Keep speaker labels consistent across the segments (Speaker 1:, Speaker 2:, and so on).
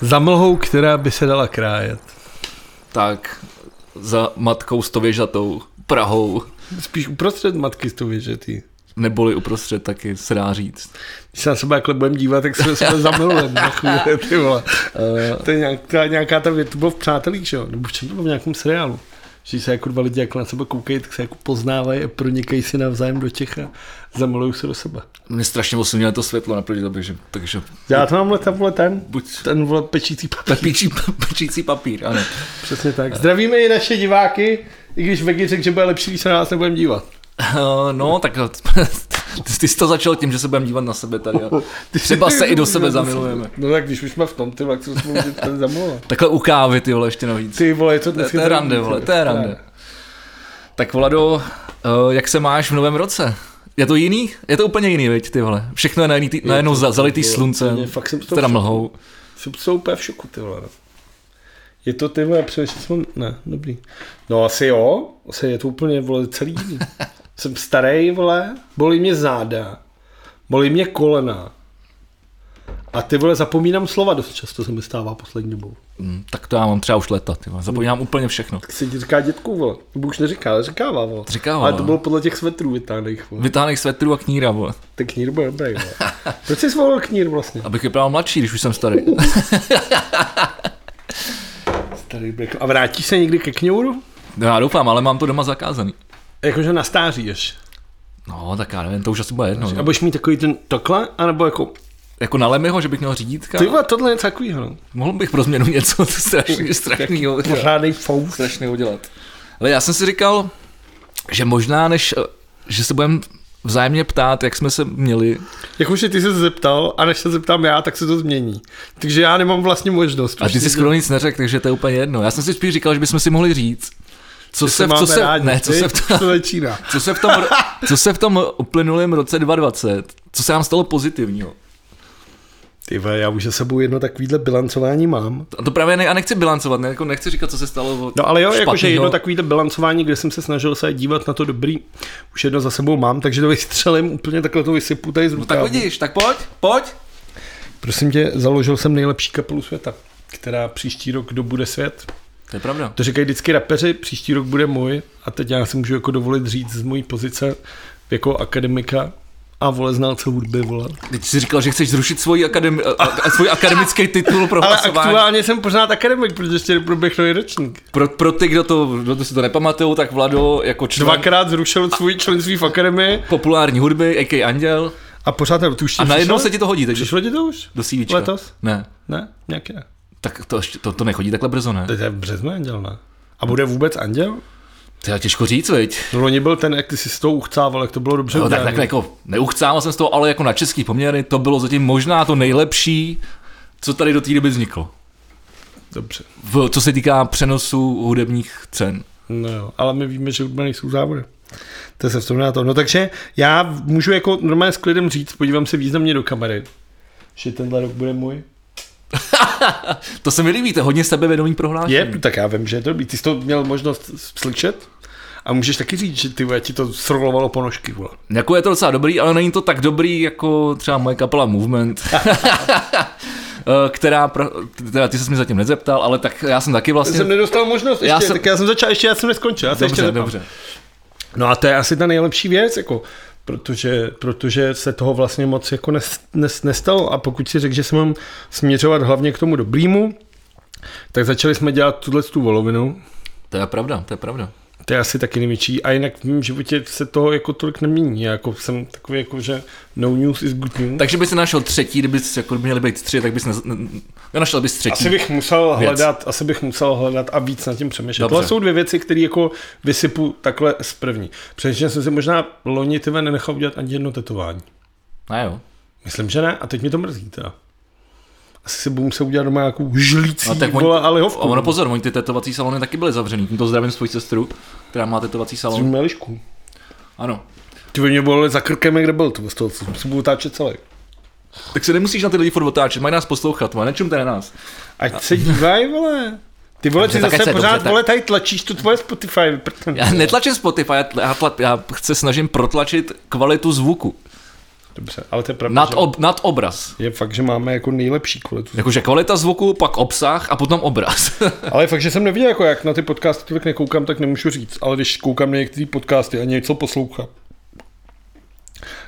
Speaker 1: Za mlhou, která by se dala krájet.
Speaker 2: Tak, za matkou stověžatou, Prahou,
Speaker 1: Spíš uprostřed matky s tou věžetý.
Speaker 2: neboli uprostřed taky, se dá říct.
Speaker 1: Když se na sebe takhle budeme dívat, tak se jsme zamilujeme na chvíli, ty vole. To je nějaká, nějaká ta věc, to bylo v Přátelích, že jo? Nebo v čem to bylo v nějakém seriálu? Že se jako dva lidi jako na sebe koukají, tak se jako poznávají a pronikají si navzájem do těch a zamilují se do sebe.
Speaker 2: Mě strašně moc mělo to světlo naproti tobě, že, takže
Speaker 1: Já to mám leta, vole, ten,
Speaker 2: buď
Speaker 1: ten vole pečící papír.
Speaker 2: pepíčí, pepíčící papír, ano.
Speaker 1: Přesně tak. Zdravíme i naše diváky, i když Vegi řekl, že bude lepší, když se na nás nebudeme dívat.
Speaker 2: Eh, No, tak ty, ty jsi to začal tím, že se budeme dívat na sebe tady a třeba se i do sebe zamilujeme.
Speaker 1: No tak když už jsme v tom, ty vole, jak se spolu ten zamilovat.
Speaker 2: Takhle u kávy, ty vole, ještě navíc.
Speaker 1: Ty vole, je to
Speaker 2: To je-
Speaker 1: dneska...
Speaker 2: To je rande, vole, to je rande. Tak Vlado, eh, jak se máš v novém roce? Je to jiný? Je to úplně jiný, veď, ty vole. Všechno je najedný, tý, najednou za, zalitý
Speaker 1: vole,
Speaker 2: sluncem,
Speaker 1: úplně, fakt jsem z toho
Speaker 2: teda
Speaker 1: v šoku.
Speaker 2: mlhou.
Speaker 1: Jsem jsou úplně v šoku, ty vole. no. Je to ty vole, přemýšlel jsem, ne, dobrý. No asi jo, asi je to úplně, vole, celý jiný. jsem starý, vole, bolí mě záda, bolí mě kolena. A ty vole, zapomínám slova dost často, se mi stává poslední dobou.
Speaker 2: Hm, Tak to já mám třeba už leta, ty vole. Zapomínám úplně všechno.
Speaker 1: Tak se ti říká dětku, vole. Nebo už neříká, ale říkává, vole.
Speaker 2: Říkává,
Speaker 1: Ale to
Speaker 2: no.
Speaker 1: bylo podle těch svetrů vytáhných, vole.
Speaker 2: Vytáhnej svetru a kníra, vole.
Speaker 1: Ten knír byl dobrý, vole. Proč jsi zvolil knír vlastně?
Speaker 2: Abych vypadal mladší, když už jsem starý.
Speaker 1: Starý brek. A vrátíš se někdy ke kňouru?
Speaker 2: No, já doufám, ale mám to doma zakázaný.
Speaker 1: Jakože na stáří ještě.
Speaker 2: No, tak já nevím, to už asi bude jedno.
Speaker 1: A
Speaker 2: no.
Speaker 1: budeš mít takový ten takhle, anebo jako,
Speaker 2: Jako na Lemyho, že bych měl řídítka.
Speaker 1: ty vole, tohle je něco takovýho, no.
Speaker 2: Mohl bych pro změnu něco to je strašně strašného.
Speaker 1: Pořádnej fous.
Speaker 2: strašného dělat. Ale já jsem si říkal, že možná než, eh, že se budeme vzájemně ptát, jak jsme se měli.
Speaker 1: Jakože Jako, ty se zeptal, a než se zeptám já, tak se to změní. Takže já nemám vlastně možnost.
Speaker 2: A ty jsi skoro nic neřekl, takže to je úplně jedno. Já jsem si spíš říkal, že bychom si mohli říct, co se, v- co se, ne, co se, v,
Speaker 1: to... to začíná.
Speaker 2: co se v tom, ro- co se v tom uplynulém roce 2020, co se nám stalo pozitivního.
Speaker 1: Ty vole, já už za sebou jedno takovýhle bilancování mám.
Speaker 2: A to právě ne, a nechci bilancovat, ne, jako nechci říkat, co se stalo od
Speaker 1: No ale jo, jakože
Speaker 2: špatnýho.
Speaker 1: jedno takovýhle bilancování, kde jsem se snažil se dívat na to dobrý, už jedno za sebou mám, takže to vystřelím úplně takhle to vysypu tady z
Speaker 2: No tak
Speaker 1: rukávu.
Speaker 2: vidíš, tak pojď, pojď.
Speaker 1: Prosím tě, založil jsem nejlepší kapelu světa, která příští rok kdo bude svět.
Speaker 2: To je pravda.
Speaker 1: To říkají vždycky rapeři, příští rok bude můj a teď já si můžu jako dovolit říct z mojí pozice jako akademika a vole znalce hudby, vole.
Speaker 2: Teď jsi říkal, že chceš zrušit svůj, akademi- a, a, svůj akademický titul pro
Speaker 1: Ale
Speaker 2: hlasování.
Speaker 1: aktuálně jsem pořád akademik, protože ještě neproběhl nový ročník.
Speaker 2: Pro, pro ty, kdo, to, kdo to si to nepamatují, tak Vlado jako člen Dvakrát.
Speaker 1: Dvakrát zrušil svůj členství v akademii
Speaker 2: populární hudby, a.k.a. Anděl.
Speaker 1: a pořád ne, tu už
Speaker 2: A
Speaker 1: ti
Speaker 2: najednou
Speaker 1: přišlo?
Speaker 2: se ti to hodí teď do-
Speaker 1: Přišlo ti to už?
Speaker 2: do CVčka.
Speaker 1: Letos?
Speaker 2: Ne,
Speaker 1: Ne, nějaké ne.
Speaker 2: tak to, ještě- to, to nechodí takhle brzo, ne?
Speaker 1: To je v březnu anděl, ne? A bude vůbec anděl?
Speaker 2: To je těžko říct, viď?
Speaker 1: No loni byl ten, jak ty si s tou uchcával, jak to bylo dobře
Speaker 2: No, tak,
Speaker 1: udělané.
Speaker 2: tak jako neuchcával jsem z toho, ale jako na český poměry to bylo zatím možná to nejlepší, co tady do té doby vzniklo.
Speaker 1: Dobře.
Speaker 2: V, co se týká přenosu hudebních cen.
Speaker 1: No jo, ale my víme, že hudba nejsou závody. To se vzpomíná to. No takže já můžu jako normálně s klidem říct, podívám se významně do kamery, že tenhle rok bude můj.
Speaker 2: To se mi líbí, to je hodně sebevědomý prohlášení.
Speaker 1: Je, tak já vím, že je to dobrý. Ty jsi to měl možnost slyšet a můžeš taky říct, že ty vole, ti to srolovalo ponožky. Vole.
Speaker 2: Jako je to docela dobrý, ale není to tak dobrý jako třeba moje kapela Movement, Eh, která, pro- teda ty se mi zatím nezeptal, ale tak já jsem taky
Speaker 1: Já
Speaker 2: vlastně...
Speaker 1: jsem nedostal možnost ještě, já
Speaker 2: jsem-
Speaker 1: jsem... tak já jsem začal, ještě já jsem neskončil. Já se
Speaker 2: Dobře,
Speaker 1: ještě zeptám.
Speaker 2: dobře.
Speaker 1: No a to je asi ta nejlepší věc, jako, protože, protože se toho vlastně moc jako nes, nes, nestalo a pokud si řekl, že se mám směřovat hlavně k tomu dobrýmu, tak začali jsme dělat tuhle tu volovinu.
Speaker 2: To je pravda, to je pravda.
Speaker 1: To je asi taky největší. A jinak v mém životě se toho jako tolik nemění. Já jako jsem takový jako, že no news is good news. Tak
Speaker 2: Takže bys nenašel třetí, kdyby jako měli být tři, tak bys ne, ne, nenašel no, bys třetí.
Speaker 1: asi bych musel
Speaker 2: Věc.
Speaker 1: hledat, asi bych musel hledat a víc nad tím přemýšlet.
Speaker 2: Dobře.
Speaker 1: Tohle jsou dvě věci, které jako vysypu takhle z první. Především jsem si možná loni tyve nenechal udělat ani jedno tetování.
Speaker 2: A jo.
Speaker 1: Myslím, že ne. A teď mi to mrzí teda. Asi si budu muset udělat doma nějakou žlící,
Speaker 2: A
Speaker 1: no, tak
Speaker 2: tak
Speaker 1: oni,
Speaker 2: oni-
Speaker 1: vole, ale
Speaker 2: A
Speaker 1: hovku.
Speaker 2: ono pozor, oni ty tetovací salony taky byly zavřený. Tímto zdravím svou sestru, která má tetovací salon.
Speaker 1: Melišku.
Speaker 2: Ano.
Speaker 1: Ty by mě bylo za krkem, jak kde byl, to z toho co- se budu táčet celý.
Speaker 2: Tak se nemusíš na ty lidi furt otáčet, mají nás poslouchat, má nečumte na nás.
Speaker 1: Ať se dívají, vole. Ty vole,
Speaker 2: Dobře,
Speaker 1: ty
Speaker 2: tak ať
Speaker 1: zase
Speaker 2: se-
Speaker 1: pořád,
Speaker 2: dobře, tak-
Speaker 1: vole, tady tlačíš tu tvoje Spotify, vyprtnu.
Speaker 2: Já netlačím Spotify, já, tla, já, tla, já se snažím protlačit kvalitu zvuku.
Speaker 1: Dobře, ale to je pravda,
Speaker 2: Nad,
Speaker 1: že
Speaker 2: ob, nad obraz.
Speaker 1: je fakt, že máme jako nejlepší kvalitu.
Speaker 2: Jakože kvalita zvuku, pak obsah a potom obraz.
Speaker 1: Ale je fakt, že jsem neviděl, jako jak na ty podcasty tolik nekoukám, tak nemůžu říct. Ale když koukám na některé podcasty a něco poslouchám,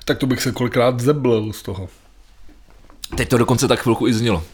Speaker 1: tak to bych se kolikrát zeblil z toho.
Speaker 2: Teď to dokonce tak chvilku i znělo.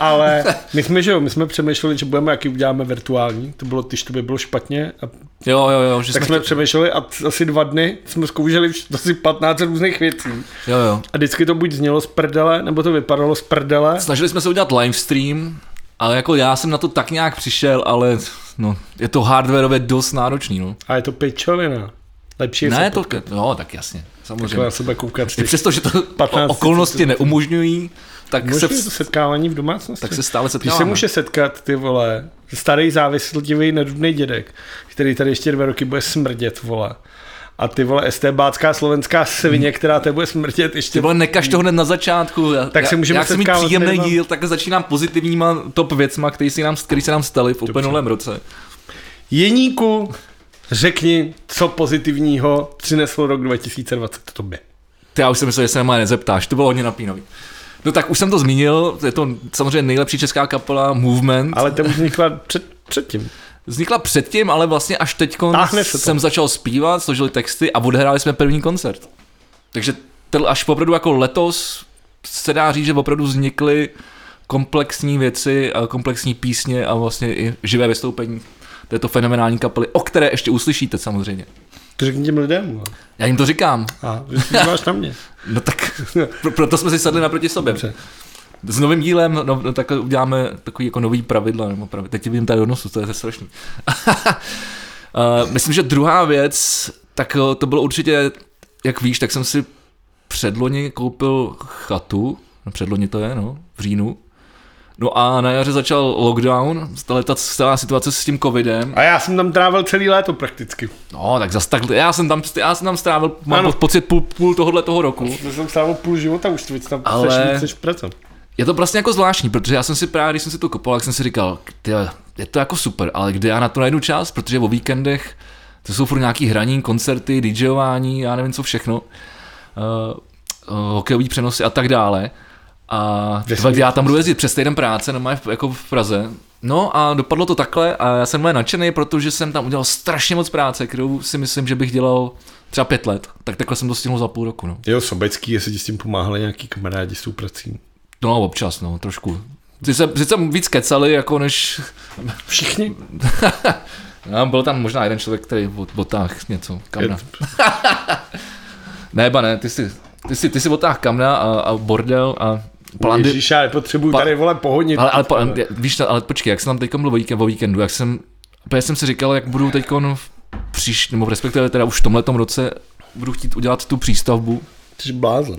Speaker 1: Ale my jsme, že jo, my jsme přemýšleli, že budeme, jaký uděláme virtuální. To bylo, když to by bylo špatně. A
Speaker 2: Jo, jo, jo, že
Speaker 1: tak
Speaker 2: jsme...
Speaker 1: jsme přemýšleli a t- asi dva dny jsme zkoušeli vš- asi 15 různých věcí.
Speaker 2: Jo, jo.
Speaker 1: A vždycky to buď znělo z prdele, nebo to vypadalo z prdele.
Speaker 2: Snažili jsme se udělat livestream, ale jako já jsem na to tak nějak přišel, ale no, je to hardwareově dost náročný, no.
Speaker 1: A je to pičovina. Lepší je
Speaker 2: Ne,
Speaker 1: se
Speaker 2: to, no, tak jasně,
Speaker 1: takhle na
Speaker 2: samozřejmě.
Speaker 1: sebe koukat.
Speaker 2: I přesto, že to
Speaker 1: 15
Speaker 2: okolnosti neumožňují, tak se,
Speaker 1: Můžeš se... setkávání v domácnosti?
Speaker 2: tak se no. stále
Speaker 1: Když se
Speaker 2: setkáváme.
Speaker 1: může setkat, ty vole, starý závislivý nedudný dědek, který tady ještě dva roky bude smrdět, vole. A ty vole estébácká slovenská svině, která te bude smrdět
Speaker 2: Ty
Speaker 1: ještě.
Speaker 2: vole, nekaž to hned na začátku. Já,
Speaker 1: Tak se
Speaker 2: já-
Speaker 1: můžeme
Speaker 2: já chci mít
Speaker 1: setkávat
Speaker 2: příjemný
Speaker 1: tady na-
Speaker 2: díl, tak začínám pozitivníma top věcma, který, si nám, který se nám staly v uplynulém roce.
Speaker 1: Jeníku, řekni, co pozitivního přineslo rok 2020 tobě.
Speaker 2: Ty, já už jsem myslel, že se na mě nezeptáš, to bylo hodně napínavý. No tak už jsem to zmínil, je to samozřejmě nejlepší česká kapela Movement.
Speaker 1: Ale to už vznikla před, předtím.
Speaker 2: Vznikla předtím, ale vlastně až teď
Speaker 1: Táhne se to.
Speaker 2: jsem začal zpívat, složili texty a odehráli jsme první koncert. Takže tel, až opravdu jako letos se dá říct, že opravdu vznikly komplexní věci, a komplexní písně a vlastně i živé vystoupení této fenomenální kapely, o které ještě uslyšíte samozřejmě.
Speaker 1: To řekni těm lidem. vole.
Speaker 2: Já jim to říkám.
Speaker 1: A že se díváš na mě.
Speaker 2: No tak pro, proto jsme si sedli naproti sobě.
Speaker 1: Dobře.
Speaker 2: S novým dílem, no, no tak uděláme takový jako nový pravidla, nebo pravidla. Teď ti vidím tady do nosu, to je strašný. uh, myslím, že druhá věc, tak eh, to bylo určitě, jak víš, tak jsem si předloni koupil chatu, no předloni to je, no, v říjnu. No a na jaře začal lockdown, ale ta celá situace s tím covidem.
Speaker 1: A já jsem tam trávil celý léto prakticky.
Speaker 2: No, tak zas tak, já jsem tam, já jsem tam strávil, mám
Speaker 1: Ano.
Speaker 2: ano. pocit půl, půl tohohle toho roku.
Speaker 1: Já No, jsem strávil půl života už, ty tam
Speaker 2: Ale-
Speaker 1: seš víc než preto.
Speaker 2: Je to vlastně jako zvláštní, protože já jsem si právě, když jsem si to kupoval, tak jsem si říkal, tyjo, je to jako super, ale kde já na to najdu čas, protože o víkendech to jsou furt nějaký hraní, koncerty, DJování, já nevím co všechno, uh, uh, hokejový přenosy a tak dále. A
Speaker 1: Kde
Speaker 2: tyhle,
Speaker 1: jsi-
Speaker 2: já tam budu jezdit přes týden práce, no v, jako v Praze. No a dopadlo to takhle a já jsem moje nadšený, protože jsem tam udělal strašně moc práce, kterou si myslím, že bych dělal třeba pět let. Tak takhle jsem to stihnul za půl roku. No.
Speaker 1: Jo, sobecký, jestli ti s tím pomáhali nějaký kamarádi s tou prací.
Speaker 2: No občas, no, trošku. Sice, sice víc kecali, jako než...
Speaker 1: Všichni?
Speaker 2: No, byl tam možná jeden člověk, který od- otáhl něco, kamna. Ne, ba ne, ty jsi, ty jsi, ty jsi otáhl kamna a, a bordel a
Speaker 1: Plandy...
Speaker 2: plandy.
Speaker 1: Ježíš, já nepotřebuji
Speaker 2: Pa-
Speaker 1: tady, vole, pohodnit.
Speaker 2: Ale, ale, pa- víš, ale počkej, jak jsem tam teďka mluvil o víken- o víkendu, jak jsem, já jsem si říkal, jak budu teď v příš, nebo respektive teda už v tomhletom roce budu chtít udělat tu přístavbu,
Speaker 1: Jsi blázen.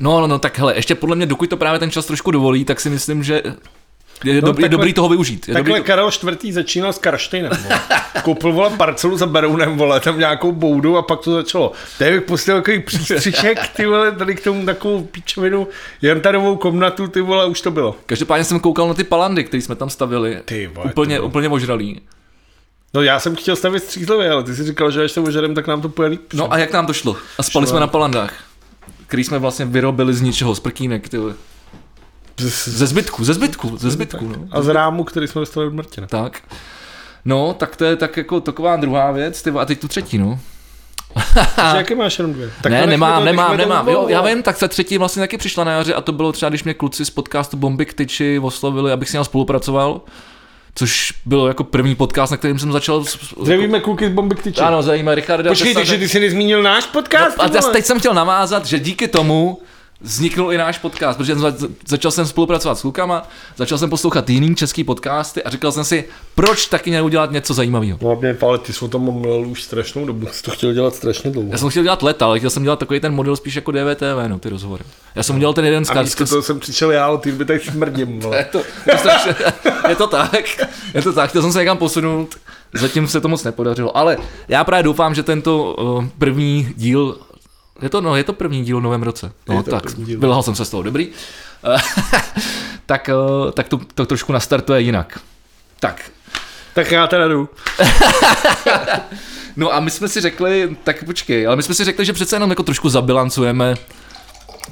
Speaker 2: No, no, no, tak hele, ještě podle mě, dokud to právě ten čas trošku dovolí, tak si myslím, že je, no, dobrý,
Speaker 1: takhle-
Speaker 2: takhle, dobrý toho využít. Je
Speaker 1: Takhle
Speaker 2: dobrý to...
Speaker 1: Karel IV. začínal s Karštejnem. Vole. Koupil vole parcelu za Berounem, vole, tam nějakou boudu a pak to začalo. Tady bych pustil takový přístřišek, ty vole, tady k tomu takovou píčovinu, Jantarovou komnatu, ty vole, už to bylo.
Speaker 2: Každopádně jsem koukal na ty palandy, které jsme tam stavili.
Speaker 1: Ty vole,
Speaker 2: úplně,
Speaker 1: to bylo-
Speaker 2: úplně ožralý.
Speaker 1: No já jsem chtěl stavit střízlivě, ale ty jsi říkal, že až to ožerem, tak nám to pojede líp.
Speaker 2: No a jak nám to šlo? A spali
Speaker 1: Šlo.
Speaker 2: jsme na palandách, který jsme vlastně vyrobili z ničeho, z prkínek, ty. vole. Ze zbytku, ze zbytku, ze zbytku, no.
Speaker 1: A z rámu, který jsme dostali od Martina.
Speaker 2: Tak. No, tak to je tak jako taková druhá věc, ty vole, a teď tu třetí, no.
Speaker 1: Takže jaké máš jenom dvě? Tak
Speaker 2: ne,
Speaker 1: nechme
Speaker 2: nemám,
Speaker 1: to-
Speaker 2: nemám,
Speaker 1: nechme to
Speaker 2: nemám.
Speaker 1: dvou,
Speaker 2: Jo, já
Speaker 1: vole.
Speaker 2: vím, tak ta třetí vlastně taky přišla na jaře a to bylo třeba, když mě kluci z podcastu Bomby k tyči oslovili, abych s ním spolupracoval, což bylo jako první podcast, na kterým jsem začal. s- s-
Speaker 1: Zdravíme kluky z bomby k tyči.
Speaker 2: Ano, zajímá Richarda.
Speaker 1: Počkej,
Speaker 2: Tesa-
Speaker 1: takže ty jsi nezmínil náš podcast?
Speaker 2: A
Speaker 1: ty
Speaker 2: já
Speaker 1: vole?
Speaker 2: teď jsem chtěl navázat, že díky tomu vzniknul i náš podcast, protože jsem za, začal jsem spolupracovat s klukama, začal jsem poslouchat jiný český podcasty a říkal jsem si, proč taky neudělat něco zajímavého.
Speaker 1: No, mě, ale ty jsi o tom mluvil už strašnou dobu, jsi to chtěl dělat strašně dlouho.
Speaker 2: Já jsem chtěl dělat leta, ale chtěl jsem dělat takový ten model spíš jako DVTV, no, ty rozhovory. Já jsem udělal ten jeden z
Speaker 1: A místo toho jsem přišel já, ale ty by tak smrdím,
Speaker 2: Je
Speaker 1: vole.
Speaker 2: to, je, to strašně, je to tak, je to tak, chtěl jsem se někam posunout, zatím se to moc nepodařilo, ale já právě doufám, že tento uh, první díl, je to, no, je to první díl v novém roce,
Speaker 1: Je
Speaker 2: no
Speaker 1: to
Speaker 2: tak,
Speaker 1: první díl.
Speaker 2: vylhal jsem se z toho, dobrý, Eh, tak, uh, tak to, to trošku nastartuje jinak. Tak,
Speaker 1: Tak já teda jdu.
Speaker 2: No a my jsme si řekli, tak počkej, ale my jsme si řekli, že přece jenom jako trošku zabilancujeme,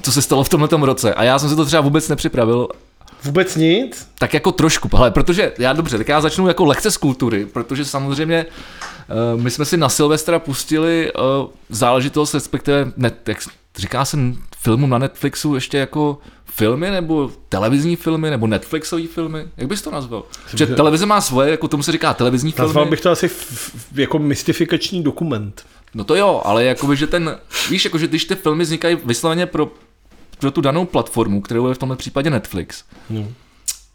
Speaker 2: co se stalo v tomhle roce. A já jsem se to třeba vůbec nepřipravil
Speaker 1: Vůbec nic?
Speaker 2: tak jako trošku, ale protože já dobře, tak já začnu jako lehce z kultury, protože samozřejmě eh, my jsme si na Silvestra pustili eh, záležitost, respektive, ne, jak s- říká se n- filmům na Netflixu ještě jako filmy, nebo televizní filmy, nebo Netflixové filmy, jak bys to nazval? Protože
Speaker 1: že-
Speaker 2: televize má svoje, jako tomu se říká televizní
Speaker 1: Nazval
Speaker 2: filmy.
Speaker 1: bych to asi f- f- jako mystifikační dokument.
Speaker 2: No to jo, ale jakoby, že ten, víš, jakože když ty filmy vznikají vysloveně pro, pro tu danou platformu, kterou je v tomhle případě Netflix,
Speaker 1: No.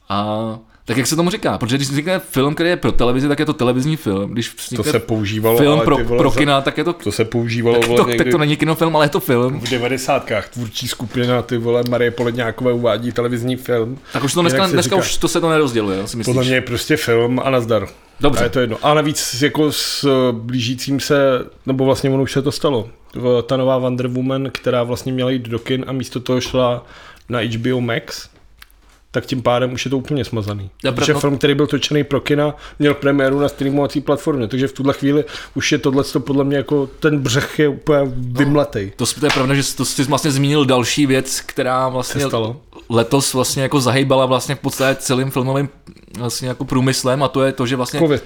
Speaker 2: A tak jak se tomu říká? Protože když vznikne film, který je pro televizi, tak je to televizní film. Když
Speaker 1: To
Speaker 2: vznikne
Speaker 1: se používalo,
Speaker 2: film
Speaker 1: ale
Speaker 2: pro,
Speaker 1: ty vole,
Speaker 2: pro
Speaker 1: za-
Speaker 2: kina, tak je to, tak
Speaker 1: To se používalo vole,
Speaker 2: to, tak
Speaker 1: někdy
Speaker 2: to není kinofilm, ale je to film.
Speaker 1: v devadesátkách. Tvůrčí skupina, ty vole, Marie Poledňákové uvádí televizní film.
Speaker 2: Tak už to
Speaker 1: Jinak
Speaker 2: dneska,
Speaker 1: se říká-
Speaker 2: dneska už to se to nerozděluje, no, si myslíš?
Speaker 1: Podle mě je prostě film a nazdar. A je
Speaker 2: Dobře.
Speaker 1: to jedno. A navíc jako s eh, blížícím se, nebo vlastně ono už se to stalo. V- Ta nová Wonder Woman, která vlastně měla jít do kin a místo toho šla na HBO Max, tak tím pádem už je to úplně smazaný.
Speaker 2: Já
Speaker 1: Protože
Speaker 2: proto-
Speaker 1: film, který byl točený pro kina, měl premiéru na streamovací platformě, takže v tuhle chvíli už je tohle podle mě jako ten břeh je úplně vymletej.
Speaker 2: To, s- to je pravda, že to jsi vlastně zmínil další věc, která vlastně
Speaker 1: Se stalo.
Speaker 2: letos vlastně jako zahýbala vlastně v podstatě celým filmovým vlastně jako průmyslem a to je to, že vlastně
Speaker 1: Covid.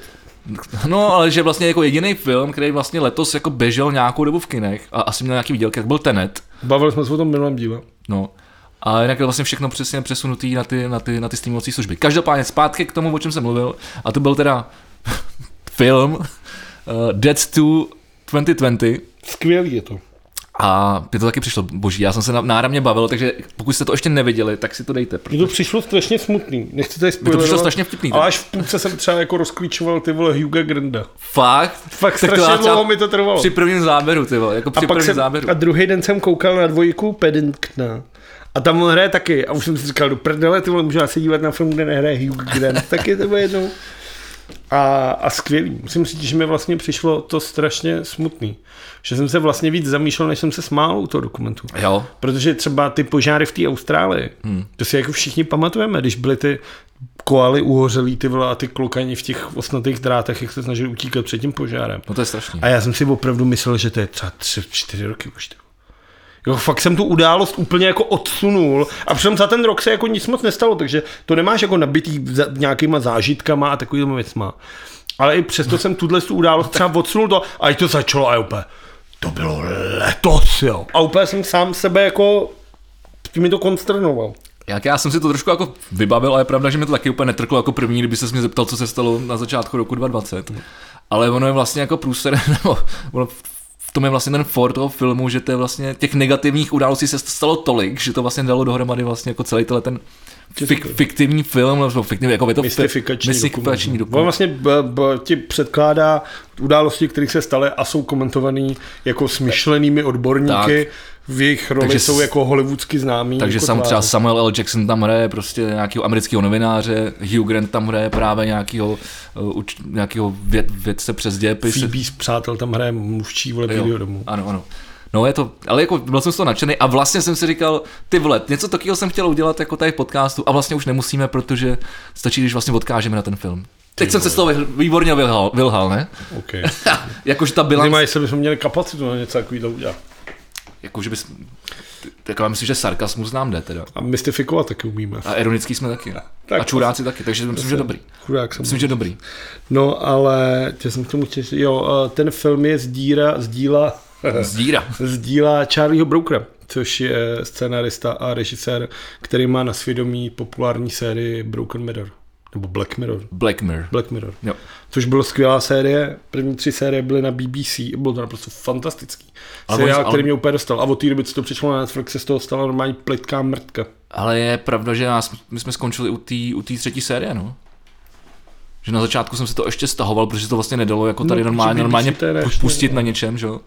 Speaker 2: No, ale že vlastně jako jediný film, který vlastně letos jako běžel nějakou dobu v kinech a asi měl nějaký výdělky, tak byl Tenet.
Speaker 1: Bavili jsme se o tom v minulém díle.
Speaker 2: No. A jinak je vlastně všechno přesně přesunutý na ty, na ty, na ty streamovací služby. Každopádně zpátky k tomu, o čem jsem mluvil, a to byl teda film uh, Dead to 2020,
Speaker 1: Skvělý je to.
Speaker 2: a mě to taky přišlo boží, já jsem se na- náramně bavil, takže pokud jste to ještě neviděli, tak si to dejte.
Speaker 1: Mně to přišlo strašně smutný. Nechci tady
Speaker 2: Mně to přišlo
Speaker 1: spoilerovat,
Speaker 2: strašně vtipný.
Speaker 1: Ale až v půlce jsem třeba jako rozklíčoval ty vole Huga Grinda.
Speaker 2: Fakt?
Speaker 1: Fakt
Speaker 2: Tak to já
Speaker 1: strašně
Speaker 2: třeba
Speaker 1: dlouho mi to trvalo.
Speaker 2: Při prvním záběru, ty vole, jako při
Speaker 1: a pak
Speaker 2: prvním
Speaker 1: jsem,
Speaker 2: záběru.
Speaker 1: a druhý den jsem koukal na dvojku Paddingtona. A tam on hraje taky. A už jsem si říkal, do prdele, ty vole, můžu se dívat na film, kde nehraje Hugh Grant. taky to bude jednou. A, a skvělý. Musím říct, že mi vlastně přišlo to strašně smutný. Že jsem se vlastně víc zamýšlel, než jsem se smál u toho dokumentu.
Speaker 2: Jo,
Speaker 1: Protože třeba ty požáry v té Austrálii, hmm. to si jako všichni pamatujeme, když byly ty koaly uhořelý ty vole a ty klokani v těch osnatých drátech, jak se snažili utíkat před tím požárem.
Speaker 2: no to je strašný.
Speaker 1: A já jsem si opravdu myslel, že to je třeba tři, čtyři roky už. ty vole. Jo, fakt jsem tu událost úplně jako odsunul a přitom za ten rok se jako nic moc nestalo, takže to nemáš jako nabitý za- nějakýma zážitkama a takovými věcma. Ale i přesto jsem tuhle tu událost třeba odsunul to a i to začalo a já úplně, to bylo letos, jo. A úplně jsem sám sebe jako mi to konsternoval.
Speaker 2: Jak já jsem si to trošku jako vybavil, ale je pravda, že mi to taky úplně netrklo jako první, kdyby se mě zeptal, co se stalo na začátku roku 2020. Ale ono je vlastně jako průser, nebo ono v tom je vlastně ten for toho filmu, že to je vlastně těch negativních událostí se stalo tolik, že to vlastně dalo dohromady vlastně jako celý tenhle ten fik, fiktivní film, nebo fiktivní, jako je to fi-
Speaker 1: Mystifikační,
Speaker 2: mystifikační
Speaker 1: On
Speaker 2: dokument.
Speaker 1: vlastně b, b, ti předkládá události, které se staly a jsou komentovaný jako smyšlenými odborníky. Tak. V jejich roli
Speaker 2: Takže
Speaker 1: takže,
Speaker 2: s-
Speaker 1: jsou jako hollywoodsky známí.
Speaker 2: Takže
Speaker 1: jako
Speaker 2: sam, třeba
Speaker 1: tváře.
Speaker 2: Samuel L. Jackson tam hraje prostě nějakého amerického novináře, Hugh Grant tam hraje právě nějakého, nějakého věd, vědce přes dějepis.
Speaker 1: Phoebe z Přátel tam hraje mluvčí vole
Speaker 2: Jo,
Speaker 1: Bílýho domu.
Speaker 2: Ano, ano. No je to, ale jako byl jsem z toho nadšený a vlastně jsem si říkal, ty vole, něco takového jsem chtěl udělat jako tady v podcastu a vlastně už nemusíme, protože stačí, když vlastně odkážeme na ten film. Teď jsem se z toho vyhl- výborně vylhal, vylhal ne?
Speaker 1: Okay.
Speaker 2: Jakože ta bilance,
Speaker 1: Zajímá, jestli bychom měli kapacitu na něco takového udělat.
Speaker 2: jakože bys, tak já myslím, že sarkasmus nám jde teda.
Speaker 1: A mystifikovat taky umíme.
Speaker 2: A ironický jsme taky.
Speaker 1: Tak
Speaker 2: a čuráci taky, takže myslím, že dobrý.
Speaker 1: Chudák jsem.
Speaker 2: Myslím, že dobrý.
Speaker 1: No ale, tě jsem k tomu chtěl, říct- jo, eh, ten film je zdíra, zdíla,
Speaker 2: Zdíra.
Speaker 1: sdílá Charlieho Brokera, což je scénarista a režisér, který má na svědomí populární sérii Broken Mirror, nebo Black Mirror.
Speaker 2: Black Mirror.
Speaker 1: Black Mirror.
Speaker 2: Jo.
Speaker 1: Což byla skvělá série, první tři série byly na BBC, bylo to naprosto fantastický.
Speaker 2: Ale
Speaker 1: Seriál,
Speaker 2: oni- ale-
Speaker 1: který mě úplně dostal. A od té doby, co to přišlo na Netflix, se z toho stala normální plitká mrtka.
Speaker 2: Ale je pravda, že nás, my jsme skončili u té u té třetí série, no. Že na začátku jsem si to ještě stahoval, protože to vlastně nedalo jako tady
Speaker 1: No, protože
Speaker 2: normálně,
Speaker 1: BBC
Speaker 2: normálně
Speaker 1: to je ne-
Speaker 2: pu- pustit na něčem, že jo.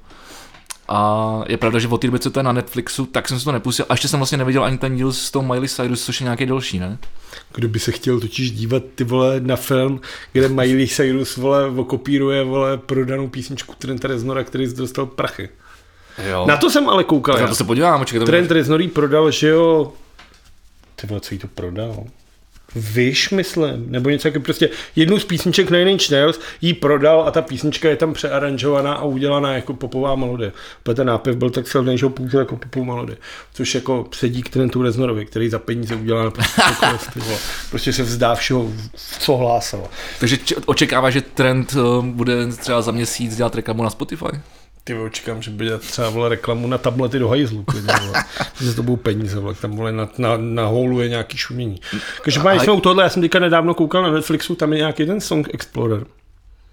Speaker 2: A je pravda, že od té doby, co to je na Netflixu, tak jsem si to nepustil. A ještě jsem vlastně neviděl ani ten díl s tou Miley Cyrus, což je nějaký další, ne?
Speaker 1: Kdo by se chtěl totiž dívat ty vole na film, kde Miley Cyrus vole okopíruje vole prodanou písničku Trenta Reznora, který dostal prachy.
Speaker 2: Jo.
Speaker 1: Na to jsem ale koukal.
Speaker 2: No. tak
Speaker 1: já.
Speaker 2: na to se podívám, počkej, to
Speaker 1: Trent Reznor jí prodal, že jo... Ty vole, co jí to prodal? Vyš, myslím, nebo něco jako prostě jednu z písniček Nine Inch Nails jí prodal a ta písnička je tam přearanžovaná a udělaná jako popová melodie. Protože ten nápěv byl tak silný, že ho použil jako popovou melodii. Což jako předí k Trentu Reznorovi, který za peníze udělal naprosto cokoliv, ty vole. prostě se vzdá všeho, co hlásal.
Speaker 2: Takže č- očekává, že trend eh, bude třeba za měsíc dělat reklamu na Spotify?
Speaker 1: Ty vole, očekám, že by dělat třeba vole reklamu na tablety do hajzlu, klidně, vole. že to budou peníze, vole. tam vole na, na, na holu je nějaký šumění. Každopádně
Speaker 2: Ale-
Speaker 1: jsme u tohle, já jsem teďka nedávno koukal na Netflixu, tam je nějaký ten Song Explorer.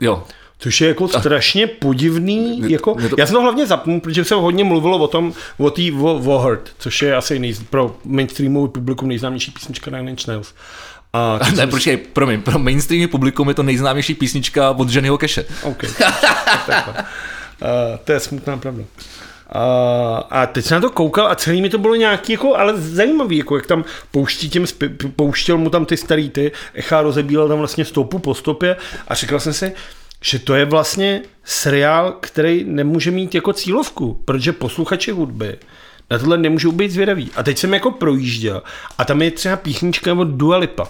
Speaker 2: Jo.
Speaker 1: Což je jako strašně podivný,
Speaker 2: Mě-
Speaker 1: jako,
Speaker 2: mě to-
Speaker 1: já jsem to hlavně zapnul, protože se hodně mluvilo o tom, o té Wohurt, což je asi nej, pro mainstreamový publikum nejznámější písnička Nine Inch Nails. A
Speaker 2: Ne, počkej, promiň, pro mainstreamní publikum je to nejznámější písnička od Johnnyho Cashe.
Speaker 1: Okay. Takhle. uh, to je smutná pravda. Uh, a teď jsem na to koukal a celý mi to bylo nějaký, jako, ale zajímavý, jako jak tam pouští těm, spi- pouštěl mu tam ty starý ty, Echa rozebíral tam vlastně stopu po stopě a říkal jsem si, že to je vlastně seriál, který nemůže mít jako cílovku, protože posluchači hudby na tohle nemůžou být zvědaví. A teď jsem jako projížděl a tam je třeba píchnička od Dua Lipa.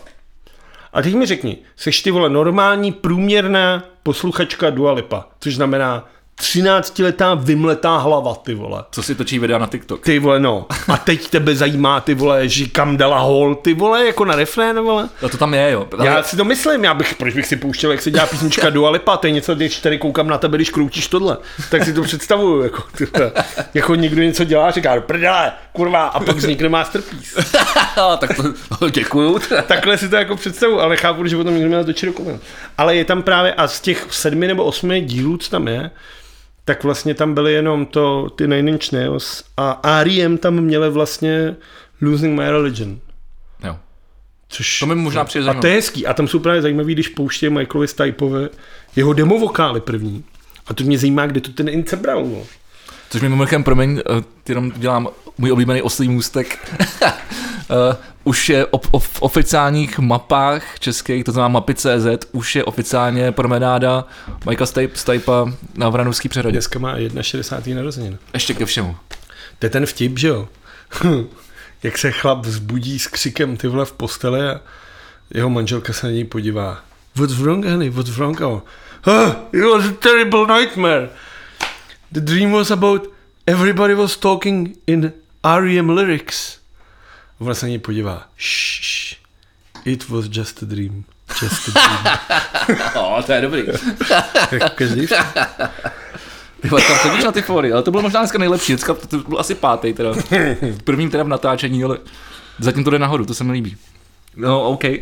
Speaker 1: A teď mi řekni, seš ty vole normální průměrná posluchačka Dua Lipa, což znamená 13-letá vymletá hlava, ty vole.
Speaker 2: Co si točí videa na TikTok?
Speaker 1: Ty vole, no. A teď tebe zajímá, ty vole, že kam dala hol, ty vole, jako na refrén, vole.
Speaker 2: A No, to tam je, jo. Ale
Speaker 1: Já si to myslím, já bych, proč bych si pouštěl, jak se dělá písnička Dua Lipa, to je něco, když tady koukám na tebe, když kroutíš tohle, tak si to představuju, jako, ty vole. jako někdo něco dělá, říká, "Do prdele, kurva, a pak vznikne masterpiece.
Speaker 2: tak to, no, děkuju. teda.
Speaker 1: Takhle si to jako představu, ale chápu, že potom někdo měl točit dokument. Ale je tam právě, a z těch sedmi nebo osmi dílů, co tam je, tak vlastně tam byly jenom to, ty Nine Inch Nails a R.E.M. tam měli vlastně Losing My Religion.
Speaker 2: Jo.
Speaker 1: Což
Speaker 2: To mi možná přijde
Speaker 1: a
Speaker 2: zajímavé.
Speaker 1: to je hezký. A tam jsou právě zajímavý, když pouštějí Michaelovi Stipeovi jeho demovokály první. A to mě zajímá, kde to ten Ince bral. No.
Speaker 2: Což mi mimochodem, promiň, eh, jenom dělám můj oblíbený oslý můstek. Eh, už je ob, ob, v oficiálních mapách českých, to znamená mapy.cz, už je oficiálně promenáda Michael Stipe, Stipa na Vranovský přehradě.
Speaker 1: Dneska má 61. narozeniny.
Speaker 2: Ještě ke všemu.
Speaker 1: To je ten vtip, že jo? Jak se chlap vzbudí s křikem ty vole v posteli a jeho manželka se na něj podívá. What's wrong, honey? What's wrong? Oh, it was a terrible nightmare. The dream was about everybody was talking in R.E.M. lyrics. A ona se na něj podívá. Shh, shh. It was just a dream. Just a dream.
Speaker 2: No, to je dobrý.
Speaker 1: Jak každý vtip.
Speaker 2: Ty vole, tam chodíš na ty fóry, ale to bylo možná dneska nejlepší, dneska to, to byl asi pátý teda. V prvním teda v natáčení, ale zatím to jde nahoru, to se mi líbí. No, OK. Uh,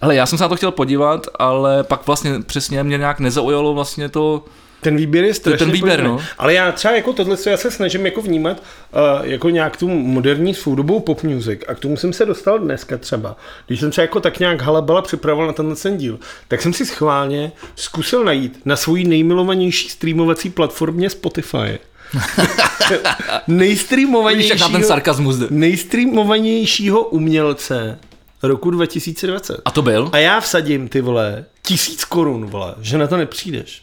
Speaker 2: ale já jsem se na to chtěl podívat, ale pak vlastně přesně mě nějak nezaujalo vlastně to,
Speaker 1: Ten výběr je strašně
Speaker 2: ten výběr,
Speaker 1: podobný.
Speaker 2: no.
Speaker 1: Ale já třeba jako tohle, co já se snažím jako vnímat uh, jako nějak tu moderní svůdobou pop music a k tomu jsem se dostal dneska třeba. Když jsem se jako tak nějak halabala připravoval na tenhle ten díl, tak jsem si schválně zkusil najít na svojí nejmilovanější streamovací platformě Spotify.
Speaker 2: Vidíš, jak na ten
Speaker 1: nejstreamovanějšího,
Speaker 2: sarkazmus jde.
Speaker 1: nejstreamovanějšího umělce roku 2020.
Speaker 2: A to byl?
Speaker 1: A já vsadím, ty vole, tisíc korun, vole, že na to nepřijdeš.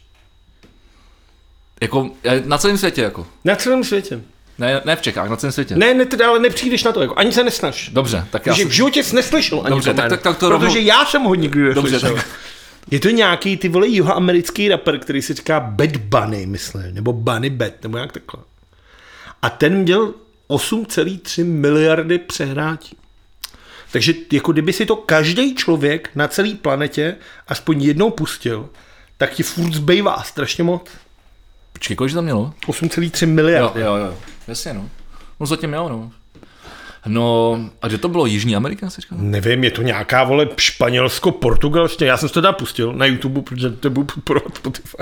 Speaker 2: Jako, eh, na celém světě jako.
Speaker 1: Na celém světě.
Speaker 2: Ne, ne v Čechách, na celém světě.
Speaker 1: Ne, ne teda, ale nepřijdeš na to, jako, ani se nesnaž.
Speaker 2: Dobře, tak já
Speaker 1: Dobře, že
Speaker 2: jsem,
Speaker 1: v životě jsi neslyšel ani
Speaker 2: Dobře,
Speaker 1: to
Speaker 2: tak-
Speaker 1: jméno,
Speaker 2: tak- tak to
Speaker 1: Protože
Speaker 2: rovnou-
Speaker 1: já jsem ho nikdy neslyšel.
Speaker 2: Dobře,
Speaker 1: Dobře, Je to nějaký ty vole jihoamerický rapper, který se říká Bad Bunny, myslím, nebo Bunny Bad, nebo jak takhle. A ten měl 8,3 miliardy přehrátí. Takže jako kdyby si to každý člověk na celé planetě aspoň jednou pustil, tak ti furt zbývá strašně moc.
Speaker 2: počkej, kolik tam mělo?
Speaker 1: 8,3 miliardy.
Speaker 2: jo, jo. Jasně, no. No zatím jo, no. No, a kde to bylo? Jižní Amerika, jsi říkal?
Speaker 1: Nevím, je to nějaká, vole, španělsko-portugalština. Já jsem si to teda pustil na YouTube, protože to byl podporovat Spotify.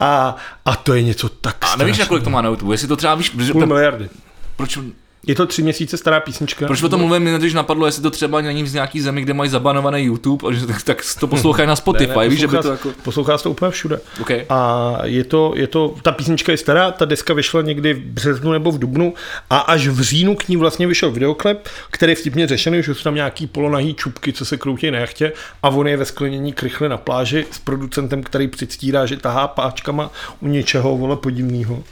Speaker 1: A, a to je něco tak
Speaker 2: A nevíš,
Speaker 1: strašného.
Speaker 2: na kolik to má na YouTube, jestli to třeba víš, protože,
Speaker 1: Půl miliardy.
Speaker 2: proč,
Speaker 1: Je to tři měsíce stará písnička.
Speaker 2: proč o tom mluvím, mě když napadlo, jestli to třeba není z nějaký zemi, kde mají zabanovaný YouTube, a že, tak, tak to poslouchají na Spotify,
Speaker 1: Ne,
Speaker 2: víš, že by
Speaker 1: poslouchá-
Speaker 2: to jako...
Speaker 1: Poslouchá se to úplně všude.
Speaker 2: Okay.
Speaker 1: A je to, je to, ta písnička je stará, ta deska vyšla někdy v březnu nebo v dubnu a až v říjnu k ní vlastně vyšel videoklip, který je vtipně řešený, že jsou tam nějaký polonahý čupky, co se kroutí na jachtě a on je ve sklenění krychle na pláži s producentem, který předstírá, že tahá páčkama u něčeho, vole, podivného.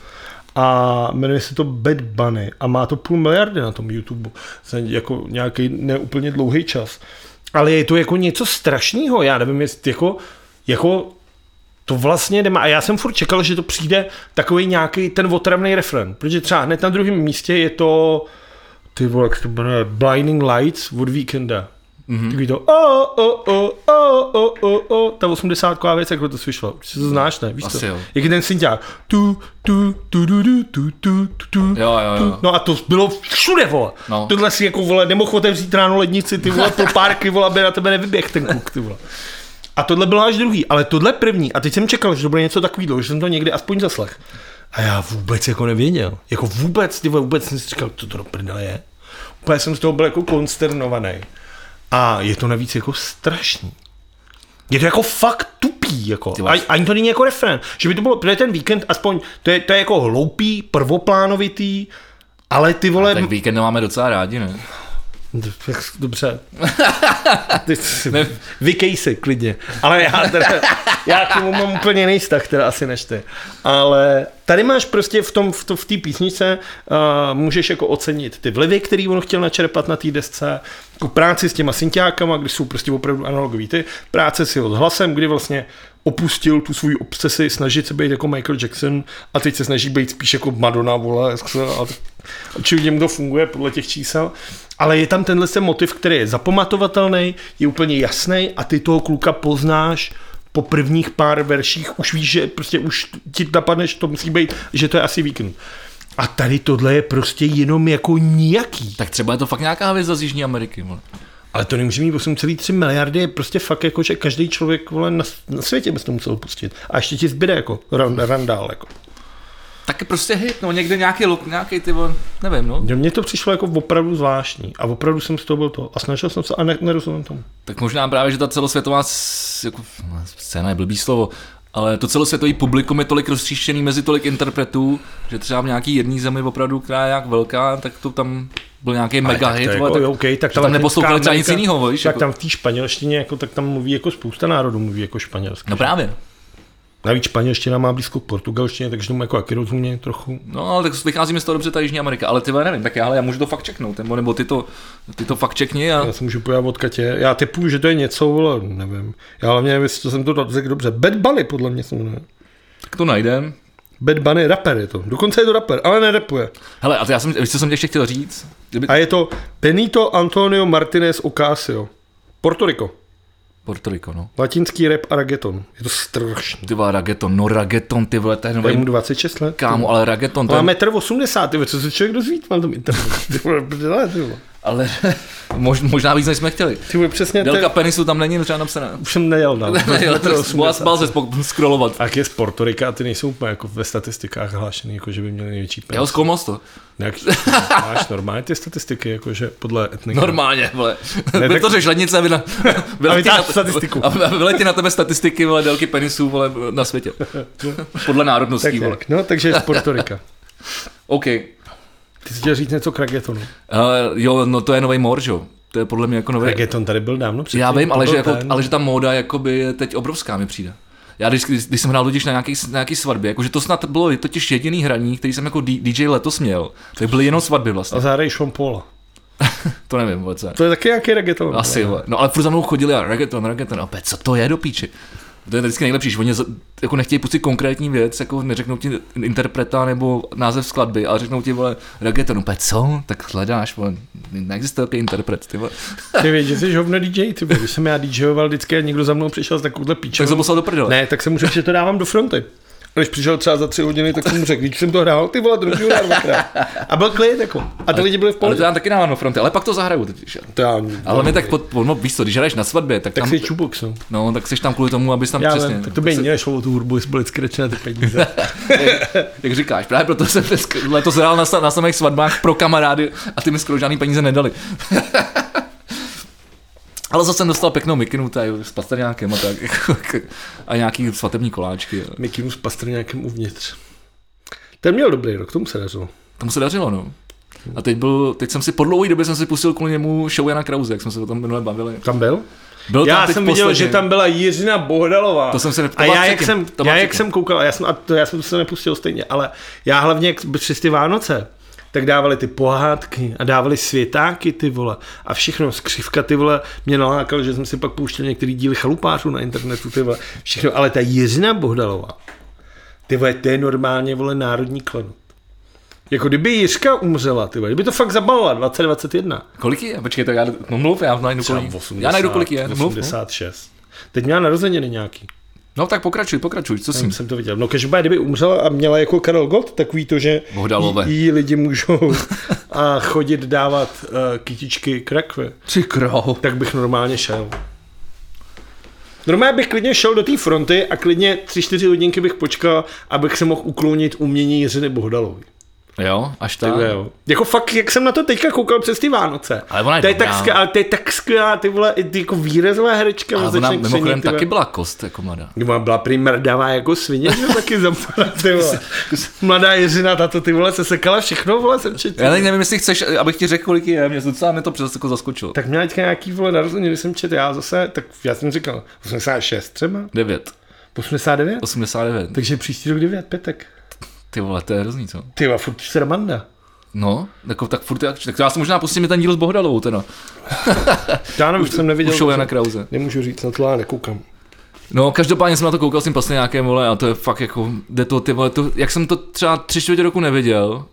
Speaker 1: A jmenuje se to Bad Bunny a má to půl miliardy na tom YouTube za jako nějaký neúplně dlouhý čas. Ale je to jako něco strašného, já nevím, jestli jako, jako to vlastně nemá. A já jsem furt čekal, že to přijde takový nějaký ten otravný refren, protože třeba hned na druhém místě je to ty vole, jak se to jmenuje, Blinding Lights od Weekenda.
Speaker 2: Mhm.
Speaker 1: Mm-hmm. Takový to o, o, o, o, o, o, o, ta 80 věc, jak to slyšelo. Určitě to znáš, ne? Víš
Speaker 2: Asi
Speaker 1: to?
Speaker 2: jo.
Speaker 1: Jaký ten synťák. Tu, tu, tu, tu, tu, tu, tu, tu, tu,
Speaker 2: Jo, jo, jo.
Speaker 1: tu. No a to bylo všude, vole.
Speaker 2: No.
Speaker 1: Tohle si jako, vole, nemohl otevřít ráno lednici, ty vole, pro párky, vole, aby na tebe nevyběh ten kluk, ty vole. A tohle bylo až druhý, ale tohle první. A teď jsem čekal, že to bude něco takového, že jsem to někdy aspoň zaslech. A já vůbec jako nevěděl. Jako vůbec, ty vole, vůbec jsem si říkal, co to do prdele je. Úplně jsem z toho byl jako konsternovaný. A je to navíc jako strašný. Je to jako fakt tupý, jako.
Speaker 2: Ty máš-
Speaker 1: A, ani to není jako refrén. Že by to bylo, protože ten víkend aspoň, to je, to je jako hloupý, prvoplánovitý, ale ty vole,
Speaker 2: Tak víkend máme docela rádi, ne?
Speaker 1: D- tak Dobře. Ty si- Vykej se, klidně. Ale já, teda, já k tomu mám úplně jiný vztah, teda asi než ty. Ale tady máš prostě v tom, v, to, v té písničce uh, můžeš jako ocenit ty vlivy, který on chtěl načerpat na té desce, jako práci s těma synťákama, kdy jsou prostě opravdu analogový ty, práce s jeho hlasem, kdy vlastně opustil tu svůj obsesi snažit se být jako Michael Jackson a teď se snaží být spíš jako Madonna, vole, a očividně mu to funguje podle těch čísel, ale je tam tenhle ten motiv, který je zapamatovatelný, je úplně jasný a ty toho kluka poznáš po prvních pár verších, už víš, že prostě už ti napadne, že to musí být, že to je asi víkend. A tady tohle je prostě jenom jako nijaký.
Speaker 2: Tak třeba je to fakt nějaká hvězda z Jižní Ameriky, vole.
Speaker 1: Ale to nemůže mít 8,3 miliardy, je prostě fakt jako, že každý člověk vole, na, na světě by se to musel pustit. A ještě ti zbyde jako ran, randál. Jako.
Speaker 2: Tak je prostě hit, no někde nějaký luk, nějaký ty, vole, nevím, no.
Speaker 1: Mně- Mně to přišlo jako opravdu zvláštní a opravdu jsem z toho byl to. A snažil jsem se a ne, nerozumím tomu.
Speaker 2: Tak možná právě, že ta celosvětová s- jako, no, scéna je blbý slovo, ale to celosvětový publikum je tolik roztříštěný mezi tolik interpretů, že třeba v nějaký jedné zemi opravdu, která je nějak velká, tak to tam byl nějaký mega hit,
Speaker 1: to je
Speaker 2: vole,
Speaker 1: jako,
Speaker 2: tak,
Speaker 1: jo, okay, tak
Speaker 2: že tam neposlouchali třeba nic
Speaker 1: Amerika-
Speaker 2: jiného, víš,
Speaker 1: Tak
Speaker 2: jako.
Speaker 1: tam v té španělštině, jako, tak tam mluví jako spousta národů, mluví jako španělsky.
Speaker 2: No právě.
Speaker 1: Navíc španělština má blízko k portugalštině, takže tomu jako jaký rozumě trochu.
Speaker 2: No, ale tak vycházíme z toho dobře ta Jižní Amerika, ale ty vole, nevím, tak já, hele, já můžu to fakt čeknout, nebo, nebo ty, to, ty to fakt čekni a
Speaker 1: Já se můžu pojádat od Katě. Já typuju, že to je něco, ale nevím. Já hlavně nevím, jestli to jsem to řekl dobře. Bad Bunny podle mě se jmenuje.
Speaker 2: tak to najdem.
Speaker 1: Bad Bunny, rapper je to. Dokonce je to rapper, ale nerepuje.
Speaker 2: Hele, a to já jsem, víš, co jsem tě ještě chtěl říct? Kdyby...
Speaker 1: A je to Benito Antonio Martinez Ocasio. Puerto Rico.
Speaker 2: Puerto Rico, no.
Speaker 1: Latinský rap a reggaeton. Je to strašný.
Speaker 2: Ty vole, rageton, no rageton, ty vole, to je
Speaker 1: Je mu
Speaker 2: nový,
Speaker 1: 26 let.
Speaker 2: kámo, ale rageton, to
Speaker 1: Má
Speaker 2: je
Speaker 1: metr 80, ty vole, co se člověk dozví na tom internetu. Ty vole, prdele, ty vole.
Speaker 2: Ale mož, možná víc, než jsme chtěli.
Speaker 1: Ty vole, přesně, to
Speaker 2: Délka
Speaker 1: je-
Speaker 2: penisu tam není no, třeba napsaná.
Speaker 1: už jsem nejel na metr
Speaker 2: Bál
Speaker 1: 80.
Speaker 2: se spok- scrollovat.
Speaker 1: A jak je z Porto Rika, ty nejsou úplně jako ve statistikách hlášený, jako že by měli největší
Speaker 2: Já ho
Speaker 1: peníze.
Speaker 2: zkoumal to.
Speaker 1: Nějak, máš normálně ty statistiky, jako že podle etnika.
Speaker 2: Normálně, vole.
Speaker 1: Ne,
Speaker 2: Ne,
Speaker 1: tak-
Speaker 2: to řeš lednice a, vyna... vyletí
Speaker 1: vytáhl statistiku.
Speaker 2: A vyletí na tebe statistiky, vole, délky penisů, vole, na světě. Podle
Speaker 1: Tak,
Speaker 2: národností, vole.
Speaker 1: tak, no, takže je z Porto Rika.
Speaker 2: OK.
Speaker 1: Ty jsi chtěl říct něco k reggaetonu.
Speaker 2: Uh, jo, no to je nový mor, že jo. To je podle mě jako nový.
Speaker 1: Reggaeton tady byl dávno předtím.
Speaker 2: Já vím,
Speaker 1: to
Speaker 2: ale
Speaker 1: byl
Speaker 2: že, jako,
Speaker 1: ten-
Speaker 2: ale že ta móda jakoby je teď obrovská mi přijde. Já když, když, když jsem hrál totiž na nějaký, na nějaký svatbě, jakože to snad bylo totiž jediný hraní, který jsem jako D- DJ letos měl, tak byly jenom svatby
Speaker 1: A
Speaker 2: vlastně.
Speaker 1: zahraj Sean Paula.
Speaker 2: To nevím vůbec. Ne.
Speaker 1: To je taky nějaký reggaeton.
Speaker 2: Asi, vole. no ale furt za mnou chodili a reggaeton, reggaeton, opět, co to je do píči? To je vždycky nejlepší, že oni za- jako nechtějí pustit konkrétní věc, jako neřeknou ti interpreta nebo název skladby, ale řeknou ti, vole, reggaeton, opět, co? Tak hledáš, vole, neexistuje takový interpret, ty vole.
Speaker 1: Ty víš, že jsi hovno DJ, ty vole. Když jsem já DJoval vždycky a někdo za mnou přišel s takovouhle píčou.
Speaker 2: Tak jsem poslal do prdele.
Speaker 1: Ne, tak jsem mu řekl, že to dávám do fronty. A Když přišel třeba za tři hodiny, tak jsem mu řekl, když jsem to hrál, ty vole, druhý hrál dvakrát. A byl klid, jako. A ty lidi byli v
Speaker 2: Ale to
Speaker 1: pohodě.
Speaker 2: já taky dávám do fronty, ale pak to zahraju totiž.
Speaker 1: To já,
Speaker 2: Ale mi tak pod, no víš co, když hraješ na svatbě, tak,
Speaker 1: tak
Speaker 2: tam,
Speaker 1: si čubok, no.
Speaker 2: no, tak jsi tam kvůli tomu, abys tam
Speaker 1: Já
Speaker 2: přesně,
Speaker 1: vím, tak to by
Speaker 2: se-
Speaker 1: jiný nešlo o tu hudbu, jestli byly skrečené ty peníze.
Speaker 2: jak říkáš, právě proto jsem dnes, letos hrál na, sa- na samých svatbách pro kamarády a ty mi skoro žádný peníze nedali. Ale zase jsem dostal pěknou mikinu tady s pastrňákem a tak, jako- a nějaký svatební koláčky.
Speaker 1: Mikinu s pastrňákem uvnitř. Ten měl dobrý rok, tomu se dařilo.
Speaker 2: Tomu se dařilo, no. A teď, byl, teď jsem si po dlouhé době jsem si pustil kvůli němu show Jana Krause, jak jsme se o tom minule bavili.
Speaker 1: Tam byl?
Speaker 2: Byl
Speaker 1: Já
Speaker 2: teď
Speaker 1: jsem viděl,
Speaker 2: posledně.
Speaker 1: že tam byla Jiřina Bohdalová.
Speaker 2: To jsem se ne- to
Speaker 1: a
Speaker 2: byla
Speaker 1: já, jak
Speaker 2: předtím,
Speaker 1: jsem,
Speaker 2: to byla
Speaker 1: já jak
Speaker 2: předtím.
Speaker 1: jsem koukal, a já jsem, a to, já jsem se nepustil stejně, ale já hlavně jak přes ty Vánoce, tak dávali ty pohádky a dávali světáky ty vole a všechno z křivka ty vole mě nalákal, že jsem si pak pouštěl některý díly chalupářů na internetu ty vole, všechno, ale ta Jiřina Bohdalová, ty vole, to je normálně vole národní klenot. Jako kdyby Jiřka umřela, ty vole, kdyby to fakt zabalila 2021.
Speaker 2: Kolik je? Počkej, tak já, no mluv, já najdu kolik. já najdu kolik je, mluv, mluv.
Speaker 1: 86. Teď měla narozeniny nějaký.
Speaker 2: No tak pokračuj, pokračuj, co
Speaker 1: Jsem,
Speaker 2: si?
Speaker 1: jsem to viděl. No každopádně, kdyby umřela a měla jako Karel Gott, takový to, že
Speaker 2: Bohdalové.
Speaker 1: jí- jí lidi můžou a chodit dávat uh, kytičky k rakve,
Speaker 2: Ty král.
Speaker 1: tak bych normálně šel. Normálně bych klidně šel do té fronty a klidně 3-4 hodinky bych počkal, abych se mohl uklonit umění Jiřiny Bohdalovi.
Speaker 2: Jo, až tak.
Speaker 1: Takhle jo. Jako fakt, jak jsem na to teďka koukal přes ty Vánoce.
Speaker 2: Ale ona je
Speaker 1: to, je tak
Speaker 2: dobrá.
Speaker 1: skvělá, to je tak skvělá, ty vole, i ty jako výrazová herečka.
Speaker 2: A
Speaker 1: mozečně
Speaker 2: ona
Speaker 1: kření,
Speaker 2: mimochodem
Speaker 1: ty vole.
Speaker 2: taky byla kost, jako mladá.
Speaker 1: Ona byla prý mrdavá jako svině, že taky zapadla, ty vole. Mladá Jiřina, tato ty vole, se sekala všechno, vole, jsem četl.
Speaker 2: Já teď nevím, jestli chceš, abych ti řekl, kolik je, mě docela mě to přes jako zaskočilo.
Speaker 1: Tak měla teďka nějaký vole narozeniny, jsem četl, já zase, tak já jsem říkal, 86 třeba,
Speaker 2: 9,
Speaker 1: 89,
Speaker 2: 89.
Speaker 1: takže příští rok 9, pětek.
Speaker 2: Ty vole, to je hrozný, co?
Speaker 1: Ty vole, furt sramanda.
Speaker 2: No, jako, tak furt je akční. Tak já si možná pustím i ten díl s Bohdalovou, teda.
Speaker 1: Já nevím, už jsem neviděl.
Speaker 2: Už Jana
Speaker 1: takže
Speaker 2: Krause.
Speaker 1: Nemůžu říct, na to já nekoukám.
Speaker 2: No, každopádně jsem na to koukal s tím pasně nějaké vole a to je fakt jako, jde to ty vole, to, jak jsem to třeba tři čtvrtě roku neviděl,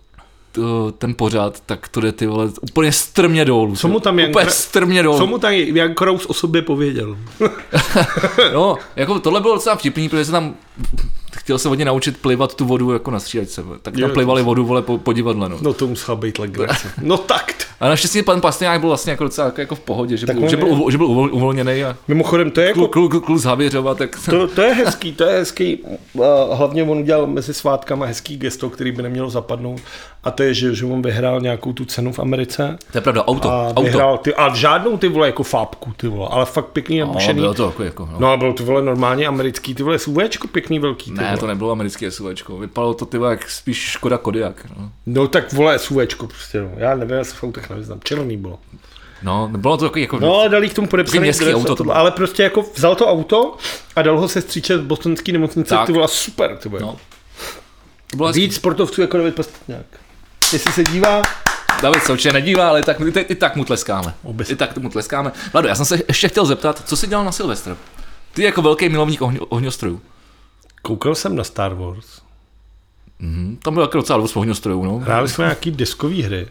Speaker 2: to, ten pořád, tak to jde ty vole úplně strmě dolů.
Speaker 1: Co mu tam Jan
Speaker 2: Úplně
Speaker 1: Kra-
Speaker 2: strmě dolů.
Speaker 1: Co mu tam Jan Kraus o sobě pověděl?
Speaker 2: No, jako tohle bylo docela vtipný, protože se tam chtěl se hodně naučit plivat tu vodu jako na střídačce. vole. Tak
Speaker 1: Jo,
Speaker 2: tam
Speaker 1: to
Speaker 2: plivali vodu, vole, po, po divadle, no.
Speaker 1: No to musela být legrace. No tak.
Speaker 2: A naštěstí pan Pastrňák byl vlastně jako docela jako v pohodě, že
Speaker 1: Tak
Speaker 2: byl,
Speaker 1: on
Speaker 2: že byl,
Speaker 1: je-
Speaker 2: uvo- že byl uvol- uvolněný a
Speaker 1: Mimochodem, to je jako
Speaker 2: kluk klu, klu, klu z Havěřova, tak
Speaker 1: To, to je hezký, to je hezký. Eh, Hlavně on udělal mezi svátkama hezký gesto, který by nemělo zapadnout. A to je, že, že on vyhrál nějakou tu cenu v Americe.
Speaker 2: to je pravda, auto,
Speaker 1: A
Speaker 2: auto.
Speaker 1: vyhrál ty, a žádnou ty vole jako fápku, ty vole, ale fakt pěkný
Speaker 2: No,
Speaker 1: nabušený.
Speaker 2: bylo to jako, jako no.
Speaker 1: No a bylo to vole normálně americký, ty vole SUVčko pěkný velký. Ty
Speaker 2: Ne,
Speaker 1: vole.
Speaker 2: to nebylo americké SUVčko, vypadalo to ty vole, jak spíš Škoda Kodiak. No.
Speaker 1: No tak vole SUVčko prostě, no. já nevím, já se v autech nevyznám, červený bylo.
Speaker 2: no, bylo to jako, jako
Speaker 1: No ale dali k tomu podepsaný
Speaker 2: Městský
Speaker 1: dres a
Speaker 2: auto to
Speaker 1: tohle.
Speaker 2: bylo.
Speaker 1: ale prostě jako vzal to auto a dal ho se stříčet v bostonský nemocnici,
Speaker 2: Tak.
Speaker 1: ty vole super, ty vole.
Speaker 2: No. to bylo
Speaker 1: Víc sportovců jako David Pastrňák. Jestli se dívá,
Speaker 2: David se určitě nedívá, ale i tak, i, tak- i tak mu tleskáme.
Speaker 1: Obecně.
Speaker 2: I tak mu tleskáme. Vlado, já jsem se ještě chtěl zeptat, co jsi dělal na Silvestr? Ty jako velký milovník ohň, ohňostrojů.
Speaker 1: Koukal jsem na Star Wars.
Speaker 2: Mhm, tam byl jako docela dost ohňostrojů, no.
Speaker 1: Hráli jsme nějaký deskové hry.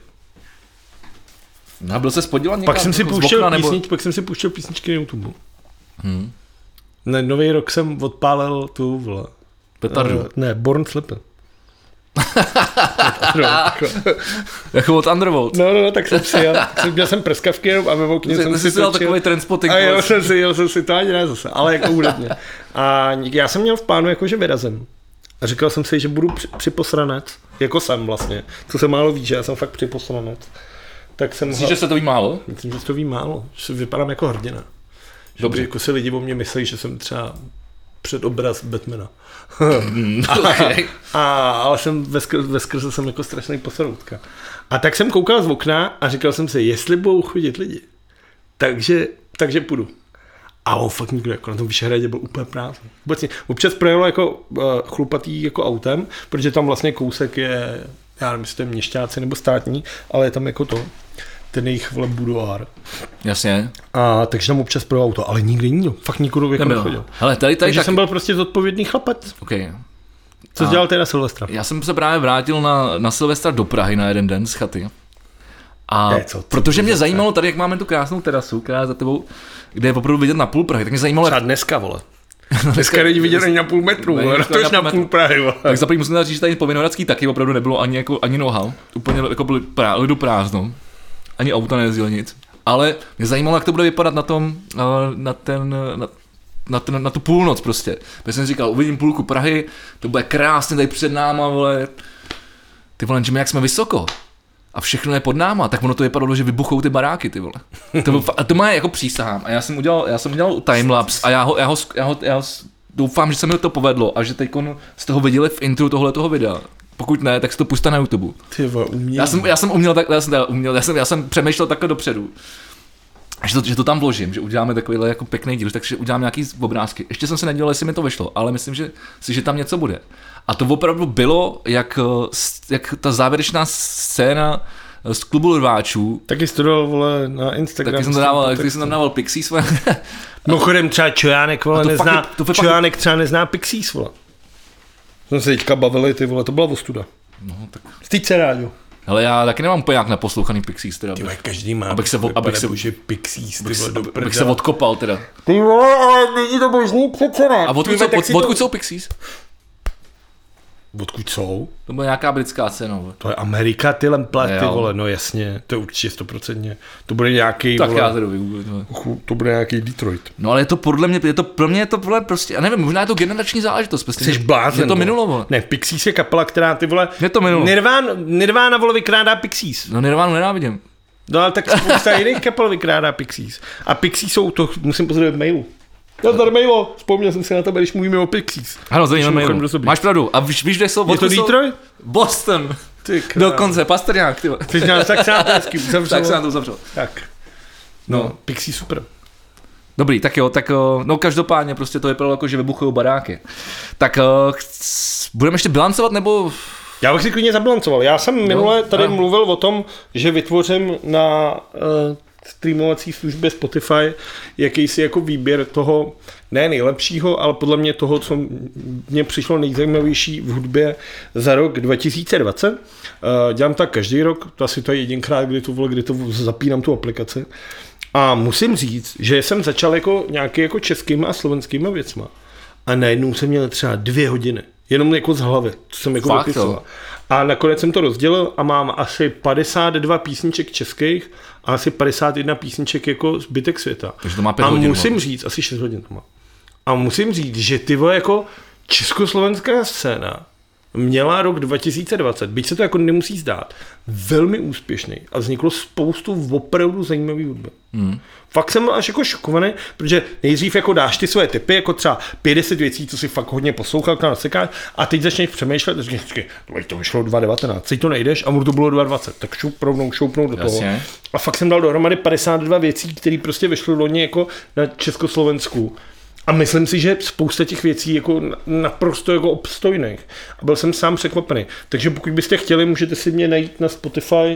Speaker 2: no. a byl se spodívat někam?
Speaker 1: Pak jsem, si
Speaker 2: jako z
Speaker 1: pouštěl
Speaker 2: okna,
Speaker 1: písnič, pak jsem si pouštěl písničky na YouTube.
Speaker 2: Hmm.
Speaker 1: Na nový rok jsem odpálil tu vole.
Speaker 2: Petardu.
Speaker 1: eh, ne, Born Slipper.
Speaker 2: Jako od Underworld.
Speaker 1: no, no, no, tak jsem si jel. Jsem- Měl jsem prskavky jenom a mimo kně
Speaker 2: Ty
Speaker 1: jsem
Speaker 2: jsi
Speaker 1: si
Speaker 2: si dal
Speaker 1: točil.
Speaker 2: takový trendspotting.
Speaker 1: A jel
Speaker 2: vole.
Speaker 1: jsem si, jel jsem si to ani ne zase, ale jako úletně. A já jsem měl v plánu jako, že vyrazím. A říkal jsem si, že budu při- připosranec, jako jsem vlastně, co se málo ví, že já jsem fakt připosranec. Tak jsem
Speaker 2: Myslíš, že se to ví málo?
Speaker 1: Myslím, že to ví málo, že vypadám jako hrdina. Že
Speaker 2: Dobře.
Speaker 1: Dobře. jako si lidi o mě myslí, že jsem třeba před obraz Batmana.
Speaker 2: Okay.
Speaker 1: A, ale jsem ve, skr- ve skrze jsem jako strašný posadoutka. A tak jsem koukal z okna a říkal jsem si, jestli budou chodit lidi, takže, takže půjdu. A on fakt nikdo jako na tom Vyšehradě byl úplně prázdný. Vůbec nic. Občas projelo jako uh, chlupatý jako autem, protože tam vlastně kousek je, já nevím, jestli to je měšťáci nebo státní, ale je tam jako to, ten jejich vle budoár.
Speaker 2: Jasně.
Speaker 1: A takže tam občas pro auto, ale nikdy nikdo, fakt nikdo jako nechodil.
Speaker 2: Nebyl. Hele, tady, tady
Speaker 1: Takže
Speaker 2: tak...
Speaker 1: jsem byl prostě zodpovědný chlapec.
Speaker 2: Okay.
Speaker 1: Co jsi dělal ty na Silvestra?
Speaker 2: Já jsem se právě vrátil na, na Silvestra do Prahy na jeden den z chaty. A
Speaker 1: To je co, ty
Speaker 2: protože mě zajímalo, tady jak máme tu krásnou terasu, která za tebou, kde je opravdu vidět na půl Prahy, tak mě zajímalo,
Speaker 1: Třeba dneska, vole. Dneska není vidět ani na půl metru,
Speaker 2: Není
Speaker 1: vole,
Speaker 2: vidět
Speaker 1: to je
Speaker 2: ani na
Speaker 1: na
Speaker 2: půl
Speaker 1: půl Prahy, vole.
Speaker 2: Tak za první musím teda říct, že tady po Vinohradský taky opravdu nebylo ani, jako, ani noha. Úplně jako byly prá, lidu prázdno. Ani auta nejezdilo nic. Ale mě zajímalo, jak to bude vypadat na tom, eh, na ten, eh, na, na, ten, na tu půlnoc prostě. Já jsem říkal, uvidím půlku Prahy, to bude krásně tady před náma, vole. Ty vole, Jimmy, jak jsme vysoko. A všechno je pod náma, tak ono to vypadalo, že vybuchou ty baráky, ty vole. To, bylo fa- a to má jako přísahám. A já jsem udělal, já jsem udělal timelapse a já ho, já ho, sk- já ho, já ho s- doufám, že se mi to povedlo a že teď z toho viděli v intru tohle toho videa. Pokud ne, tak si to puste na YouTube.
Speaker 1: Ty vole, umění.
Speaker 2: Já jsem, já jsem uměl tak, já jsem, teda uměl, já jsem, já jsem přemýšlel takhle dopředu. že to, že to tam vložím, že uděláme takovýhle jako pěkný díl, takže udělám nějaký obrázky. Ještě jsem se nedělal, jestli mi to vyšlo, ale myslím, že, si, že tam něco bude. A to opravdu bylo, jak, eh, s- jak ta závěrečná scéna eh, z klubu rváčů,
Speaker 1: Taky studoval, vole, na Instagram.
Speaker 2: taky jsem tam dával, taky jsem tam dával pixí svoje.
Speaker 1: Mimochodem třeba Čojánek, vole,
Speaker 2: A to fakt
Speaker 1: nezná,
Speaker 2: je- to fakt je-
Speaker 1: Čojánek třeba nezná Pixies, vole. Jsme se teďka bavili, ty vole, to byla ostuda.
Speaker 2: no, tak.
Speaker 1: Styď se rádu.
Speaker 2: Ale já taky nemám úplně nějak naposlouchaný Pixies teda.
Speaker 1: Ty vole, každý má.
Speaker 2: Abych se-
Speaker 1: Vypadá,
Speaker 2: abych se-
Speaker 1: bože, Pixies, ty
Speaker 2: Abych se,
Speaker 1: vole, do
Speaker 2: abych se
Speaker 1: prdele.
Speaker 2: odkopal teda.
Speaker 1: Ty vole, ale není to možný přece ne.
Speaker 2: A odkud,
Speaker 1: Ty
Speaker 2: jsou,
Speaker 1: vole, tak
Speaker 2: od,
Speaker 1: si to-
Speaker 2: odkud jsou Pixies?
Speaker 1: Odkud jsou?
Speaker 2: To byla nějaká britská scéna. vole.
Speaker 1: To je Amerika, ty lemplet, ty
Speaker 2: Jo.
Speaker 1: vole, no jasně, to je určitě stoprocentně. To bude nějaký,
Speaker 2: Tak
Speaker 1: vole,
Speaker 2: já to jdu vygooglím, vole.
Speaker 1: chu- to bude nějaký Detroit.
Speaker 2: No ale je to podle mě, je to, pro mě je to vole, prostě, já nevím, možná je to generační záležitost. Prostě,
Speaker 1: Jsi
Speaker 2: že-
Speaker 1: blázen.
Speaker 2: Je to
Speaker 1: vole.
Speaker 2: minulo, vole.
Speaker 1: Ne, Pixies je kapela, která ty vole...
Speaker 2: Je to minulo.
Speaker 1: Nirván, Nirvána, vole, vykrádá Pixies.
Speaker 2: No Nirvánu nenávidím.
Speaker 1: No ale tak spousta jiných kapel vykrádá Pixies. A Pixies jsou to, musím pozdravit mailu. Já tady mailo, vzpomněl jsem si na tebe, když mluvíme o Pixies.
Speaker 2: Ano, zajímavé
Speaker 1: Šumkem
Speaker 2: mailu.
Speaker 1: do sobě.
Speaker 2: Máš pravdu. A víš, víš kde jsou?
Speaker 1: Je to
Speaker 2: odkud jsou?
Speaker 1: Detroit?
Speaker 2: Boston.
Speaker 1: Ty
Speaker 2: Dokonce, Pastrňák, ty vole.
Speaker 1: Ty jsi nás tak sám hezky uzavřel.
Speaker 2: Tak se na to zavřel.
Speaker 1: Tak. No, no, Pixies super.
Speaker 2: Dobrý, tak jo, tak o, no každopádně prostě to vypadalo jako, že vybuchují baráky. Tak o, chc- budeme ještě bilancovat nebo...
Speaker 1: Já bych si klidně zabilancoval. Já jsem minule tady
Speaker 2: a-
Speaker 1: mluvil o tom, že vytvořím na uh, streamovací službě Spotify jakýsi jako výběr toho, ne nejlepšího, ale podle mě toho, co mně přišlo nejzajímavější v hudbě za rok 2020. Uh, dělám tak každý rok, to asi to je jedinkrát, kdy to, vole, kdy to zapínám tu aplikaci. A musím říct, že jsem začal jako nějaký jako českýma a slovenskýma věcma. A najednou jsem měl třeba dvě hodiny. Jenom jako z hlavy, co jsem jako
Speaker 2: Fakt,
Speaker 1: vypisoval.
Speaker 2: jo?
Speaker 1: A nakonec jsem to rozdělil a mám asi 52 písniček českých a asi 51 písniček jako zbytek světa.
Speaker 2: Takže to má pět
Speaker 1: a
Speaker 2: hodin,
Speaker 1: musím
Speaker 2: no.
Speaker 1: říct, asi 6 hodin to má. A musím říct, že ty vole jako československá scéna měla rok 2020, byť se to jako nemusí zdát, velmi úspěšný a vzniklo spoustu opravdu zajímavých hudby. Hmm. Fakt jsem byl až jako šokovaný, protože nejdřív jako dáš ty svoje typy, jako třeba 50 věcí, co si fakt hodně poslouchal, která nasekáš, a teď začneš přemýšlet, říkáš, "Počkej, to- to vyšlo 2019, teď to nejdeš a mu to bylo 2020, tak šup, rovnou šoupnou do toho.
Speaker 2: Jasně.
Speaker 1: A fakt jsem dal dohromady 52 věcí, které prostě vyšly loni jako na Československu. A myslím si, že spousta těch věcí jako na- naprosto jako obstojných. A byl jsem sám překvapený. Takže pokud byste chtěli, můžete si mě najít na Spotify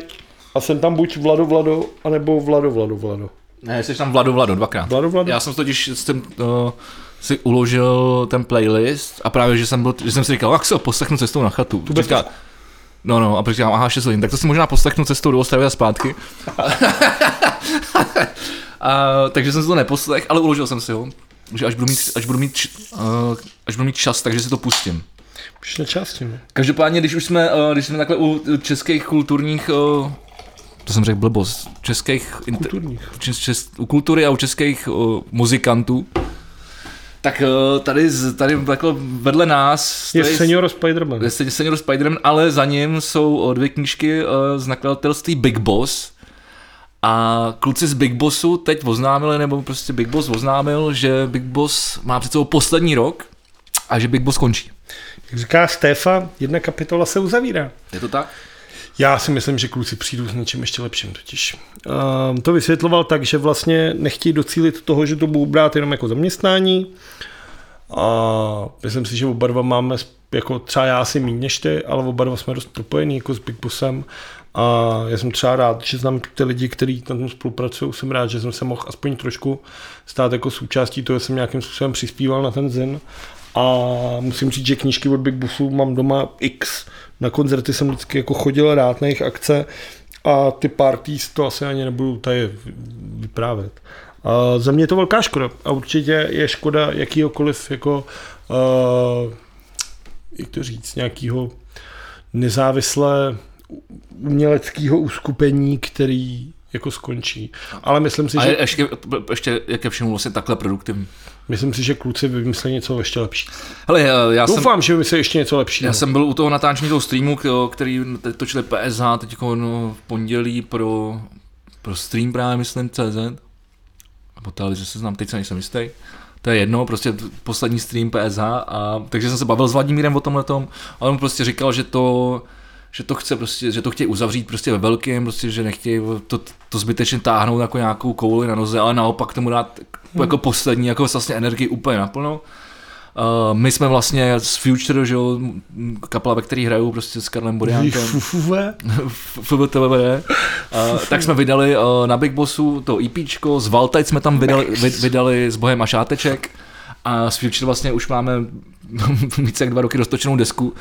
Speaker 1: a jsem tam buď Vlado Vlado, anebo Vlado Vlado Vlado.
Speaker 2: Ne, jsi tam Vlado Vlado dvakrát.
Speaker 1: Vlado Vlado?
Speaker 2: Já jsem totiž s tím, o, si uložil ten playlist a právě, že jsem, byl, že jsem si říkal, jak se ho poslechnu cestou na chatu.
Speaker 1: bez
Speaker 2: Říká,
Speaker 1: toho.
Speaker 2: no, no, a pak říkám, aha, 6 hodin, tak to si možná poslechnu cestou do Ostravy a zpátky. a, takže jsem si to neposlech, ale uložil jsem si ho. Že až budu mít, až budu mít, č- eh, až budu mít čas, takže si to pustím.
Speaker 1: Už na části, no.
Speaker 2: Každopádně, když už jsme, eh, když jsme takhle u českých kulturních, eh, to jsem řekl blbost, českých, inter,
Speaker 1: Kulturních.
Speaker 2: čes, čes, u kultury a u českých uh, muzikantů, tak eh, tady, z- tady takhle vedle nás
Speaker 1: Je
Speaker 2: stojí
Speaker 1: senior Spiderman.
Speaker 2: je se- senior Spiderman, ale za ním jsou eh, dvě knížky eh, z nakladatelství Big Boss. A kluci z Big Bossu teď oznámili, nebo prostě Big Boss oznámil, že Big Boss má před sebou poslední rok a že Big Boss končí.
Speaker 1: Jak říká Stefa, jedna kapitola se uzavírá.
Speaker 2: Je to tak?
Speaker 1: Já si myslím, že kluci přijdou s něčím ještě lepším totiž. Ehm, To vysvětloval tak, že vlastně nechtějí docílit toho, že to budou brát jenom jako zaměstnání. A myslím si, že oba dva máme, sp- jako třeba já si méně než ty, ale oba dva jsme dost propojení jako s Big Bossem. A já jsem třeba rád, že znám ty lidi, kteří na tom spolupracují. Jsem rád, že jsem se mohl aspoň trošku stát jako součástí toho, že jsem nějakým způsobem přispíval na ten zin. A musím říct, že knížky od Big Bossu mám doma x. Na koncerty jsem vždycky jako chodil rád na jejich akce a ty parties to asi ani nebudu tady vyprávět. A za mě je to velká škoda a určitě je škoda jakýhokoliv jako uh, jak to říct, nějakého nezávislé uměleckého uskupení, který jako skončí. Ale myslím si,
Speaker 2: A
Speaker 1: že,
Speaker 2: je, ještě, ještě jak je všemu vlastně takhle produktivní.
Speaker 1: myslím si, že kluci vymysleli něco ještě lepší.
Speaker 2: Hele, eh, já jsem,
Speaker 1: Doufám, že vymysleli ještě něco lepšího.
Speaker 2: já jsem byl u toho natáčení toho streamu, k- který teď točili PSH teď no, v pondělí pro, pro stream právě, myslím, CZ. Nebo televize se znám, teď se nejsem jistý. To je jedno, prostě t- poslední stream PSH. A, takže jsem se bavil s Vladimírem o tomhle tom, ale on prostě říkal, že to že to chce prostě, že to chtějí uzavřít prostě ve velkém, prostě, že nechtějí to, to zbytečně táhnout jako nějakou kouli na noze, ale naopak tomu dát jako poslední jako vlastně energii úplně naplno. Uh, my jsme vlastně z Future, že jo, kapela, ve který hraju prostě s Karlem Boriánkem.
Speaker 1: Fufuve.
Speaker 2: FBTVD, uh, tak jsme vydali uh, na Big Bossu to E EPčko, z Valtite jsme tam vydali, vy, vydali s Bohem a Šáteček a s Future vlastně už máme více jak dva roky roztočenou desku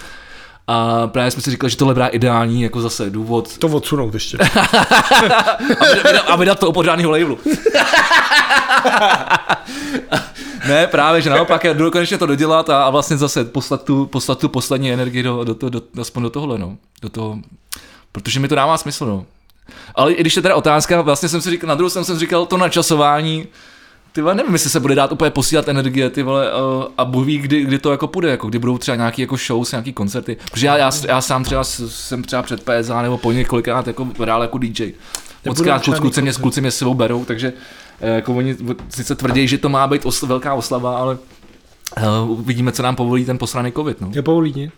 Speaker 2: a právě jsme si říkali, že tohle brá ideální jako zase důvod
Speaker 1: To odsunout ještě.
Speaker 2: a vyda- vyda- a vydat to o pořádného labelu. ne, právě, že naopak je jdu konečně to dodělat a, a vlastně zase poslat tu, poslat tu poslední energii do, do, do, do, aspoň do tohohle, no. Do toho, protože mi to dává smysl, no. Ale i když je teda otázka, vlastně jsem si říkal, na druhou jsem, jsem říkal to načasování, ty vole, nevím, jestli se bude dát úplně posílat energie, ty vole, eh, a Bůh ví, kdy, kdy to jako půjde, jako kdy budou třeba nějaký jako shows, nějaký koncerty, protože já, já, já sám třeba s- jsem třeba před PSA nebo po několikrát jako hrál jako DJ. Moc krát
Speaker 1: žádný
Speaker 2: s kluci mě, s
Speaker 1: koncert.
Speaker 2: kluci mě s sebou berou, takže eh, jako oni sice tvrdí, že to má být osl, velká oslava, ale Uh, uvidíme, co nám povolí ten posraný covid. No.
Speaker 1: Je povolínit.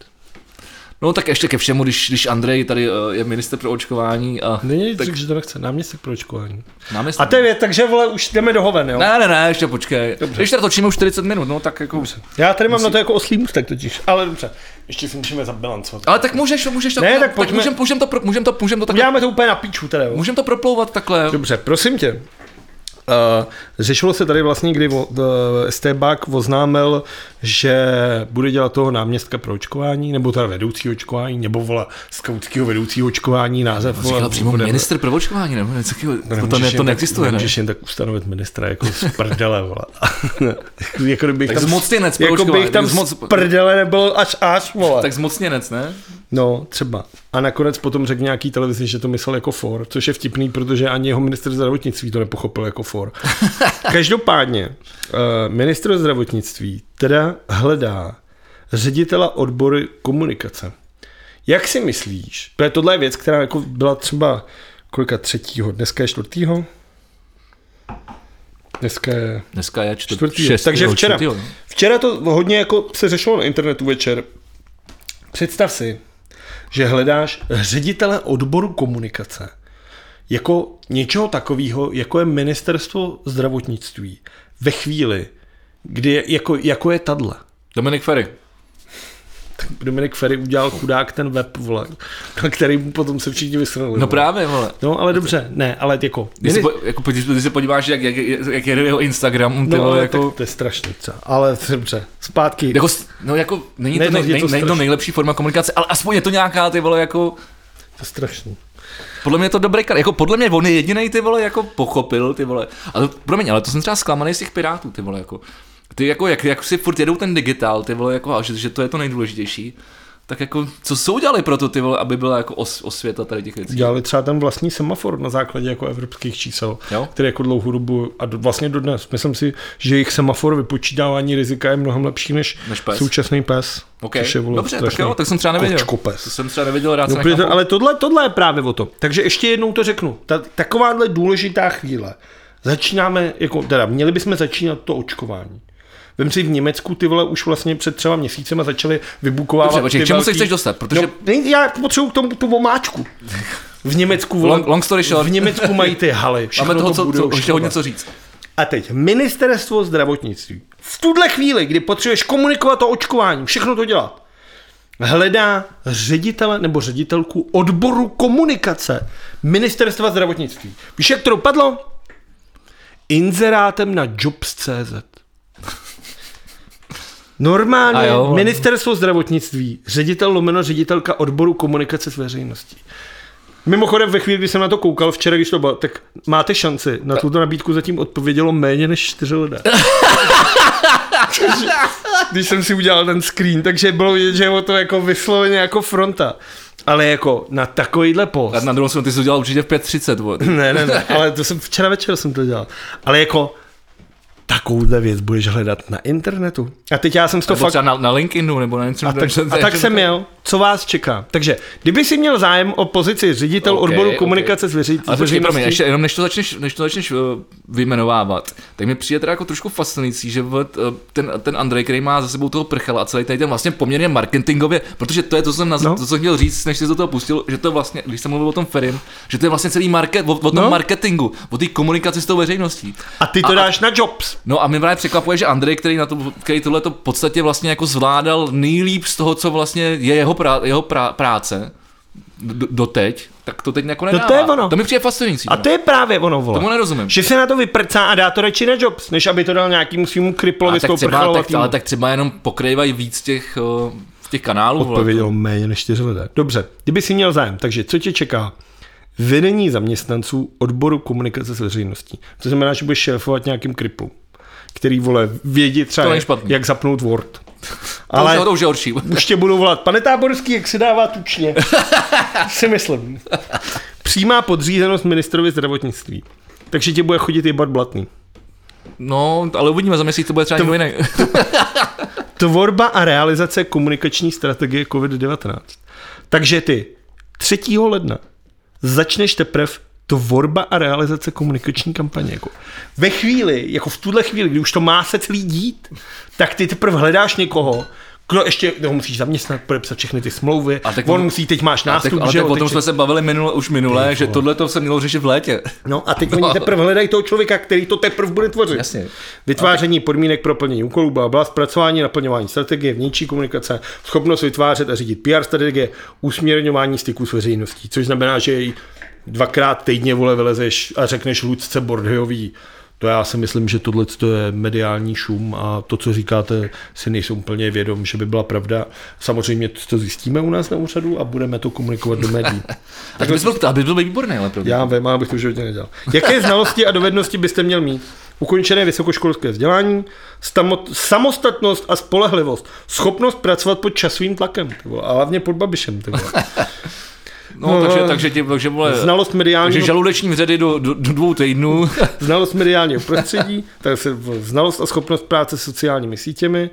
Speaker 2: no tak ještě ke všemu, když, když Andrej tady eh, je minister pro očkování a
Speaker 1: Není tak... že to nechce. Náměstek pro očkování.
Speaker 2: náměstek.
Speaker 1: No A to je, no. takže vole, už jdeme do hoven, jo?
Speaker 2: Ne, ne, ne, ještě počkej. Dobře. Ještě točíme už 40 minut, no tak jako... Dobře.
Speaker 1: Já tady mám na to jako oslý mustek totiž. Ale dobře, ještě si musíme zabilancovat.
Speaker 2: Ale tak můžeš, můžeš to...
Speaker 1: Ne, tak pojďme-
Speaker 2: můžem, můžem, to, pro- můžem to, můžem to takhle...
Speaker 1: Uděláme to úplně na píču teda, jo?
Speaker 2: Můžem to proplouvat takhle.
Speaker 1: Dobře, prosím tě. Uh, řešilo se tady vlastně, kdy vo- eh, Stebák oznámil, že bude dělat toho náměstka pro očkování, nebo teda vedoucí očkování, nebo vole skautského vedoucího očkování, název. vole,
Speaker 2: Říkal přímo
Speaker 1: bude-
Speaker 2: minister pro očkování, nebo něco takového. To, to,
Speaker 1: nemůžeš
Speaker 2: ne,
Speaker 1: jen
Speaker 2: to
Speaker 1: tak-
Speaker 2: neexistuje, ne?
Speaker 1: Nemůžeš jen tak ustanovit ministra jako z prdele, vole. jako kdybych
Speaker 2: Tak zmocněnec pro
Speaker 1: jako
Speaker 2: očkování,
Speaker 1: bych tam
Speaker 2: tak
Speaker 1: z
Speaker 2: zmoc-
Speaker 1: prdele nebyl až až, vole.
Speaker 2: Tak zmocněnec, ne?
Speaker 1: No, třeba. A nakonec potom řekl nějaký televizi, že to myslel jako for, což je vtipný, protože ani jeho minister zdravotnictví to nepochopil jako for. Každopádně, eh, minister zdravotnictví teda hledá ředitela odbory komunikace. Jak si myslíš, protože tohle je věc, která jako byla třeba kolika třetího, dneska je čtvrtýho? Dneska je
Speaker 2: Dneska je čtvrt,
Speaker 1: Čtvrtýho.
Speaker 2: šestýho,
Speaker 1: Takže včera.
Speaker 2: čtvrtýho, no.
Speaker 1: Včera to hodně jako se řešilo na internetu večer. Představ si, že hledáš ředitele odboru komunikace jako něčeho takového, jako je ministerstvo zdravotnictví ve chvíli, kdy je, jako, jako je tadle.
Speaker 2: Dominik Ferry.
Speaker 1: Dominik Ferry udělal chudák ten web, vole, na který mu potom se všichni vysrali.
Speaker 2: No
Speaker 1: vole.
Speaker 2: právě, vole.
Speaker 1: no ale dobře, ne, ale jako...
Speaker 2: Když se, po, jako, když, když se podíváš, jak, jak, jak je jeho Instagram,
Speaker 1: No,
Speaker 2: ty no,
Speaker 1: ale
Speaker 2: jako...
Speaker 1: tak to je strašně třeba, ale dobře, zpátky.
Speaker 2: Jako, s- no jako, není to,
Speaker 1: Ne,
Speaker 2: ne,
Speaker 1: to-
Speaker 2: ne,
Speaker 1: je to
Speaker 2: ne, není to
Speaker 1: strašný.
Speaker 2: nejlepší forma komunikace, ale aspoň je to nějaká, ty vole, jako,
Speaker 1: To je strašný.
Speaker 2: podle mě je to dobrý, kar- jako podle mě on je jediný ty vole, jako pochopil, ty vole, ale promiň, ale to jsem třeba zklamaný z těch pirátů, ty vole, jako, ty jako, jak, jak si furt jedou ten digitál, ty vole, jako, a že, že to je to nejdůležitější, tak jako, co jsou udělali pro to, ty vole, aby byla jako os, osvěta tady těch věcí.
Speaker 1: dělali třeba ten vlastní semafor na základě jako evropských čísel,
Speaker 2: Jo.
Speaker 1: který jako dlouhou dobu a do, vlastně dodnes. Myslím si, že jejich semafor vypočítávání rizika je mnohem lepší než,
Speaker 2: Než pes.
Speaker 1: současný pes.
Speaker 2: Ok,
Speaker 1: což je, vole,
Speaker 2: dobře, tak
Speaker 1: strašný
Speaker 2: jo, tak jsem třeba nevěděl.
Speaker 1: kočkopes.
Speaker 2: To jsem třeba nevěděl, rád se
Speaker 1: No, protože
Speaker 2: nechám
Speaker 1: to, ale tohle, tohle je právě o to. Takže ještě jednou to řeknu. Ta, takováhle důležitá chvíle. Začínáme, jako, teda měli bychom začínat to očkování. Vem si v Německu ty vole už vlastně před třeba měsícem a začali vybukovávat
Speaker 2: Dobře, počkej,
Speaker 1: ty
Speaker 2: k čemu se
Speaker 1: velký-
Speaker 2: chceš dostat? Protože-
Speaker 1: No, ne, já potřebuji k tomu tu omáčku. V Německu,
Speaker 2: Long- long story short.
Speaker 1: v Německu mají ty haly. Všechno
Speaker 2: Máme toho, co,
Speaker 1: bude
Speaker 2: co, ještě
Speaker 1: očkovat.
Speaker 2: hodně co říct.
Speaker 1: A teď ministerstvo zdravotnictví. V tuhle chvíli, kdy potřebuješ komunikovat o očkování, všechno to dělat, hledá ředitele nebo ředitelku odboru komunikace ministerstva zdravotnictví. Víš, jak to dopadlo? Inzerátem na jobs.cz.
Speaker 2: A
Speaker 1: Normálně
Speaker 2: jo.
Speaker 1: jo, ministerstvo zdravotnictví, ředitel lomeno ředitelka odboru komunikace s veřejností. Mimochodem, ve chvíli, kdy jsem na to koukal včera, když to bylo, tak máte šanci. Na tuto nabídku zatím odpovědělo méně než čtyři lidé. Což- když jsem si udělal ten screen, takže bylo vidět, že je o to jako vysloveně jako fronta. Ale jako na takovýhle post.
Speaker 2: A na druhou stranu ty jsi to dělal určitě v 5.30, vole.
Speaker 1: Ne, ne, ne, ale to jsem včera večer jsem to dělal. Ale jako takovouhle věc budeš hledat na internetu. A teď já jsem to
Speaker 2: Nebo
Speaker 1: fakt...
Speaker 2: třeba na, na LinkedInu, nebo na něco.
Speaker 1: A tak, a tak jsem jel. co vás čeká. Takže, kdyby si měl zájem o pozici ředitel
Speaker 2: Ok,
Speaker 1: okay, odboru
Speaker 2: ok.
Speaker 1: komunikace okay. s veři-
Speaker 2: Ale
Speaker 1: s
Speaker 2: počkej, promiň,
Speaker 1: veřejností-
Speaker 2: ještě, jenom než to začneš, než to začneš eh, vyjmenovávat, tak mi přijde teda jako trošku fascinující, že vod, eh, ten, ten Andrej, který má za sebou toho prchala a celý tady ten vlastně poměrně marketingově, protože to je to, co jsem, naz-
Speaker 1: No.
Speaker 2: to, co jsem chtěl říct, než jsi do toho pustil, že to vlastně, když jsem mluvil o tom Ferim, že to je vlastně celý market, o, o tom
Speaker 1: No.
Speaker 2: marketingu, o té komunikaci s tou veřejností.
Speaker 1: A ty to a, dáš na Jobs.
Speaker 2: No a mě právě překvapuje, že Andrej, který, na to, který tohle to v podstatě vlastně jako zvládal nejlíp z toho, co vlastně je jeho, prá, jeho prá, práce do, doteď, tak to teď jako nedává.
Speaker 1: No to je ono.
Speaker 2: to mi přijde fascinující.
Speaker 1: A
Speaker 2: no.
Speaker 1: to je právě ono, vole.
Speaker 2: Tomu nerozumím.
Speaker 1: Že se na to vyprcá a dá to radši na Jobs, než aby to dal nějakým svým
Speaker 2: A
Speaker 1: kriplovi s
Speaker 2: tak
Speaker 1: tou
Speaker 2: třeba, tak,
Speaker 1: prchalovatým.
Speaker 2: ale tak třeba jenom pokrývají víc těch, o, těch kanálů. vole.
Speaker 1: Odpovědělo méně než 4 lidé. Dobře, kdyby si měl zájem, takže co tě čeká? Vedení zaměstnanců odboru komunikace s veřejností. To znamená, že budeš šéfovat nějakým kriplům, který vole vědí
Speaker 2: To
Speaker 1: třeba,
Speaker 2: není špatný.
Speaker 1: jak zapnout Word.
Speaker 2: To, ale...
Speaker 1: Ale
Speaker 2: už, to už je horší.
Speaker 1: už tě budou volat, pane Táborský, jak se dává tučně. si myslím. Přímá podřízenost ministrovi zdravotnictví. Takže tě bude chodit jebat blatný.
Speaker 2: No, ale uvidíme, za měsíc to bude třeba někdo jiný.
Speaker 1: Tvorba a realizace komunikační strategie COVID-19. Takže ty 3. ledna začneš teprve tvorba a realizace komunikační kampaně. Jako ve chvíli, jako v tuhle chvíli, kdy už to má se celý dít, tak ty teprve hledáš někoho, kdo ještě, kdo ho musíš zaměstnat, podepsat všechny ty smlouvy,
Speaker 2: A
Speaker 1: a
Speaker 2: tak
Speaker 1: tak on
Speaker 2: on-
Speaker 1: musí, teď máš
Speaker 2: A tak,
Speaker 1: nástup,
Speaker 2: ale
Speaker 1: že
Speaker 2: tak
Speaker 1: jo,
Speaker 2: o
Speaker 1: teď
Speaker 2: tom
Speaker 1: si-
Speaker 2: jsme se bavili minule, už minule, že tohle to se mělo řešit v létě.
Speaker 1: No a teď oni teprve hledají toho člověka, který to teprve bude tvořit.
Speaker 2: Jasně.
Speaker 1: Vytváření podmínek pro plnění úkolů, bla, bla, zpracování, naplňování strategie, vnější komunikace, schopnost vytvářet a řídit PR strategie, usměrňování styků s veřejností, což znamená, že jej dvakrát týdně vole vylezeš a řekneš Lucce Bordejový, to já si myslím, že tohle je mediální šum a to, co říkáte, si nejsou úplně vědom, že by byla pravda. Samozřejmě to zjistíme u nás na úřadu a budeme to komunikovat do médií.
Speaker 2: A to bys byl, a bys byl výborný, ale pro mě.
Speaker 1: Já vím, ale abych to v životě nedělal. Jaké znalosti a dovednosti byste měl mít? Ukončené vysokoškolské vzdělání, stamot, samostatnost a spolehlivost, schopnost pracovat pod časovým tlakem, ty vole, a hlavně pod babišem. Ty vole.
Speaker 2: No,
Speaker 1: No,
Speaker 2: takže,
Speaker 1: no.
Speaker 2: takže, tě, takže, vole,
Speaker 1: Znalost
Speaker 2: takže
Speaker 1: mediálního,
Speaker 2: žaludeční vředy do, do, do dvou týdnů.
Speaker 1: znalost mediálního prostředí, tak se znalost a schopnost práce s sociálními sítěmi,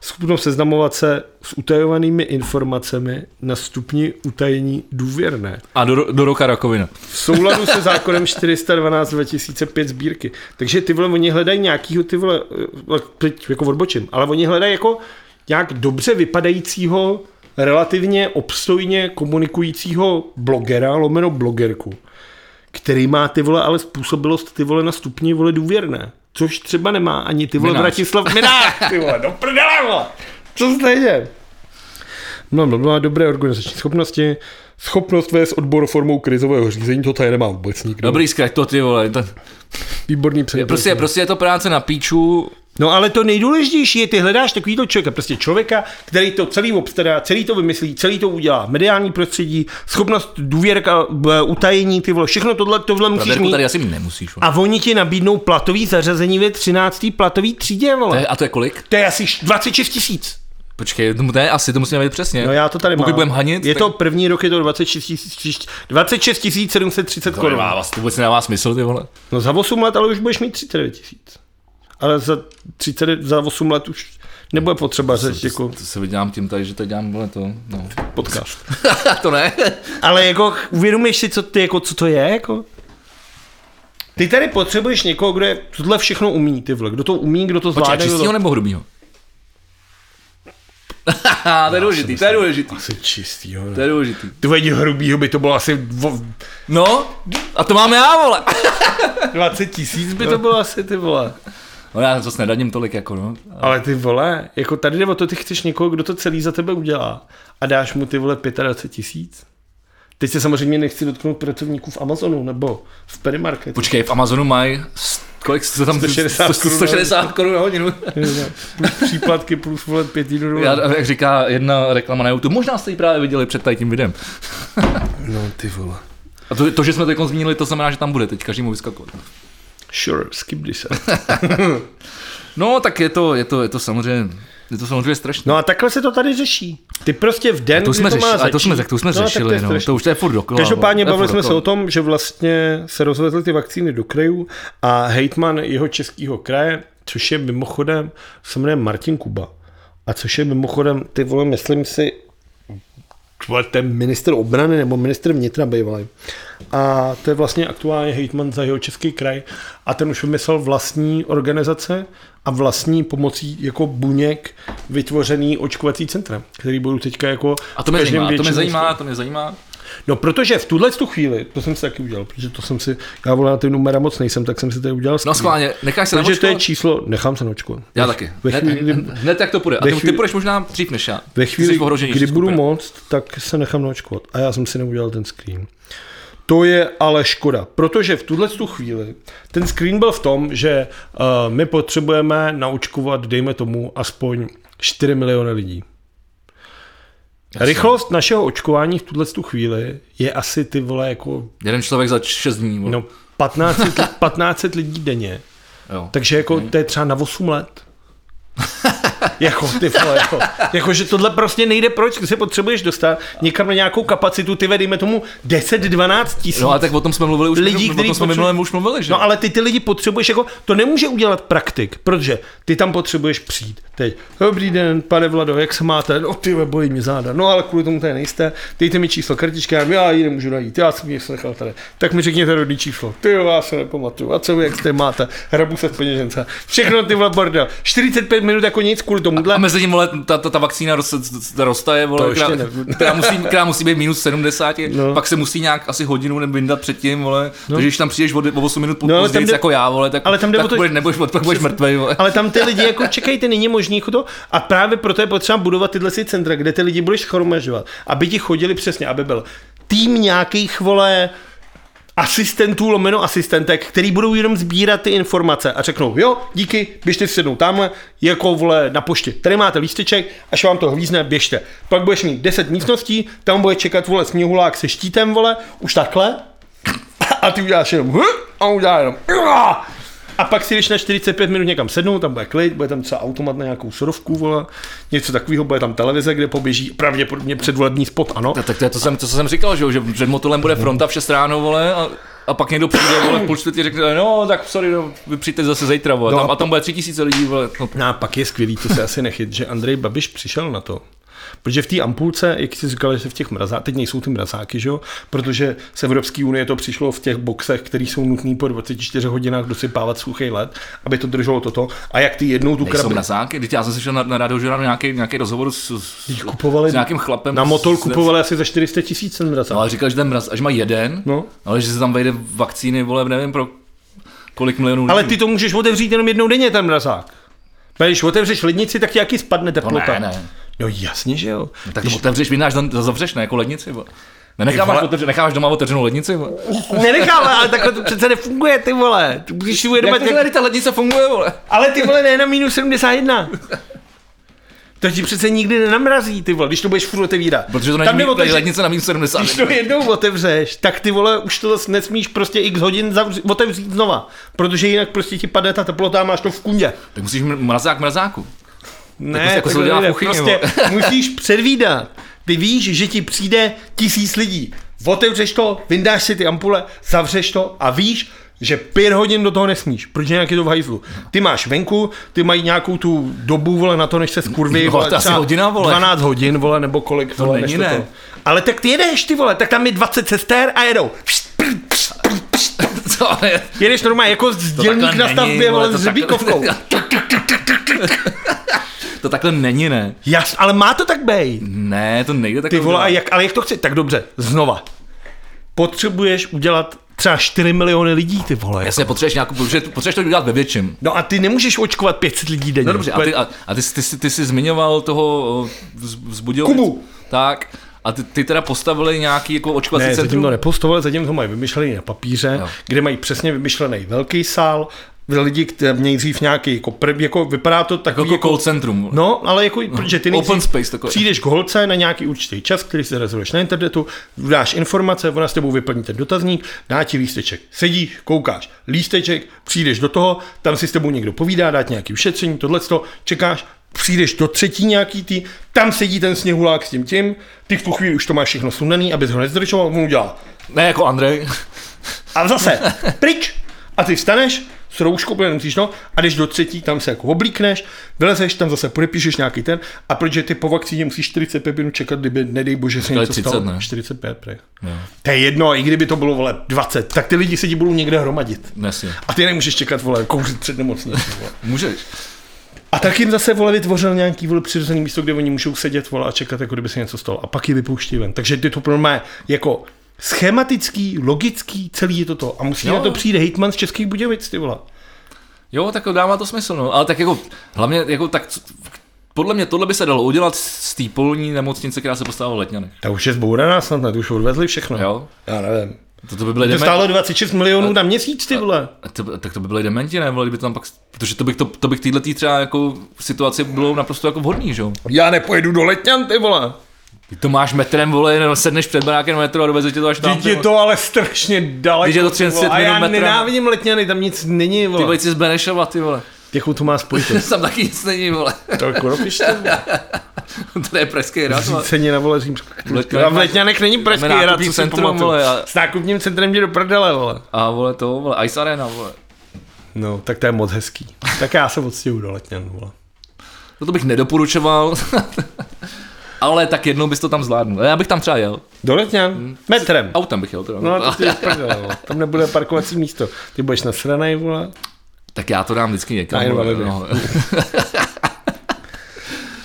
Speaker 1: schopnost seznamovat se s utajovanými informacemi na stupni utajení důvěrné.
Speaker 2: A do, do roka rakovina.
Speaker 1: V souladu se zákonem 412 2005 sbírky. Takže ty vole, oni hledají nějakýho ty vole, eh, teď jako odbočím, ale oni hledají jako nějak dobře vypadajícího, relativně obstojně komunikujícího blogera, lomeno blogerku, který má ty vole, ale způsobilost ty vole na stupni vole důvěrné. Což třeba nemá ani ty vole
Speaker 2: Minář.
Speaker 1: Vratislav Minák, ty vole, do prdele, vole. Co se tady děje? No, no, no, dobré organizační schopnosti, schopnost vést odbor formou krizového řízení, to tady nemá vůbec nikdo.
Speaker 2: Dobrý zkrať to ty vole. To,
Speaker 1: Výborný no. předpis.
Speaker 2: prostě, prostě je to práce na píču.
Speaker 1: No ale to nejdůležitější je, ty hledáš takovýto člověka, prostě člověka, který to celý obstará, celý to vymyslí, celý to udělá, mediální prostředí, schopnost důvěrka, b- utajení, ty vole, všechno tohle, tohle musíš
Speaker 2: Braderku
Speaker 1: mít.
Speaker 2: tady asi nemusíš. Vole.
Speaker 1: A oni ti nabídnou platový zařazení ve 13. platový třídě,
Speaker 2: To
Speaker 1: vole.
Speaker 2: je, Eh, a to je kolik?
Speaker 1: To je asi 26 tisíc.
Speaker 2: Počkej, to, to je asi, to musíme vědět přesně.
Speaker 1: No já to tady
Speaker 2: Pokud
Speaker 1: mám.
Speaker 2: budeme hanit,
Speaker 1: je
Speaker 2: tak-
Speaker 1: to první rok, je to 26 26 730
Speaker 2: To
Speaker 1: korun.
Speaker 2: nemá vás, to vůbec nedává smysl, ty vole.
Speaker 1: No za 8 let, ale už budeš mít 39 tisíc. Ale za, 30, za 8 let už nebude potřeba řešit jako
Speaker 2: To se vydělám tím tady, že to dělám, vole, to, no.
Speaker 1: podcast.
Speaker 2: to ne.
Speaker 1: Ale jako uvědomuješ si, co, ty, jako, co to je? Jako? Ty tady potřebuješ někoho, kdo je, tohle všechno umí, ty vole. Kdo to umí, kdo to
Speaker 2: Počkej,
Speaker 1: zvládne. kdo
Speaker 2: čistýho
Speaker 1: to...
Speaker 2: nebo hrubýho? to je důležitý, to je důležitý.
Speaker 1: Asi čistýho.
Speaker 2: To
Speaker 1: Ne?
Speaker 2: je důležitý.
Speaker 1: Ty vole, hrubýho by to bylo asi dvo-
Speaker 2: No, a to mám já, vole.
Speaker 1: 20 tisíc by to bylo asi, ty vole.
Speaker 2: No já zase nedaním tolik, jako no.
Speaker 1: Ale ty vole, jako tady jde o to, ty chceš někoho, kdo to celý za tebe udělá a dáš mu ty vole 25 tisíc? Teď se samozřejmě nechci dotknout pracovníků v Amazonu nebo v Perimarket.
Speaker 2: Počkej, v Amazonu mají, s- kolik se tam,
Speaker 1: 160 korun na
Speaker 2: 160 korun na hodinu.
Speaker 1: Příplatky plus vole 5 týdnů. dolů.
Speaker 2: Já, jak říká jedna reklama na YouTube, možná jste ji právě viděli před tady tím videem.
Speaker 1: No ty vole.
Speaker 2: A to, to že jsme to zmínili, to znamená, že tam bude teď každému vyskakovat.
Speaker 1: Sure, skip this.
Speaker 2: No, tak je to, je to, je to samozřejmě, je to samozřejmě strašné.
Speaker 1: No a takhle se to tady řeší. Ty prostě v den,
Speaker 2: To
Speaker 1: kdy
Speaker 2: jsme,
Speaker 1: to
Speaker 2: řešili,
Speaker 1: má
Speaker 2: ale
Speaker 1: začít,
Speaker 2: to jsme, tak to už jsme
Speaker 1: tak to
Speaker 2: řešili,
Speaker 1: je
Speaker 2: no,
Speaker 1: strašný.
Speaker 2: to už to je furt dokola.
Speaker 1: Každopádně
Speaker 2: vole, to je
Speaker 1: bavili
Speaker 2: furt
Speaker 1: jsme se
Speaker 2: dokola.
Speaker 1: o tom, že vlastně se rozvezly ty vakcíny do krajů a hejtman jeho českého kraje, což je mimochodem, se jmenuje Martin Kuba. A což je mimochodem, ty vole, myslím si, Tvoje, to je minister obrany nebo minister vnitra bývalý. A to je vlastně aktuálně hejtman za jeho český kraj. A ten už vymyslel vlastní organizace a vlastní pomocí jako buněk vytvořený očkovací centra, který budou teďka jako...
Speaker 2: A to mě zajímá, to mě zajímá, to mě zajímá.
Speaker 1: No protože v tuhle tu chvíli, to jsem si taky udělal, protože to jsem si, já volám na ty numera moc nejsem, tak jsem si tady udělal
Speaker 2: No schválně, necháš se
Speaker 1: Takže to je
Speaker 2: naočkovat?
Speaker 1: číslo, nechám se naočkovat.
Speaker 2: Já taky.
Speaker 1: Ve
Speaker 2: Hned,
Speaker 1: chvíli,
Speaker 2: hned, hned jak to půjde. A
Speaker 1: ve
Speaker 2: ty, ty
Speaker 1: chvíli-
Speaker 2: půjdeš možná dřív než já.
Speaker 1: Ve
Speaker 2: Ty jsi
Speaker 1: chvíli,
Speaker 2: v ohroženější
Speaker 1: kdy budu
Speaker 2: skupině.
Speaker 1: moc, tak se nechám naočkovat. A já jsem si neudělal ten screen. To je ale škoda, protože v tuhle tu chvíli ten screen byl v tom, že uh, my potřebujeme naočkovat, dejme tomu, aspoň 4 miliony lidí. Rychlost našeho očkování v tuhle tu chvíli je asi ty vole jako
Speaker 2: Jeden člověk za 6 dní. vole.
Speaker 1: no, 15, li- 15 lidí denně.
Speaker 2: Jo.
Speaker 1: Takže jako
Speaker 2: Hmm.
Speaker 1: to je třeba na 8 let. jako ty vole, jako, jako, že tohle prostě nejde proč, když se potřebuješ dostat někam na nějakou kapacitu, ty ve, dejme tomu 10-12 tisíc.
Speaker 2: No a tak o tom jsme mluvili už,
Speaker 1: Lidí,
Speaker 2: lidí, o
Speaker 1: který
Speaker 2: tom jsme
Speaker 1: potřebují-
Speaker 2: minulém už mluvili, že?
Speaker 1: No ale ty ty lidi potřebuješ, jako, to nemůže udělat praktik, protože ty tam potřebuješ přijít. Teď, dobrý den, pane Vlado, jak se máte? No ty vole, bolí mě záda. No ale kvůli tomu tady nejste. Dejte mi číslo kartičky, já, já ji nemůžu najít, já jsem ji nechal tady. Tak mi řekněte rodný číslo. Ty jo, já se nepamatuju. A co vy, jak jste máte? Hrabu se z peněžence. Všechno ty vole bordel. 45 minut jako nic kvůli tomuhle.
Speaker 2: A mezi tím, vole, ta, ta, ta vakcína roz, roztaje,
Speaker 1: To
Speaker 2: vole,
Speaker 1: ještě
Speaker 2: která,
Speaker 1: ne.
Speaker 2: která, musí, která musí být minus 70,
Speaker 1: No.
Speaker 2: no. pak se musí nějak asi hodinu nebo vyndat předtím, vole, no. takže když tam přijdeš o, de- o 8 minut po,
Speaker 1: No, ale tam
Speaker 2: no, později
Speaker 1: jde-
Speaker 2: jako já, vole, tak,
Speaker 1: ale tam jde o
Speaker 2: tak
Speaker 1: to,
Speaker 2: budeš,
Speaker 1: že-
Speaker 2: nebudeš, pak budeš mrtvej, vole.
Speaker 1: Ale tam ty lidi jako čekajte, není možný jako to. A právě proto je potřeba budovat tyhle si centra, kde ty lidi budeš chromažovat, aby ti chodili přesně, aby byl tým nějakých vole asistentů, lomeno asistentek, který budou jenom sbírat ty informace a řeknou, jo, díky, běžte si sednout tamhle, jako vole na poště. Tady máte lísteček, až vám to hvízne, běžte. Pak budeš mít 10 místností, tam bude čekat vole sněhulák se štítem, vole, už takhle, a ty uděláš jenom "Hu?" a on udělá jenom "Uah!" a pak si jdeš na 45 minut někam sednout, tam bude klid, bude tam třeba automat na nějakou surovku, vole, něco takového, bude tam televize, kde poběží pravděpodobně předvolební spot, ano.
Speaker 2: No, tak to je to, jsem, to, co jsem říkal, že, jo, že před motolem bude fronta v 6 ráno, vole, a, a pak někdo přijde, vole, v půl čtvrtě řekne, no, tak sorry, no, vy přijďte zase zítra, vole,
Speaker 1: No a
Speaker 2: tam, a tam bude tři tisíce lidí, vole, no,
Speaker 1: No a pak je skvělý, to se asi nechyt, že Andrej Babiš přišel na to. Protože v té ampulce, jak jsi říkal, že v těch mrazách, teď nejsou ty mrazáky, že jo? Protože z Evropské unie to přišlo v těch boxech, které jsou nutné po 24 hodinách dosypávat suchý led, aby to drželo toto. A jak ty jednou tu
Speaker 2: Nejsou
Speaker 1: krabi...
Speaker 2: mrazáky, teď já jsem slyšel na, na rádiu, že nějaký, nějaký rozhovor s, s,
Speaker 1: Teď kupovali
Speaker 2: s nějakým chlapem.
Speaker 1: Na motol
Speaker 2: s-
Speaker 1: kupovali asi za 400 tisíc ten mrazák.
Speaker 2: No, ale říkal, že ten mraz, až má jeden,
Speaker 1: No.
Speaker 2: ale že se tam vejde vakcíny, vole, nevím pro kolik milionů
Speaker 1: Ale
Speaker 2: lidí.
Speaker 1: ty to můžeš otevřít jenom jednou denně, ten mrazák. Protože Když otevřeš lednici, tak ti jaký spadne teplota.
Speaker 2: ne, ne. No
Speaker 1: No jasně, že jo.
Speaker 2: Tak to otevřeš, vynáš, zavřeš, ne, jako lednici, vole. Nenecháváš,
Speaker 1: vole.
Speaker 2: otevře, necháváš doma otevřenou lednici, vole.
Speaker 1: Nenecháme, ale takhle to přece nefunguje, ty vole. Ty Musíš si uvědomit,
Speaker 2: Jak to,
Speaker 1: jak...
Speaker 2: jak... ta lednice funguje, vole?
Speaker 1: Ale ty vole, ne na minus 71. To ti přece nikdy nenamrazí, ty vole, když to budeš furt otevírat.
Speaker 2: Protože to
Speaker 1: Tam
Speaker 2: není
Speaker 1: jde o to,
Speaker 2: tady
Speaker 1: že-
Speaker 2: lednice na minus 70.
Speaker 1: Když to jednou otevřeš, tak ty vole, už to zase nesmíš prostě x hodin zavři, otevřít znova. Protože jinak prostě ti padne ta teplota a máš to v kundě.
Speaker 2: Tak musíš mr- mrazák mrazáku.
Speaker 1: Ne,
Speaker 2: prostě jako se
Speaker 1: takhle
Speaker 2: dělá v
Speaker 1: nejde.
Speaker 2: kuchyni,
Speaker 1: prostě musíš předvídat. Ty víš, že ti přijde tisíc lidí. Otevřeš to, vyndáš si ty ampule, zavřeš to a víš, že pět hodin do toho nesmíš, protože jinak je to v hajzlu. Ty máš venku, ty mají nějakou tu dobu, vole, na to, než se skurví,
Speaker 2: No, to asi
Speaker 1: třeba
Speaker 2: hodina, vole.
Speaker 1: 12 hodin, vole, nebo kolik, to vole,
Speaker 2: není,
Speaker 1: než to
Speaker 2: ne.
Speaker 1: to. Ale tak ty jedeš, ty vole, tak tam je 20 sester a jedou.
Speaker 2: Co je?
Speaker 1: Jedeš normálně jako dělník
Speaker 2: takhle
Speaker 1: na
Speaker 2: není,
Speaker 1: stavbě,
Speaker 2: vole,
Speaker 1: vole,
Speaker 2: to
Speaker 1: s
Speaker 2: takhle-
Speaker 1: řebíkovkou.
Speaker 2: To takhle není, ne?
Speaker 1: Jas, ale má to tak bej.
Speaker 2: Ne, to nejde takhle.
Speaker 1: Ty vole, a
Speaker 2: udělat.
Speaker 1: jak, ale jak to chci? Tak dobře, znova. Potřebuješ udělat třeba 4 miliony lidí, ty vole. jako.
Speaker 2: Jasně, potřebuješ nějakou, protože potřebuješ to udělat ve větším.
Speaker 1: No a ty nemůžeš očkovat 500 lidí denně.
Speaker 2: No dobře, a ty, a, a ty, jsi- ty, jsi- ty jsi zmiňoval toho vzbudil.
Speaker 1: Kubu.
Speaker 2: Tak, a ty, ty teda postavili nějaký jako očkovací
Speaker 1: ne, zatím
Speaker 2: centrum?
Speaker 1: to nepostovali, zatím to mají vymyšlený na papíře,
Speaker 2: Jo.
Speaker 1: jo. kde mají přesně vymyšlený velký sál, lidi, kteří mějí dřív nějaký, jako, prv, jako vypadá to tak
Speaker 2: jako call centrum.
Speaker 1: No, ale jako, protože ty
Speaker 2: Open space takový.
Speaker 1: přijdeš k holce na nějaký určitý čas, který si rezervuješ na internetu, dáš informace, ona s tebou vyplní ten dotazník, dá ti lísteček. Sedíš, koukáš, lísteček, přijdeš do toho, tam si s tebou někdo povídá, dá ti nějaký ušetření, tohle čekáš, přijdeš do třetí nějaký tý, tam sedí ten sněhulák s tím tím, ty v tu chvíli už to máš všechno sundaný, abys ho nezdržoval, on udělá.
Speaker 2: Ne, jako Andrej.
Speaker 1: A zase, pryč. A ty vstaneš, s rouškou, protože nemusíš, no, a jdeš do třetí, tam se jako oblíkneš, vylezeš, tam zase podepíšeš nějaký ten, a protože ty po vakcíně musíš 45 minut čekat, kdyby, nedej bože, se
Speaker 2: Říkali
Speaker 1: něco
Speaker 2: 30,
Speaker 1: stalo.
Speaker 2: ne?
Speaker 1: 45, prej.
Speaker 2: Jo.
Speaker 1: To je jedno, i kdyby to bylo, vole, 20, tak ty lidi se ti budou někde hromadit.
Speaker 2: Dnes je.
Speaker 1: A ty nemůžeš čekat, vole, kouřit před nemocnicí, vole.
Speaker 2: Můžeš.
Speaker 1: A tak jim zase vole vytvořil nějaký vole přirozený místo, kde oni můžou sedět vole a čekat, jako kdyby se něco stalo. A pak je vypouští ven. Takže ty to pro mě jako schematický, logický, celý je to to. A musí
Speaker 2: Jo.
Speaker 1: jo. na to přijít hejtman z Českých Budějovic, ty vole.
Speaker 2: Jo, tak dává to smysl, no. Ale tak jako, hlavně jako tak, co- podle mě tohle by se dalo udělat z té polní nemocnice, která se postavila v Letňanech.
Speaker 1: Ta už je zbouraná snad, ne? To už odvezli všechno.
Speaker 2: Jo?
Speaker 1: Já nevím.
Speaker 2: To, to by byly
Speaker 1: To
Speaker 2: dementi,
Speaker 1: stálo 26 milionů na měsíc, ty vole.
Speaker 2: to, tak to by byly dementi, ne? Vole, kdyby to tam pak, protože to bych, to, to bych týhletý třeba jako situaci bylo naprosto jako vhodný, že jo?
Speaker 1: Já nepojedu do Letňan, ty vole.
Speaker 2: Ty to máš metrem, vole, no, sedneš před barákem na metro a doveze tě to až tam.
Speaker 1: Teď
Speaker 2: ty
Speaker 1: je
Speaker 2: vole.
Speaker 1: to ale strašně daleko.
Speaker 2: Teď je to
Speaker 1: ty vole.
Speaker 2: 30
Speaker 1: A já
Speaker 2: minut metra.
Speaker 1: nenávidím Letňany, tam nic není,
Speaker 2: Ty
Speaker 1: vole.
Speaker 2: vejci z Benešova, ty vole.
Speaker 1: Jakou to má spojitost?
Speaker 2: tam taky nic není, vole.
Speaker 1: to je konopiště, vole.
Speaker 2: to je pražský hrad, vole.
Speaker 1: Cení na vole římskou.
Speaker 2: Letňanech
Speaker 1: A v Letňanech není pražský
Speaker 2: Máme
Speaker 1: hrad,
Speaker 2: nákupní
Speaker 1: co si
Speaker 2: centrum,
Speaker 1: pamatuju.
Speaker 2: vole, a-
Speaker 1: S nákupním centrem jde do prdele, vole.
Speaker 2: A vole to, vole, Ice Arena, vole.
Speaker 1: No, tak to je moc hezký. Tak já se odstěhu do Letňan, vole.
Speaker 2: No to bych nedoporučoval. Ale tak jednou bys to tam zvládnul. Já bych tam třeba jel.
Speaker 1: Do Letňan? Metrem.
Speaker 2: Autem bych jel teda.
Speaker 1: No, to ti je prdele, vole. Tam nebude parkovací místo. Ty budeš nasranej, vole.
Speaker 2: Tak já to dám vždycky někam.
Speaker 1: Nein,
Speaker 2: vole,
Speaker 1: vole,
Speaker 2: no.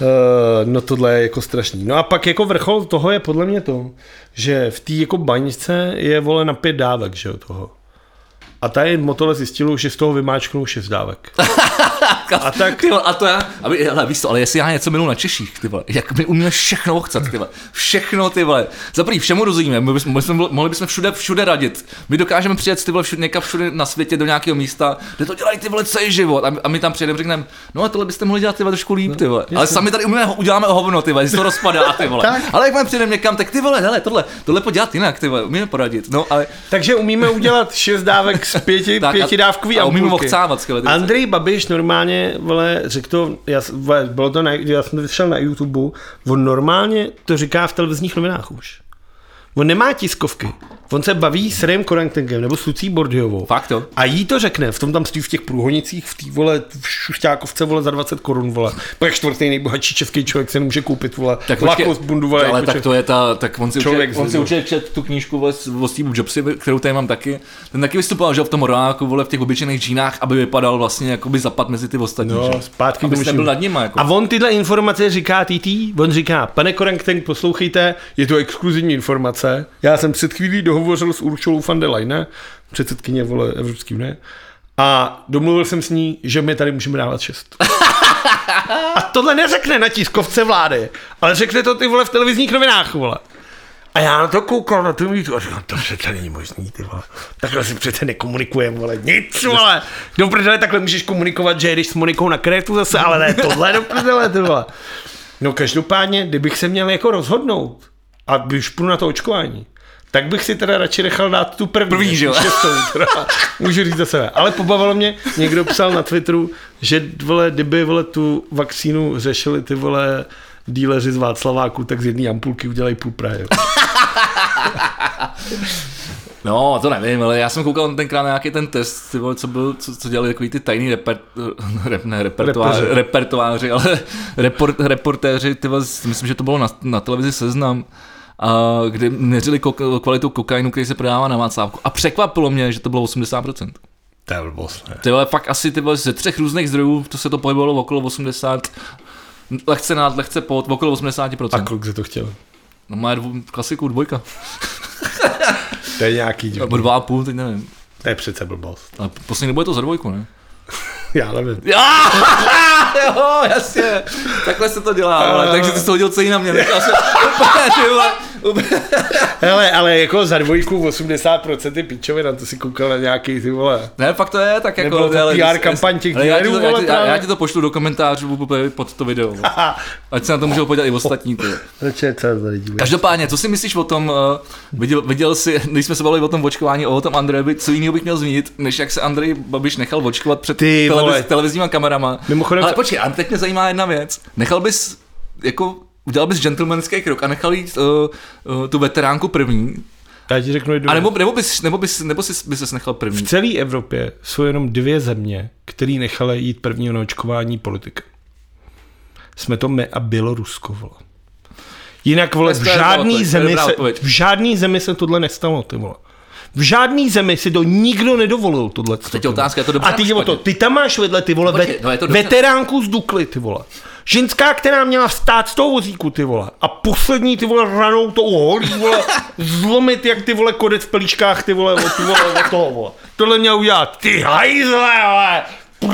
Speaker 1: Eh, no tohle je jako strašný. No a pak jako vrchol toho je podle mě to, že v té jako baňce je vole na pět dávek, že jo, toho. A tady motole zjistilo, že z toho vymáčknou šest dávek. A tak
Speaker 2: Ty vole, a to já, aby, ale víš to, ale jestli já něco milu na Češích, ty vole, jak by uměl všechno ochcat, ty vole, všechno, ty vole, za prvý všemu rozumíme, my bychom, mohli, bychom, mohli bychom všude, všude radit, my dokážeme přijet, ty vole, všude, někam všude na světě do nějakého místa, kde to dělají, ty vole, celý život, a my, a my tam přijedeme, řekneme, no a tohle byste mohli dělat, ty vole, trošku líp, ty vole, ale sami tady umíme, uděláme hovno, ty vole, že se to rozpadá, ty vole,
Speaker 1: No, Tak.
Speaker 2: ale jak my přijedeme někam, tak ty vole, hele, tohle, tohle podělat jinak, ty vole, umíme poradit, no, ale
Speaker 1: Takže umíme udělat šest dávek z pěti,
Speaker 2: Tak a-
Speaker 1: tak, pětidávkový
Speaker 2: a umíme
Speaker 1: ampulky.
Speaker 2: ochcávat, skvěle, ty
Speaker 1: Andrej Babiš normálně, vole, řekl to, já, s- vole, bylo to na, já jsem to šel na YouTube, on normálně to říká v televizních novinách už. On nemá tiskovky. On se baví s Rem Korantengem nebo s Lucí Bordiovou.
Speaker 2: fakt to.
Speaker 1: A jí to řekne, v tom tam stojí v těch průhonicích, v té vole, v šušťákovce vole za 20 korun, vole. Pak čtvrtý nejbohatší český člověk se nemůže koupit, vole, tak lakost bundu, vole,
Speaker 2: ale
Speaker 1: jako
Speaker 2: tak
Speaker 1: če-
Speaker 2: to je ta, tak on si
Speaker 1: Člověk
Speaker 2: člověk on si
Speaker 1: zlezl.
Speaker 2: určitě čet tu knížku vole, s- o Steve Jobsy, kterou tady mám taky. Ten taky vystupoval, že v tom roáku, vole, v těch obyčejných džínách, aby vypadal vlastně, jako by zapad mezi ty ostatní.
Speaker 1: No,
Speaker 2: že?
Speaker 1: zpátky
Speaker 2: Abys
Speaker 1: tomu
Speaker 2: nebyl
Speaker 1: všemu.
Speaker 2: nad nima, jako.
Speaker 1: A on tyhle informace říká TT, on říká, pane Korankten, poslouchejte, je to exkluzivní informace. Já jsem před chvílí dohovořil s Určulou van der Leyen, předsedkyně vole Evropský unie, a domluvil jsem s ní, že my tady můžeme dávat šest. A tohle neřekne na tiskovce vlády, ale řekne to ty vole v televizních novinách, vole. A já na to koukal na tu mítu a říkám, to přece není možný, ty vole. Takhle si přece nekomunikujeme, vole,
Speaker 2: No.
Speaker 1: nic, vole. Do prdele, takhle můžeš komunikovat, že jdeš s Monikou na kretu zase, ale ne tohle do prdele, ty vole. No každopádně, kdybych se měl jako rozhodnout, a když půjdu na to očkování, tak bych si teda radši nechal dát tu první.
Speaker 2: První, že jo?
Speaker 1: šestou, teda. Můžu říct za sebe. Ale pobavilo mě, někdo psal na Twitteru, že vole, kdyby vole, tu vakcínu řešili ty vole díleři z Václaváku, tak z jedné ampulky udělají půl Prahy.
Speaker 2: No, to nevím, ale já jsem koukal tenkrát na nějaký ten test, ty vole, co, byl, co, co dělali takový ty tajný reper, rep, ne, repertoáři,
Speaker 1: Repeři.
Speaker 2: repertoáři, ale report, reportéři, ty vole, s- myslím, že to bylo na, na televizi Seznam, a kde měřili koka- kvalitu kokainu, který se prodává na Václavku. A překvapilo mě, že to bylo 80%.
Speaker 1: To je blbost, ne?
Speaker 2: Ty vole, fakt asi ty vole, ze třech různých zdrojů to se to pohybovalo okolo 80, lehce nad, lehce pod, okolo 80%.
Speaker 1: A
Speaker 2: Tak.
Speaker 1: kolik se to chtěl?
Speaker 2: No má dvou, klasiku dvojka,
Speaker 1: To je nějaký divný.
Speaker 2: nebo dva a půl, teď nevím.
Speaker 1: To je přece blbost.
Speaker 2: Ale poslední dobou je to za dvojku, ne?
Speaker 1: Já nevím.
Speaker 2: Já, jo, jasně, takhle se to dělá, ale, takže ty jsi to hodil celý na mě. nechal jsem- Úplně, ty vole, úplně.
Speaker 1: Hele, ale jako za dvojku 80% je pičovina, to si koukal na nějaký ty vole.
Speaker 2: Ne, fakt to je tak jako...
Speaker 1: Nebylo to
Speaker 2: ale-
Speaker 1: PR kampaň těch
Speaker 2: ale já, ti to,
Speaker 1: dealerů,
Speaker 2: já, ti,
Speaker 1: vole,
Speaker 2: já, já
Speaker 1: právě.
Speaker 2: ti to pošlu do komentářů úplně pod to video. vole. Ať se na to můžou podívat i ostatní. Ty. vole.
Speaker 1: Začne celé tady dívat.
Speaker 2: Každopádně, co si myslíš o tom, eh, viděl, viděl jsi, když jsme se bavili o tom očkování, o tom Andrejovi, co jiného bych měl zmínit, než jak se Andrej Babiš nechal očkovat před
Speaker 1: Ty vole.
Speaker 2: televiz, televizníma kamerama.
Speaker 1: Mimochodem-
Speaker 2: Ale počkej, a teď mě zajímá jedna věc. Nechal bys, jako, udělal bys gentlemanský krok a nechal jít uh, uh, tu eh, veteránku první,
Speaker 1: Já ti řeknu jednu
Speaker 2: A nebo,
Speaker 1: věc.
Speaker 2: nebo, bys, nebo, bys, nebo jsi, by ses nechal
Speaker 1: V
Speaker 2: první.
Speaker 1: celé Evropě jsou jenom dvě země, které nechaly jít prvního na očkování politika. Jsme to my a Bělorusko, vole. Jinak, vole,
Speaker 2: To
Speaker 1: v
Speaker 2: je dobrá
Speaker 1: žádný,
Speaker 2: odpověď, to je
Speaker 1: zemi
Speaker 2: dobrá
Speaker 1: se,
Speaker 2: odpověď.
Speaker 1: v žádný zemi se tohle nestalo, ty vole. V žádný zemi si to nikdo nedovolil, tohle.
Speaker 2: Teď je otázka, je to dobře
Speaker 1: A ty,
Speaker 2: nebo
Speaker 1: o to,
Speaker 2: špatně?
Speaker 1: Jako, ty tam máš vedle, ty vole,
Speaker 2: Počkej, no, je
Speaker 1: ve,
Speaker 2: to dobře.
Speaker 1: veteránku z Dukly, ty vole. Ženská, která měla vstát z toho vozíku, ty vole. A poslední, ty vole, ranou tou holí, vole, zlomit, jak ty vole, kodec v pelíčkách, ty vole, od, ty vole, od toho, vole. Tohle měl udělat, ty hajzle, vole,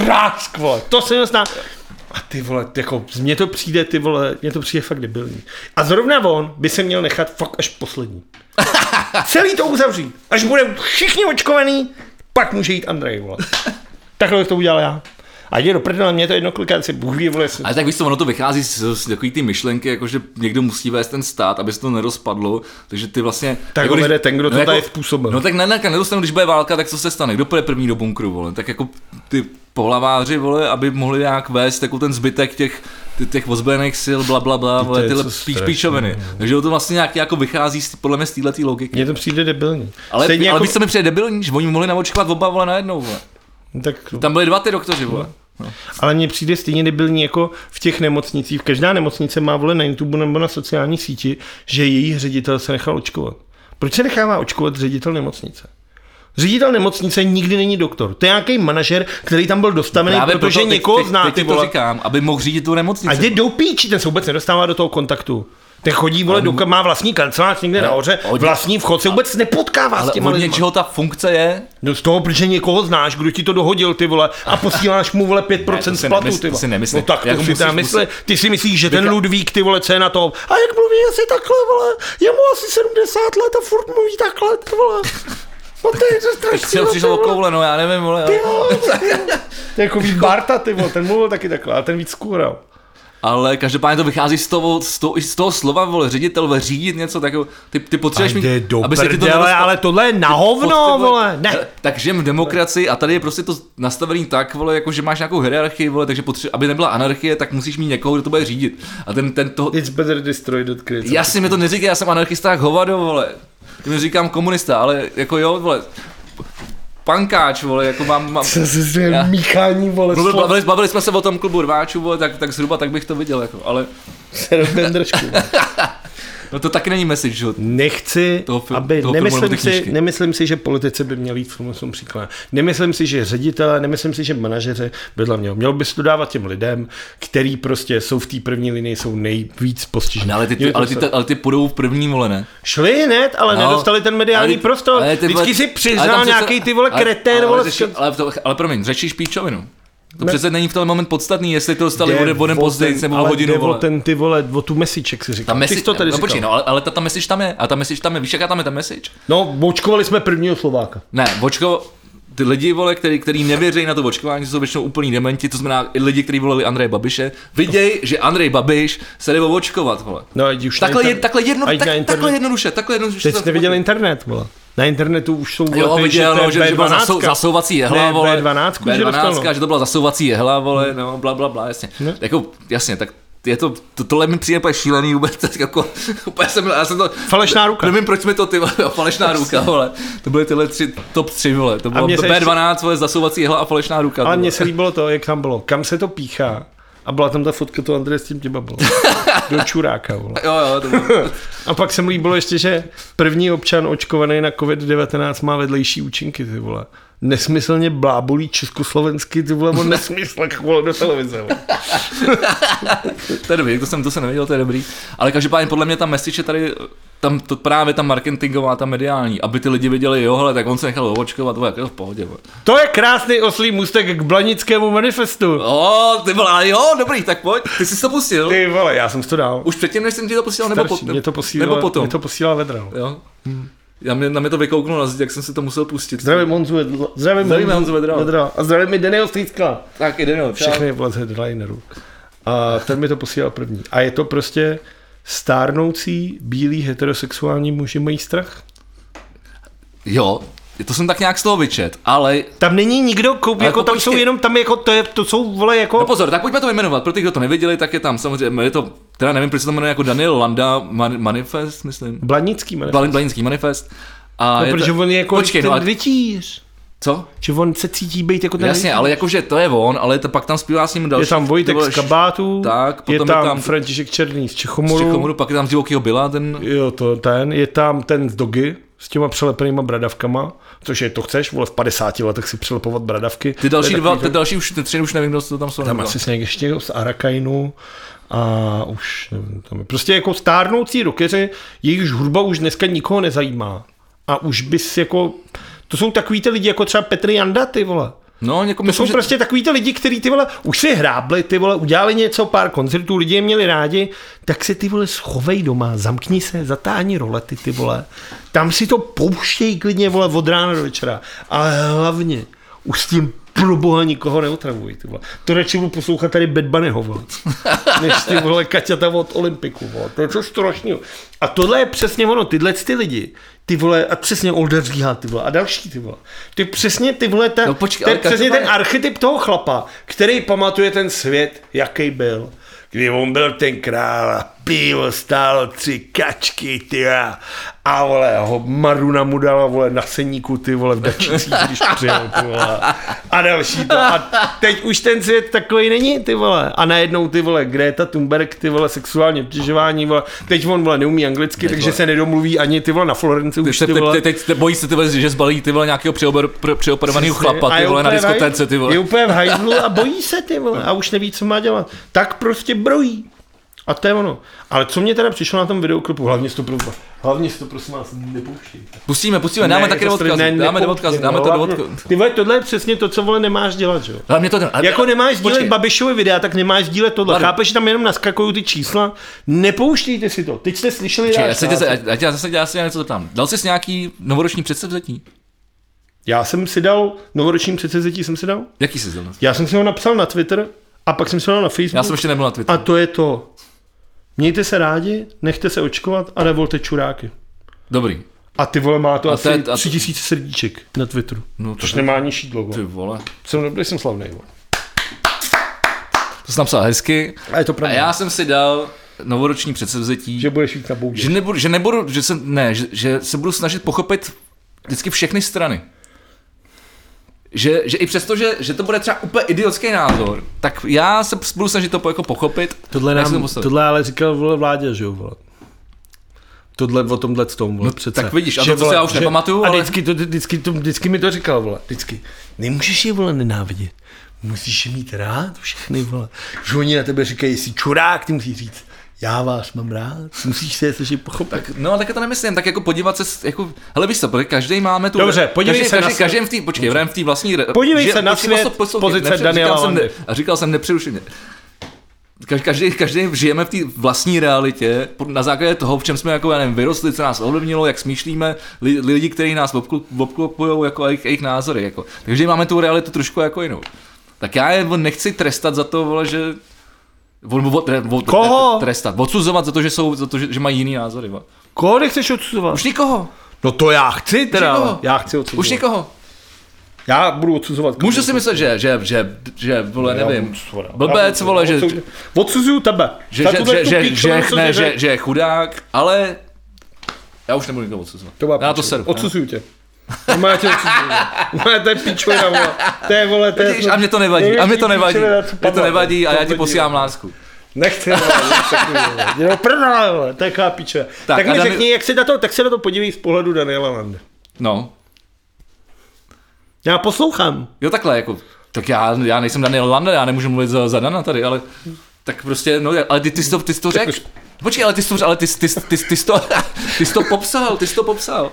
Speaker 1: prásk, vole, to se nesná. A ty vole, jako, z mě to přijde, ty vole, mně to přijde fakt debilní. A zrovna on by se měl nechat fakt až poslední. Celý to uzavřít. Až bude všichni očkovaný, pak může jít Andrej, vole. Takhle bych to udělal já. A jde do prdele, mě to jedno klikat, si bůh ví, vole, jestli-
Speaker 2: Ale tak víš co, ono to vychází z, z takový ty myšlenky, jako že někdo musí vést ten stát, aby se to nerozpadlo, takže ty vlastně...
Speaker 1: Tak
Speaker 2: jako
Speaker 1: ho vede ten, kdo to tady způsobil.
Speaker 2: No tak ne, ne, nedostanu, když bude válka, tak co se stane? Kdo půjde první do bunkru, vole? Tak jako ty pohlaváři, vole, aby mohli nějak vést jako ten zbytek těch, ty- těch ozbrojených sil, bla, bla, bla, vole,
Speaker 1: je
Speaker 2: tyhle
Speaker 1: co
Speaker 2: píč,
Speaker 1: strašný, no.
Speaker 2: píčoviny. Takže to vlastně nějak jako vychází z, podle mě z této logiky.
Speaker 1: Mně to přijde debilní.
Speaker 2: Ale, ale
Speaker 1: Stejně
Speaker 2: jako...
Speaker 1: jako,
Speaker 2: víš, co mi přijde debilní, že oni mohli naočkovat oba vole najednou, vole.
Speaker 1: tak,
Speaker 2: Tam byli dva ty doktoři,
Speaker 1: No.
Speaker 2: vole.
Speaker 1: ale mně přijde stejně debilní jako v těch nemocnicích. Každá nemocnice má vole na YouTube nebo na sociální síti, že její ředitel se nechal očkovat. Proč se nechává očkovat ředitel nemocnice? Ředitel nemocnice nikdy není doktor. To je nějaký manažer, který tam byl dostavený, protože
Speaker 2: proto teď-
Speaker 1: někoho
Speaker 2: teď-
Speaker 1: zná.
Speaker 2: teď
Speaker 1: ty
Speaker 2: ti to
Speaker 1: vole.
Speaker 2: říkám, aby mohl řídit tu nemocnici.
Speaker 1: A jde do píči, ten se vůbec nedostává do toho kontaktu. Ten chodí, vole, do, má vlastní kancelář někde nahoře,
Speaker 2: od-
Speaker 1: vlastní vchod se vůbec nepotkává s
Speaker 2: Ale
Speaker 1: těma
Speaker 2: od
Speaker 1: lidma.
Speaker 2: něčeho ta funkce je,
Speaker 1: No z toho, protože někoho znáš, kdo ti to dohodil, ty vole, a posíláš mu, vole, 5%
Speaker 2: Ne, to si
Speaker 1: z platu,
Speaker 2: nemysl-
Speaker 1: ty
Speaker 2: to
Speaker 1: vole.
Speaker 2: si nemyslím.
Speaker 1: No tak to
Speaker 2: Jako
Speaker 1: si
Speaker 2: musíš-
Speaker 1: tam mysle. Ty si myslíš, že ten
Speaker 2: Vyka-
Speaker 1: Ludvík, ty vole, co je na to? A jak mluví asi takhle, vole, je mu asi 70 let a furt mluví takhle, ty vole. No to je to
Speaker 2: tak si
Speaker 1: strašný.
Speaker 2: ho přišel okoule, no já nevím, vole. ale-
Speaker 1: To je jako víc Barta, ty vole, ten mluvil taky takhle, a ten víc skůral.
Speaker 2: Ale každopádně to vychází z toho, z toho, i z toho slova, vole, ředitel, vole, řídit něco takového. Ty, ty potřebuješ
Speaker 1: Jde do
Speaker 2: aby se ti to
Speaker 1: prdele,
Speaker 2: nerozpa-
Speaker 1: ale tohle je na hovno,
Speaker 2: potřebuje-
Speaker 1: vole, ne.
Speaker 2: Eh, Tak žijeme v demokracii a tady je prostě to nastavený tak, vole, jako že máš nějakou hierarchii, vole, takže potře- aby nebyla anarchie, tak musíš mít někoho, kdo to bude řídit. A ten, ten to,
Speaker 1: It's better destroyed than created.
Speaker 2: já si mi to neříkej, já jsem anarchista jak hovado, vole. Ty mi říkám komunista, ale jako jo, vole, pankáč, vole, jako mám, mám
Speaker 1: Co se zde míchání, vole,
Speaker 2: Mluvil,
Speaker 1: slov
Speaker 2: bavili, bavili, jsme se o tom klubu rváčů, vole, tak, tak zhruba tak bych to viděl, jako, ale
Speaker 1: se do tendrčku.
Speaker 2: no to taky není message, že? jo.
Speaker 1: Nechci,
Speaker 2: Toho fil-
Speaker 1: aby,
Speaker 2: toho filmu
Speaker 1: nemyslím,
Speaker 2: nebo ty
Speaker 1: si,
Speaker 2: knížky.
Speaker 1: nemyslím si, že politici by měli jít v tomhle tom příkladem. Nemyslím si, že ředitele, nemyslím si, že manažeři vedle mě. Měl bys to dávat těm lidem, který prostě jsou v té první linii, jsou nejvíc postižení.
Speaker 2: No, ale ty, ty, ale, ty, ale ty půjdou v první, vole, ne?
Speaker 1: Šli hned, ale
Speaker 2: No,
Speaker 1: nedostali ten mediální
Speaker 2: ale-
Speaker 1: prostor.
Speaker 2: ale ty vole-
Speaker 1: Vždycky si
Speaker 2: ale
Speaker 1: přiznal
Speaker 2: tam přece-
Speaker 1: nějaký ty vole
Speaker 2: ale-
Speaker 1: kretén,
Speaker 2: ale
Speaker 1: vole,
Speaker 2: řeši- Ale, to, ale promiň, řečíš píčovinu. To
Speaker 1: Ne.
Speaker 2: přece není v ten moment podstatný, jestli to dostali
Speaker 1: Jde
Speaker 2: o nebo
Speaker 1: o
Speaker 2: později,
Speaker 1: ten-
Speaker 2: nebo o
Speaker 1: ale
Speaker 2: hodinu,
Speaker 1: jde o
Speaker 2: vole.
Speaker 1: ten ty vole, o tu mesiček si
Speaker 2: Ta
Speaker 1: říkal. Ty
Speaker 2: message,
Speaker 1: jsi to tady
Speaker 2: no, počkej,
Speaker 1: říkal.
Speaker 2: no, ale, ale ta, ta message tam je, a ta message tam je, víš, jaká tam je ta message?
Speaker 1: No, očkovali jsme prvního Slováka.
Speaker 2: Ne, očko, ty lidi, vole, který, který nevěří na to očkování, jsou většinou úplný dementi, to znamená i lidi, kteří volili Andreje Babiše, viděj, že Andrej Babiš se jde očkovat, vole.
Speaker 1: No, ať už na
Speaker 2: Takhle, je,
Speaker 1: internet-
Speaker 2: takhle, jedno,
Speaker 1: ať
Speaker 2: tak,
Speaker 1: na internet-
Speaker 2: takhle jednoduše, takhle jednoduše.
Speaker 1: Teď
Speaker 2: se
Speaker 1: jste
Speaker 2: to-
Speaker 1: viděl internet, vole. Na internetu už jsou
Speaker 2: Jo,
Speaker 1: ty,
Speaker 2: viděl,
Speaker 1: to je
Speaker 2: no, že, že byla
Speaker 1: B12.
Speaker 2: zasou, zasouvací jehla,
Speaker 1: ne,
Speaker 2: vole.
Speaker 1: B12, že dostal,
Speaker 2: B12,
Speaker 1: no.
Speaker 2: že to byla zasouvací jehla, vole, no, bla, bla, bla, jasně.
Speaker 1: No.
Speaker 2: Jako, jasně, tak je to, to, tohle mi přijde úplně šílený vůbec, tak jako, úplně jsem, já jsem to...
Speaker 1: Falešná ruka.
Speaker 2: Nevím, proč mi to ty, vole, jo, falešná ruka, vole. To byly tyhle tři, top tři, vole. To bylo
Speaker 1: mně se
Speaker 2: B12, vole, zasouvací jehla a falešná ruka.
Speaker 1: Ale
Speaker 2: ty
Speaker 1: mně
Speaker 2: vole.
Speaker 1: se líbilo to, jak tam bylo. Kam se to píchá? A byla tam ta fotka toho Andreje s tím těbabou. Do čuráka, vole.
Speaker 2: Jo, jo, to bylo.
Speaker 1: A pak se mi líbilo ještě, že první občan očkovaný na COVID-19 má vedlejší účinky, ty vole. Nesmyslně blábolí československy, ty vole, o nesmyslech, vole, do televize, vole.
Speaker 2: To je dobrý, to jsem, to jsem nevěděl, to je dobrý. Ale každopádně podle mě ta message je tady, tam, to právě ta marketingová, ta mediální, aby ty lidi viděli, jo, hele, tak on se nechal očkovat, to je v pohodě. Bo.
Speaker 1: To je krásný oslý můstek k blanickému manifestu.
Speaker 2: O, ty vole, ale jo, dobrý, tak pojď, ty jsi to pustil.
Speaker 1: Ty vole, já jsem si to dal.
Speaker 2: Už předtím, než jsem ti to posílal, nebo,
Speaker 1: Starší,
Speaker 2: po,
Speaker 1: mě to posílala,
Speaker 2: nebo potom.
Speaker 1: Mě to posílala vedra. no.
Speaker 2: Jo. Já mě, na mě to vykouknulo na zdi, jak jsem si to musel pustit.
Speaker 1: Zdravím Honzu Vedla. Zdravím,
Speaker 2: Zdravíme Honzu Vedrala.
Speaker 1: A zdravím i Daniel Stýcka.
Speaker 2: Tak, jde, no, čau.
Speaker 1: Všechny vole z headlinerů. A ten mi to posílal první. A je to prostě stárnoucí, bílí, heterosexuální muži mají strach.
Speaker 2: Jo, to jsem tak nějak z toho vyčet, ale
Speaker 1: Tam není nikdo, koup,
Speaker 2: Ale
Speaker 1: jako tam
Speaker 2: počkej.
Speaker 1: jsou jenom, tam jako, to, je, to jsou, vole,
Speaker 2: No
Speaker 1: jako...
Speaker 2: pozor, tak pojďme to jmenovat. Pro ty, kdo to neviděli, tak je tam samozřejmě, je to, teda nevím, proč se to jmenuje jako Daniel Landa man, Manifest, myslím.
Speaker 1: Blanický, man.
Speaker 2: Blan- Blanínský manifest. A
Speaker 1: No,
Speaker 2: je to-
Speaker 1: protože on je jako
Speaker 2: Počkej,
Speaker 1: ten
Speaker 2: no a-
Speaker 1: rytíř.
Speaker 2: Co?
Speaker 1: Že on se cítí být jako ten
Speaker 2: Jasně,
Speaker 1: rytíř.
Speaker 2: ale jakože to je on, ale to pak tam zpívá s ním další.
Speaker 1: Je tam Vojtek
Speaker 2: to bylo
Speaker 1: z Kabátu,
Speaker 2: tak, potom
Speaker 1: je
Speaker 2: je
Speaker 1: tam,
Speaker 2: tam-
Speaker 1: František Černý z
Speaker 2: z
Speaker 1: Čechomoru,
Speaker 2: Čechomoru, pak je tam z divokýho byla ten...
Speaker 1: Jo, to ten, je tam ten z Dogy s těma přelepenýma bradavkama, což je to chceš, vole, v 50 letech si přelepovat bradavky.
Speaker 2: Ty další
Speaker 1: To je
Speaker 2: dva,
Speaker 1: takový,
Speaker 2: ty další už, ty tři už nevím, kdo to tam jsou.
Speaker 1: Tam
Speaker 2: nebylo.
Speaker 1: asi sněk ještě z Arakainu a už nevím, tam je. Prostě jako stárnoucí rokeři, jejichž hudba už dneska nikoho nezajímá. A už bys jako, to jsou takový ty lidi jako třeba Petr Janda, ty vole.
Speaker 2: No, jako
Speaker 1: To
Speaker 2: myslím,
Speaker 1: jsou
Speaker 2: že...
Speaker 1: prostě takový ty lidi, kteří ty vole už si hrábli, ty vole udělali něco, pár koncertů, lidi je měli rádi, tak se ty vole schovej doma, zamkni se, zatáhni rolety ty vole. Tam si to pouštěj klidně vole od rána do večera. Ale hlavně už s tím pro boha nikoho neotravuj, ty vole. To radši budu poslouchat tady Bad Bunnyho, vole, než ty vole kaťata od Olympiku, vole. To je co strašného. A tohle je přesně ono, tyhle ty lidi, ty vole, a přesně Olda Říha, ty vole, a další, ty vole. To je přesně ty vole, ta,
Speaker 2: No počkej,
Speaker 1: to je
Speaker 2: ale
Speaker 1: přesně ten
Speaker 2: každopádně-
Speaker 1: archetyp toho chlapa, který pamatuje ten svět, jaký byl. Kdy on byl ten král a pivo stálo tři kačky, ty a- a vole, ho Maruna mu dala, vole, na seníku, ty vole, v dačicích, když přijel, ty vole. A další to. A teď už ten svět takový není, ty vole. A najednou, ty vole, Greta Thunberg, ty vole, sexuální obtěžování, vole. Teď on, vole, neumí anglicky, takže
Speaker 2: vole.
Speaker 1: se nedomluví ani, ty vole, na Florenci už,
Speaker 2: Teď,
Speaker 1: ty vole.
Speaker 2: teď, teď, teď bojí se, ty vole, že zbalí ty vole nějakého přeober, pr- přeoperovaného chlapa,
Speaker 1: A
Speaker 2: ty
Speaker 1: je
Speaker 2: vole, na
Speaker 1: úplně v haj-
Speaker 2: diskotéce, ty
Speaker 1: Je
Speaker 2: vole.
Speaker 1: úplně v hajzlu a bojí se, ty vole, a už neví, co má dělat. Tak prostě brojí. A to je ono. Ale co mě teda přišlo na tom videoklipu, hlavně si to, pro, hlavně si to prosím vás nepouštějte.
Speaker 2: Pustíme, pustíme, dáme taky do
Speaker 1: to stra-
Speaker 2: odkazu,
Speaker 1: ne,
Speaker 2: dáme do
Speaker 1: nepouštějte,
Speaker 2: odkazu, dáme
Speaker 1: no,
Speaker 2: to do
Speaker 1: hlavně-
Speaker 2: odkazu.
Speaker 1: Ty vole, tohle je přesně to, co vole nemáš dělat, že jo.
Speaker 2: Ale mě to ten, ale-
Speaker 1: Jako nemáš dílet
Speaker 2: počkej.
Speaker 1: Babišovi videa, tak nemáš dílet tohle.
Speaker 2: Pardon.
Speaker 1: Chápeš, že tam jenom naskakují ty čísla? Nepouštějte si to. Teď jste slyšeli
Speaker 2: Počkej,
Speaker 1: náš
Speaker 2: já se tě,
Speaker 1: názor.
Speaker 2: já, já, tě zase, já se tě něco zeptám. Dal jsi nějaký novoroční předsevzetí?
Speaker 1: já jsem si dal, novoročním předsevzetí jsem si dal?
Speaker 2: Jaký jsi dal?
Speaker 1: Já jsem si ho napsal na Twitter a pak jsem si ho dal na Facebook.
Speaker 2: Já jsem ještě nebyl na Twitteru.
Speaker 1: A to je to. Mějte se rádi, nechte se očkovat a nevolte čuráky.
Speaker 2: Dobrý.
Speaker 1: A ty vole má to
Speaker 2: A
Speaker 1: a asi
Speaker 2: to je- a to-
Speaker 1: 3000 srdíček na Twitteru.
Speaker 2: No to,
Speaker 1: Což nemá ani šídlo. vole.
Speaker 2: ty vole.
Speaker 1: Jsem dobrý, jsem slavný. vole.
Speaker 2: To jsi napsal hezky.
Speaker 1: A je to
Speaker 2: A
Speaker 1: pravda.
Speaker 2: já jsem si dal novoroční předsevzetí,
Speaker 1: Že budeš jít na boudě.
Speaker 2: že nebudu, že nebudu, že se, ne, že, že se budu snažit pochopit vždycky všechny strany. Že, že i přesto, že, že to bude třeba úplně idiotský názor, tak já se budu snažit to po- jako pochopit.
Speaker 1: Tohle,
Speaker 2: jak se tomu
Speaker 1: nám,
Speaker 2: postavit.
Speaker 1: tohle ale říkal vole vládě, že jo, vole. Tohle o tomhle tom, vole, no, přece.
Speaker 2: tak vidíš, a
Speaker 1: Že,
Speaker 2: to, co
Speaker 1: vole,
Speaker 2: já už
Speaker 1: že-
Speaker 2: nepamatuju,
Speaker 1: A
Speaker 2: ale-
Speaker 1: vždycky, to, vždycky, to, vždycky mi to říkal, vole, vždycky. Nemůžeš je, vole, nenávidět. Musíš je mít rád všechny, vole. Že oni na tebe říkají, jsi čurák, ty musíš říct, já vás mám rád, musíš se je snažit pochopit. Tak,
Speaker 2: No, tak já to nemyslím, tak jako podívat se, s- jako, hele víš co, protože každý máme tu...
Speaker 1: Dobře, podívej
Speaker 2: každý,
Speaker 1: se na
Speaker 2: každý,
Speaker 1: svět.
Speaker 2: každý, v té, počkej, vrajím v té vlastní... re-
Speaker 1: Podívej
Speaker 2: že-
Speaker 1: se na
Speaker 2: počkej,
Speaker 1: svět
Speaker 2: posl- poslouchej,
Speaker 1: pozice
Speaker 2: nepře-
Speaker 1: Daniela
Speaker 2: říkal jsem ne-
Speaker 1: Landy.
Speaker 2: A říkal jsem nepřerušeně. Ka- Každý, každý žijeme v té vlastní realitě pod- na základě toho, v čem jsme jako, já nevím, vyrostli, co nás ovlivnilo, jak smýšlíme, li, lidi, kteří nás obklopují, jako a jejich, jejich názory. Jako. Takže máme tu realitu trošku jako jinou. Tak já je nechci trestat za to, vole, že on- on- tre- on-
Speaker 1: Koho?
Speaker 2: Trestat, odsuzovat za to, že, jsou, za to, že, že mají jiný názory. vole.
Speaker 1: Koho nechceš odsuzovat?
Speaker 2: Už nikoho.
Speaker 1: No to já chci teda,
Speaker 2: nikoho.
Speaker 1: vole. já chci odsuzovat.
Speaker 2: Už nikoho.
Speaker 1: Já budu odsuzovat.
Speaker 2: Můžu si myslet, že, že, že, že, vole,
Speaker 1: Já
Speaker 2: nevím,
Speaker 1: budu odsuzovat. Já
Speaker 2: blbec,
Speaker 1: budu-
Speaker 2: vole, že,
Speaker 1: odsou- Odsuzuju tebe.
Speaker 2: že,
Speaker 1: Za
Speaker 2: že,
Speaker 1: tuhle
Speaker 2: že,
Speaker 1: tu
Speaker 2: že,
Speaker 1: píčovinu,
Speaker 2: že,
Speaker 1: co
Speaker 2: ne,
Speaker 1: jsi
Speaker 2: že,
Speaker 1: řekl.
Speaker 2: že je chudák, ale já už nebudu nikoho odsuzovat.
Speaker 1: To má
Speaker 2: Já to
Speaker 1: pičovina.
Speaker 2: seru.
Speaker 1: Odsuzuju tě. Má tě odsuzuju. Má, to je pičovina, vole. To je, vole, to je...
Speaker 2: Vidíš, a mě to nevadí, a mě to nevadí,
Speaker 1: Pičovina, co
Speaker 2: mě to
Speaker 1: padla,
Speaker 2: nevadí a
Speaker 1: to
Speaker 2: já ti
Speaker 1: vadí.
Speaker 2: posílám lásku.
Speaker 1: Nechci, vole, nic takového, vole. Jenom prdele, vole, to je taková pičovina.
Speaker 2: Tak,
Speaker 1: Tak,
Speaker 2: a
Speaker 1: mi
Speaker 2: Dani-
Speaker 1: řekni, jak se na to, tak se na to podívej z pohledu Daniela Lande.
Speaker 2: No,
Speaker 1: Já poslouchám.
Speaker 2: jo takhle, jako, tak já, já nejsem Daniel Landa, já nemůžu mluvit za, za Dana tady, ale tak prostě, no, ale ty, ty jsi to, ty jsi to řekl. Počkej, ale ty jsi to, ale ty, jsi- ty, jsi- ty, jsi- ty, jsi to, ty jsi to popsal, ty jsi to popsal.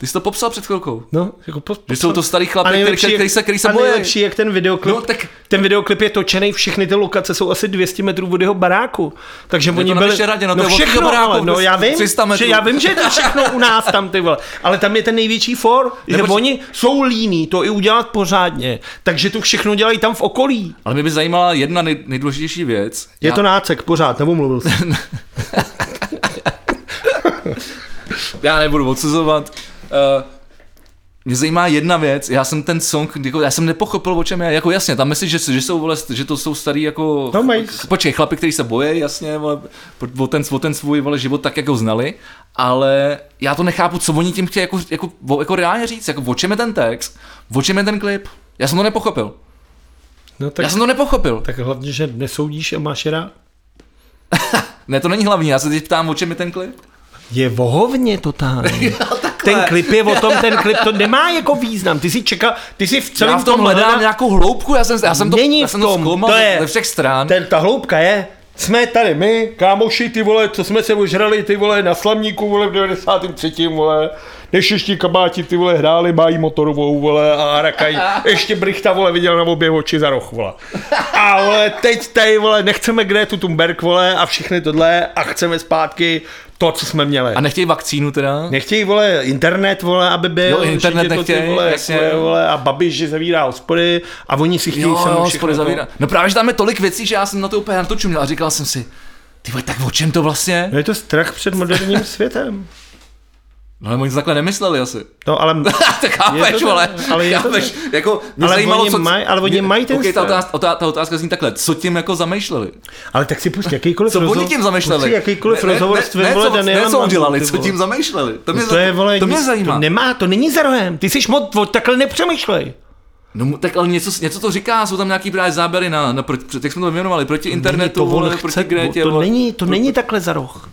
Speaker 2: Ty jsi to popsal před chvilkou.
Speaker 1: No, jako po, po,
Speaker 2: Že jsou to starý
Speaker 1: a
Speaker 2: chlapy, který,
Speaker 1: nejlepší,
Speaker 2: který, se, který se
Speaker 1: a
Speaker 2: boje.
Speaker 1: nejlepší, jak ten videoklip,
Speaker 2: No, tak-
Speaker 1: ten videoklip je točený, všechny ty lokace jsou asi 200 metrů od jeho baráku. Takže
Speaker 2: to
Speaker 1: oni
Speaker 2: na
Speaker 1: byli,
Speaker 2: Vyšehradě, no to je od
Speaker 1: všechno,
Speaker 2: tvýho baráku,
Speaker 1: ale, no já vím,
Speaker 2: 300 metrů.
Speaker 1: že, já vím, že je to všechno u nás tam, ty vole. Ale tam je ten největší for, že
Speaker 2: Nebo-
Speaker 1: oni jsou líní to i udělat pořádně. Takže to všechno dělají tam v okolí.
Speaker 2: Ale mě by zajímala jedna nej, nejdůležitější věc.
Speaker 1: Je
Speaker 2: Já-
Speaker 1: to nácek, pořád, nebo mluvil jsi.
Speaker 2: já nebudu odsuzovat. Uh, Eh, mě zajímá jedna věc, já jsem ten song, jako, já jsem nepochopil, o čem je, jako jasně, tam myslím, že, že jsou, vole, že to jsou starý, jako,
Speaker 1: No, mají-
Speaker 2: počkej, chlapi, kteří se boje, jasně, vole, pro- o ten, o ten svůj, vole, život tak, jak ho znali, ale já to nechápu, co oni tím chtějí, jako, jako, o- jako reálně říct, jako, o čem je ten text, o čem je ten klip, já jsem to nepochopil,
Speaker 1: No tak,
Speaker 2: já jsem to nepochopil,
Speaker 1: tak hlavně, že nesoudíš a máš je rád.
Speaker 2: ne, to není hlavní, já se teď ptám, o čem je ten klip,
Speaker 1: Je vohovně totálně. ten klip je o tom, ten klip to nemá jako význam. Ty si čekal, ty si v celém
Speaker 2: já v tom hledám
Speaker 1: hledal-
Speaker 2: nějakou hloubku, já jsem, já jsem to,
Speaker 1: Není
Speaker 2: já
Speaker 1: v
Speaker 2: jsem to
Speaker 1: tom,
Speaker 2: zkoumal
Speaker 1: to je-
Speaker 2: ze všech stran,
Speaker 1: Ten, ta hloubka je, jsme tady my, kámoši, ty vole, co jsme se ožrali, ty vole, na slavníku, vole, v 93. vole, nešeští kabáti, ty vole, hráli, mají motorovou, vole, a rakají, ještě Brichta, vole, viděl na obě oči za roh, vole. A vole, teď tady, vole, nechceme Gretu Thunberg, vole, a všechny tohle, a chceme zpátky to, co jsme měli.
Speaker 2: a nechtějí vakcínu teda,
Speaker 1: Nechtějí, vole, internet, vole, aby byl.
Speaker 2: Jo, internet
Speaker 1: že to ty,
Speaker 2: nechtějí,
Speaker 1: vole,
Speaker 2: jasně.
Speaker 1: vole, vole, a babiš, že zavírá hospody a oni si chtějí
Speaker 2: Jo,
Speaker 1: sami
Speaker 2: jo,
Speaker 1: všechno
Speaker 2: hospody
Speaker 1: to-
Speaker 2: zavírá. No právě, že tam je tolik věcí, že já jsem na to úplně natočil a říkal jsem si, ty vole, tak o čem to vlastně?
Speaker 1: No je to strach před moderním světem.
Speaker 2: No ale oni to takhle nemysleli asi.
Speaker 1: No ale
Speaker 2: tak chápeš,
Speaker 1: tak,
Speaker 2: vole.
Speaker 1: ale je to
Speaker 2: chápeš,
Speaker 1: tak.
Speaker 2: jako, mě
Speaker 1: Ale
Speaker 2: zajímalo,
Speaker 1: oni
Speaker 2: co...
Speaker 1: maj- ale oni
Speaker 2: mě-
Speaker 1: mají ten
Speaker 2: okay, ta,
Speaker 1: strach.
Speaker 2: otázka, ta, ta, otázka zní takhle, co tím jako zamýšleli?
Speaker 1: Ale tak si pust jakýkoliv
Speaker 2: Co
Speaker 1: rozhovor.
Speaker 2: oni tím
Speaker 1: pust
Speaker 2: zamýšleli?
Speaker 1: si jakýkoliv
Speaker 2: Ne- ne-
Speaker 1: rozhovor s tvým
Speaker 2: ne,
Speaker 1: vole
Speaker 2: co- Ne,
Speaker 1: Danielem
Speaker 2: co
Speaker 1: Lantou,
Speaker 2: udělali,
Speaker 1: ty
Speaker 2: co
Speaker 1: vole. No
Speaker 2: tím zamýšleli? To mě,
Speaker 1: to je, vole,
Speaker 2: to mě
Speaker 1: nic-
Speaker 2: zajímá.
Speaker 1: To nemá, to není za rohem. Ty jsi moc, o- takhle nepřemýšlej.
Speaker 2: No mu- tak ale něco, něco to říká, jsou tam nějaký právě záběry na, na proti, jak jsme to jmenovali, proti
Speaker 1: Není
Speaker 2: internetu,
Speaker 1: on
Speaker 2: vole, proti
Speaker 1: chce,
Speaker 2: Grétě.
Speaker 1: to,
Speaker 2: vole.
Speaker 1: není, to není takhle za roh.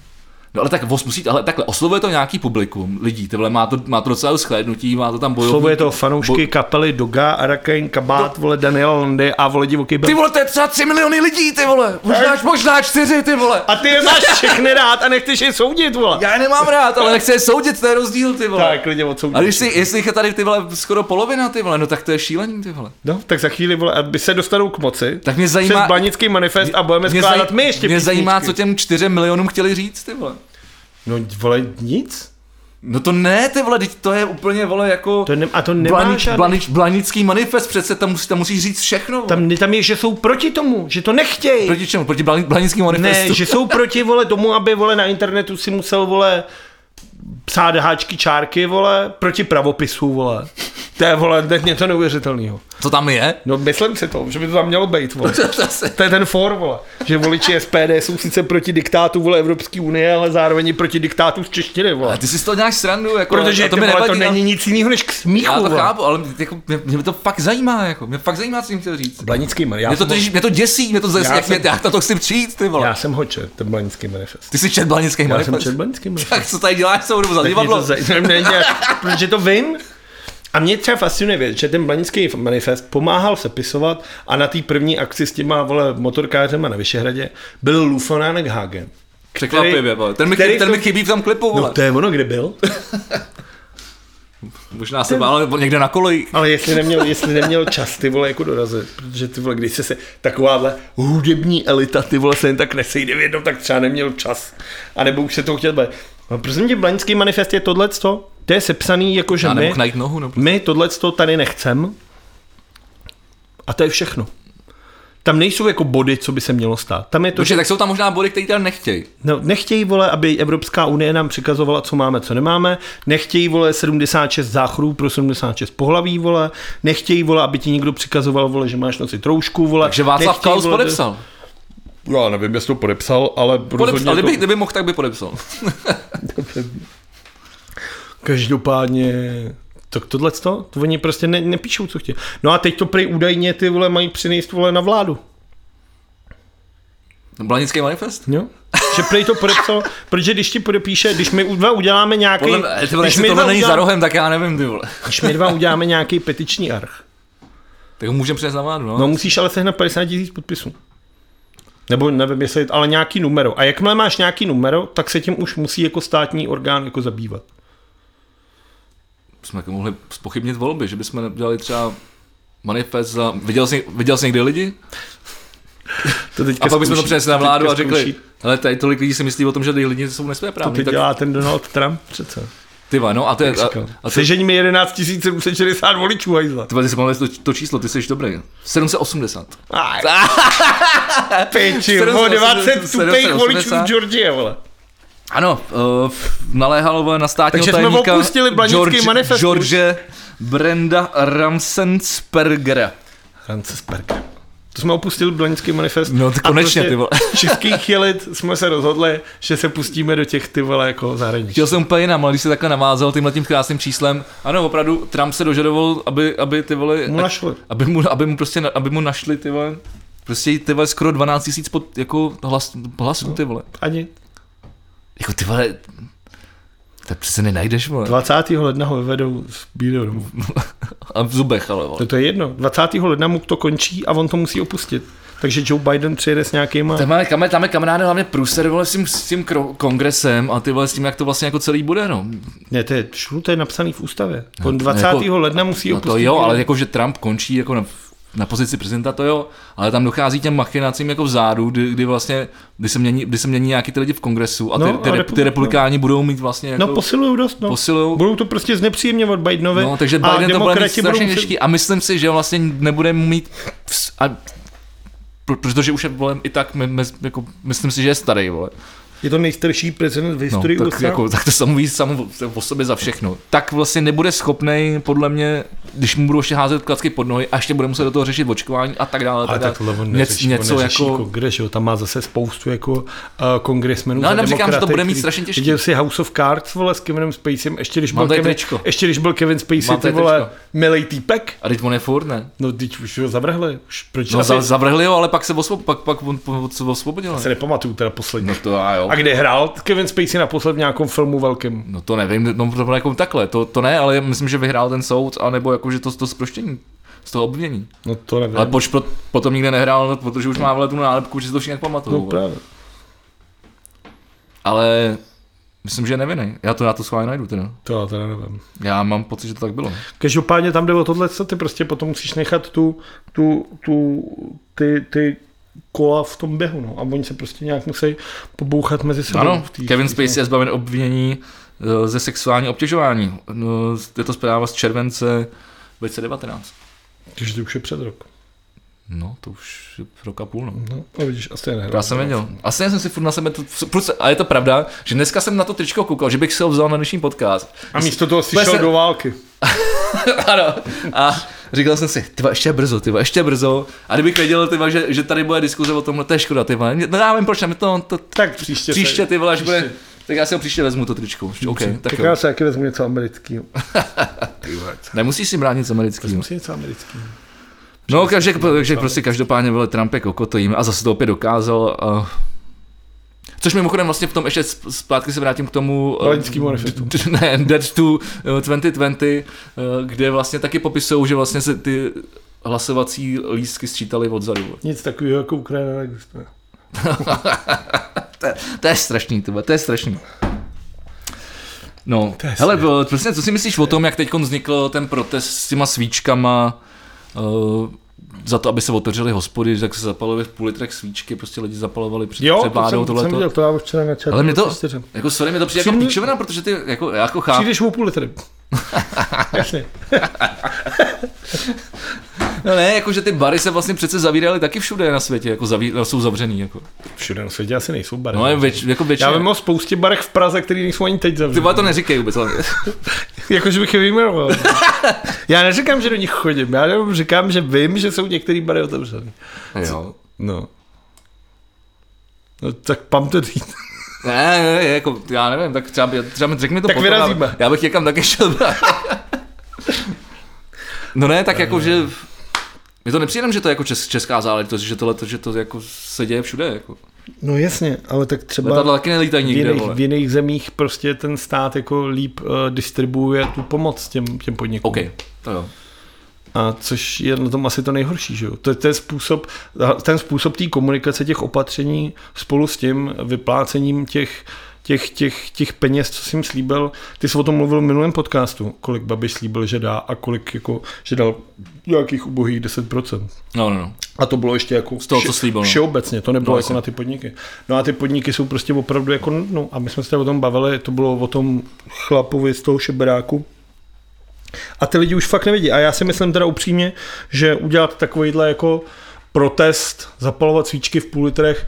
Speaker 2: No ale tak os musí, ale takhle, oslovuje to nějaký publikum lidí, tyhle má to, má to docela schlédnutí, má to tam bojovníky.
Speaker 1: Slovuje to fanoušky kapely Doga, Arakain, Kabát, vole Daniela Landy a vole Divoký Bel.
Speaker 2: No. Ty vole, to je třeba 3 miliony lidí, ty vole, možná, možná 4, ty vole.
Speaker 1: A ty je máš všechny rád a nechceš je soudit, vole.
Speaker 2: Já je nemám rád, ale nechci je soudit, to je rozdíl, ty vole.
Speaker 1: Tak, klidně odsoudíš.
Speaker 2: A když si, jestli jich je tady ty vole skoro polovina, ty vole, no tak to je šílení, ty vole.
Speaker 1: No, tak za chvíli, vole, aby se dostanou k moci.
Speaker 2: Tak mě zajímá-
Speaker 1: Přes banický manifest a budeme
Speaker 2: Mě,
Speaker 1: skládat my ještě
Speaker 2: mě zajímá, co
Speaker 1: písničky.
Speaker 2: těm 4 milionům chtěli říct, ty vole.
Speaker 1: No, vole, nic.
Speaker 2: No to ne, ty vole, teď to je úplně, vole, jako...
Speaker 1: To ne, a to nemá
Speaker 2: blanič,
Speaker 1: žádný-
Speaker 2: blanič, blanický manifest, přece tam, musí, tam musíš říct všechno, vole.
Speaker 1: Tam, tam je, že jsou proti tomu, že to nechtějí.
Speaker 2: Proti čemu? Proti blani- blanickému manifestu?
Speaker 1: Ne, že jsou proti, vole, tomu, aby, vole, na internetu si musel, vole, psát háčky, čárky, vole, proti pravopisu, vole. To je, vole, to je něco neuvěřitelného.
Speaker 2: Co tam je?
Speaker 1: No, myslím si to, že by to tam mělo být, vole.
Speaker 2: Zase.
Speaker 1: To je ten for, vole. Že voliči SPD jsou sice proti diktátu, vole, Evropské unie, ale zároveň i proti diktátu z češtiny, vole.
Speaker 2: A ty si z toho děláš srandu, jako,
Speaker 1: Protože
Speaker 2: a to
Speaker 1: to,
Speaker 2: mi
Speaker 1: vole, to
Speaker 2: nevadí.
Speaker 1: není nic jiného než k smíchu.
Speaker 2: já to
Speaker 1: vole.
Speaker 2: chápu, ale jako, mě, mě, to fakt zajímá, jako, mě fakt zajímá, co jim chtěl říct.
Speaker 1: Blanický man, já,
Speaker 2: Mě to,
Speaker 1: jsem ho,
Speaker 2: totiž, mě to děsí, mě to zase,
Speaker 1: Já
Speaker 2: jak
Speaker 1: jsem-
Speaker 2: mě, já na to chci přijít, ty vole.
Speaker 1: já jsem ho čet, ten Blanický manifest.
Speaker 2: Ty jsi čet blanický
Speaker 1: Já jsem
Speaker 2: manifest.
Speaker 1: čet Blanický manifest.
Speaker 2: Tak co tady děláš, co budu
Speaker 1: Mě
Speaker 2: za
Speaker 1: to
Speaker 2: divadlo?
Speaker 1: zajímá, ne, ne, protože to vím. A mě třeba fascinuje věc, že ten Blanický manifest pomáhal sepisovat a na té první akci s těma vole, motorkářema na Vyšehradě byl Lufonánek Hagen.
Speaker 2: Překvapivě, vole. Ten mi,
Speaker 1: který
Speaker 2: chybí, ten mi
Speaker 1: to-
Speaker 2: chybí v tom klipu,
Speaker 1: No
Speaker 2: vole.
Speaker 1: to je ono, kde byl.
Speaker 2: Možná se bál, nebo někde na kolejích.
Speaker 1: Ale jestli neměl, jestli neměl čas ty vole jako dorazit, protože ty vole, když se, se takováhle hudební elita ty vole se jen tak nesejde v jednom, tak třeba neměl čas. A nebo už se to chtěl být. No, prosím tě, Blaňský manifest je tohleto, to je sepsaný jako, že
Speaker 2: Já
Speaker 1: my,
Speaker 2: nemohl najít nohu, no.
Speaker 1: my tohleto tady nechcem. A to je všechno. Tam nejsou jako body, co by se mělo stát. Tam je to,
Speaker 2: Protože
Speaker 1: že
Speaker 2: tak jsou tam možná body, které tam nechtějí.
Speaker 1: No, nechtějí, vole, aby Evropská unie nám přikazovala, co máme, co nemáme. Nechtějí, vole, 76 záchodů pro 76 pohlaví, vole. Nechtějí, vole, aby ti někdo přikazoval, vole, že máš nosit troušku, vole.
Speaker 2: Takže Václav
Speaker 1: Nechtějí,
Speaker 2: Klaus
Speaker 1: vole,
Speaker 2: podepsal.
Speaker 1: Já nevím, jestli to podepsal, ale rozhodně jako-
Speaker 2: Podepsal,
Speaker 1: to...
Speaker 2: kdyby, kdyby mohl, tak by podepsal.
Speaker 1: Každopádně... Tak tohle to? Oni prostě ne, nepíšou, co chtějí. No a teď to prý údajně ty vole mají přinést vole na vládu.
Speaker 2: Blanický manifest?
Speaker 1: Jo? Že prej to podepsal, protože když ti podepíše, když my dva uděláme nějaký...
Speaker 2: Podle mě, ty vole,
Speaker 1: když
Speaker 2: jestli
Speaker 1: my
Speaker 2: tohle
Speaker 1: dva
Speaker 2: není za
Speaker 1: uděláme-
Speaker 2: rohem, tak já nevím, ty vole.
Speaker 1: Když my dva uděláme nějaký petiční arch,
Speaker 2: Tak ho můžeme přinést na vládu, no.
Speaker 1: no musíš ale sehnat 50 tisíc podpisů. Nebo nevím, jestli, ale nějaký numero. A jakmile máš nějaký numero, tak se tím už musí jako státní orgán jako zabývat.
Speaker 2: Jsme jako mohli spochybnit volby, že bychom dělali třeba manifest za... Viděl jsi, viděl jsi někdy lidi?
Speaker 1: To teďka
Speaker 2: A pak bychom to
Speaker 1: zkouší-
Speaker 2: přinesli na vládu
Speaker 1: teďka
Speaker 2: a řekli,
Speaker 1: zkouší.
Speaker 2: ale tady tolik lidí si myslí o tom, že ty lidi jsou
Speaker 1: To
Speaker 2: nesvéprávní.
Speaker 1: teď
Speaker 2: Tak
Speaker 1: dělá ten Donald Trump přece.
Speaker 2: ty vole, no a to je... A,
Speaker 1: Říkal.
Speaker 2: a ty,
Speaker 1: Sežeň mi 11 760 voličů, hajzla.
Speaker 2: ty vole, ty jsi pamatuješ to, to, číslo, ty jsi dobrý. 780.
Speaker 1: Aj. Piči, o
Speaker 2: 780,
Speaker 1: 20 tupých voličů
Speaker 2: 780.
Speaker 1: z Georgie, vole.
Speaker 2: Ano, uh, naléhalo na státního
Speaker 1: Takže jsme
Speaker 2: tajemníka
Speaker 1: opustili Blanický manifest.
Speaker 2: George Brenda Ramsenspergera.
Speaker 1: Rancesperka. To jsme opustili Blaňský manifest.
Speaker 2: No, tak
Speaker 1: A prostě
Speaker 2: konečně, ty vole.
Speaker 1: českých jelit jsme se rozhodli, že se pustíme do těch ty vole jako zahraničí.
Speaker 2: Chtěl jsem úplně jinam, ale když se takhle navázal tímhle tím krásným číslem, ano, opravdu, Trump se dožadoval, aby, aby ty vole,
Speaker 1: Mu našli.
Speaker 2: aby mu, aby mu prostě, na- aby mu našli ty vole, prostě ty vole skoro 12 tisíc pod, jako hlas, hlasů ty vole.
Speaker 1: Ani.
Speaker 2: Jako ty vole, to přece nenajdeš, vole.
Speaker 1: 20. ledna ho vyvedou z Bílého domu.
Speaker 2: A v zubech, ale vole.
Speaker 1: No To, to je jedno. 20. ledna mu to končí a on to musí opustit. Takže Joe Biden přijede s nějakýma...
Speaker 2: Tam máme, kam, tam je kamaráde hlavně průser vole, s tím, s tím kro- kongresem a ty vole s tím, jak to vlastně jako celý bude, no.
Speaker 1: Ne, to je, šlu, to je napsaný v ústavě. On 20.
Speaker 2: jako-
Speaker 1: ledna musí
Speaker 2: no
Speaker 1: opustit.
Speaker 2: to jo, ale jako, že Trump končí jako na, na pozici prezidenta, to jo, ale tam dochází těm machinacím jako vzadu, kdy, kdy vlastně, kdy se, mění, kdy se mění nějaký ty lidi v kongresu a ty,
Speaker 1: No,
Speaker 2: no,
Speaker 1: a
Speaker 2: ty, ty,
Speaker 1: republi-
Speaker 2: ty republikáni budou mít vlastně jako...
Speaker 1: No posilují dost, no.
Speaker 2: Posilujou.
Speaker 1: Budou to prostě znepříjemňovat Bidenovi
Speaker 2: No,
Speaker 1: a
Speaker 2: takže Biden to bude mít
Speaker 1: demokrati budou
Speaker 2: strašně
Speaker 1: muset-
Speaker 2: těžký a myslím si, že vlastně nebude mít vz- a, pro- protože už je volem i tak, my, my, jako, myslím si, že je starý, vole.
Speaker 1: Je to nejstarší prezident v
Speaker 2: No,
Speaker 1: historii
Speaker 2: tak,
Speaker 1: USA.
Speaker 2: jako, tak to samo ví samo o sobě za všechno. Tak vlastně nebude schopnej, podle mě, když mu budou ještě házet klacky pod nohy a ještě bude muset do toho řešit očkování a tak dále.
Speaker 1: Ale
Speaker 2: dále.
Speaker 1: tak tohle on neřeší,
Speaker 2: Něco, něco
Speaker 1: on neřeší
Speaker 2: jako...
Speaker 1: kongres, že jo, tam má zase spoustu jako uh, kongresmenů
Speaker 2: No,
Speaker 1: za
Speaker 2: jenom říkám, že to
Speaker 1: demokraty,
Speaker 2: bude mít
Speaker 1: který-
Speaker 2: strašně těžký.
Speaker 1: Viděl si House of Cards, vole, s Kevinem Spacem, ještě když, byl
Speaker 2: Mám tady
Speaker 1: Kevin,
Speaker 2: tričko.
Speaker 1: ještě když byl Kevin Spacey,
Speaker 2: Mám
Speaker 1: ty
Speaker 2: tady
Speaker 1: vole,
Speaker 2: tričko.
Speaker 1: milej týpek,
Speaker 2: A teď on je furt, ne?
Speaker 1: no teď už ho zavrhli, už proč
Speaker 2: No,
Speaker 1: asi-
Speaker 2: za, zavrhli ho, ale pak se osvob, pak, pak on, po- se osvobodil. ne?
Speaker 1: se nepamatuju teda poslední.
Speaker 2: No to a jo.
Speaker 1: A kde hrál Kevin Spacey naposled v nějakém filmu velkém?
Speaker 2: No to nevím, no to bylo jako takhle, to, to ne, ale myslím, že vyhrál ten soud, anebo jako, že to, to zproštění z toho obvinění.
Speaker 1: No to nevím.
Speaker 2: Ale proč pro, potom nikde nehrál, no, protože už má vele tu nálepku, že si to všichni
Speaker 1: no,
Speaker 2: pamatují.
Speaker 1: právě.
Speaker 2: ale myslím, že je nevinný. Já to na to schválně najdu teda.
Speaker 1: To já teda nevím.
Speaker 2: Já mám pocit, že to tak bylo.
Speaker 1: Každopádně tam jde o tohle, co ty prostě potom musíš nechat tu, tu, tu, ty, ty kola v tom běhu, no. A oni se prostě nějak musí pobouchat mezi sebou.
Speaker 2: Ano,
Speaker 1: v tý-
Speaker 2: Kevin
Speaker 1: v tý-
Speaker 2: Spacey je zbaven obvinění eh, ze sexuální obtěžování. No, je to zpráva z července 2019.
Speaker 1: Takže to už je před rok.
Speaker 2: No, to už je rok a půl, no.
Speaker 1: No, a vidíš, asi je nehrál.
Speaker 2: Já jsem věděl. Asi já jsem si furt na sebe... To, furt, se- a je to pravda, že dneska jsem na to tričko koukal, že bych si ho vzal na dnešní podcast.
Speaker 1: A místo toho si
Speaker 2: Bude
Speaker 1: šel
Speaker 2: se-
Speaker 1: do války.
Speaker 2: ano. A říkal jsem si, tyva, ještě je brzo, tyva, ještě je brzo. A kdybych věděl, tyva, že, že tady bude diskuze o tomhle, to je škoda, tyva. No, já vím proč, a my to, to
Speaker 1: Tak příště. se-
Speaker 2: příště, ty vole, až
Speaker 1: příště.
Speaker 2: bude, tak já si ho příště vezmu to tričko. OK, tak
Speaker 1: Tak
Speaker 2: jo.
Speaker 1: já se taky vezmu něco amerického. Ty vole, co?
Speaker 2: Nemusíš si brát nic amerického.
Speaker 1: Musí něco amerického.
Speaker 2: No, takže, takže prostě každopádně byl Trump jako kotojím a zase to opět dokázal. A... Což mimochodem vlastně v tom ještě z- zpátky se vrátím k tomu... eh,
Speaker 1: Loňskému manifestu.
Speaker 2: d- Ne, Dead to eh, 2020, eh, kde vlastně taky popisují, že vlastně se ty hlasovací lístky sčítaly odzadu.
Speaker 1: Nic takového jako Ukrajina neexistuje.
Speaker 2: To je strašný, tyba, to je strašný. No,
Speaker 1: je
Speaker 2: hele, bylo, přesně, co si myslíš o tom, jak teď vznikl ten protest s těma svíčkama uh, za to, aby se otevřely hospody, tak se zapalovaly v půl litrech svíčky, prostě lidi zapalovali před,
Speaker 1: Jo,
Speaker 2: před
Speaker 1: to jsem,
Speaker 2: vládou
Speaker 1: to jsem
Speaker 2: tohleto.
Speaker 1: viděl, to já už včera na čertu.
Speaker 2: Ale mě to,
Speaker 1: prostě řem.
Speaker 2: jako sorry, mě to přijde jako
Speaker 1: Přijde-
Speaker 2: píčovina, protože ty, jako, já jako chápu,
Speaker 1: Přijdeš o půl litry. Jasně.
Speaker 2: no ne, jako že ty bary se vlastně přece zavíraly taky všude na světě, jako zaví, jsou zavřený, jako.
Speaker 1: Všude na světě asi nejsou bary.
Speaker 2: No je věč, jako
Speaker 1: já
Speaker 2: většině.
Speaker 1: vím o spoustě barech v Praze, které nejsou ani teď
Speaker 2: Ty
Speaker 1: zavřený.
Speaker 2: vole, to neříkej vůbec, ale...
Speaker 1: Jakože bych je vyjmenoval. já neříkám, že do nich chodím, já jenom říkám, že vím, že jsou některé bary otevřené.
Speaker 2: jo.
Speaker 1: No. No tak pam to říct.
Speaker 2: Ne, ne, ne, jako, já nevím, tak třeba, by- třeba mi řekni to
Speaker 1: Tak
Speaker 2: potom,
Speaker 1: vyrazíme.
Speaker 2: ale Já bych někam taky šel. no ne, tak jako, že... Je to nepřijde, že to je jako čes, česká záležitost, že tohle, že to jako se děje všude. Jako.
Speaker 1: No jasně, ale tak třeba
Speaker 2: Letadla taky nelítají
Speaker 1: v
Speaker 2: nikde,
Speaker 1: jiných,
Speaker 2: vole.
Speaker 1: v jiných zemích prostě ten stát jako líp uh, distribuuje tu pomoc těm, těm podnikům.
Speaker 2: OK, to jo.
Speaker 1: A což je na tom asi to nejhorší, že jo? To je ten způsob, ten způsob té komunikace těch opatření spolu s tím vyplácením těch, těch, těch, těch peněz, co jsem slíbil. Ty jsi o tom mluvil v minulém podcastu, kolik Babiš slíbil, že dá a kolik jako, že dal nějakých ubohých 10%.
Speaker 2: No, no, no.
Speaker 1: A to bylo ještě jako
Speaker 2: Z toho, co slíbil, no.
Speaker 1: všeobecně, to nebylo
Speaker 2: No,
Speaker 1: no, jako
Speaker 2: jasně.
Speaker 1: na ty podniky. No a ty podniky jsou prostě opravdu jako, no a my jsme se tady o tom bavili, to bylo o tom chlapovi z toho šeberáku. A ty lidi už fakt nevidí. A já si myslím teda upřímně, že udělat takovýhle jako protest, zapalovat svíčky v půl litrech,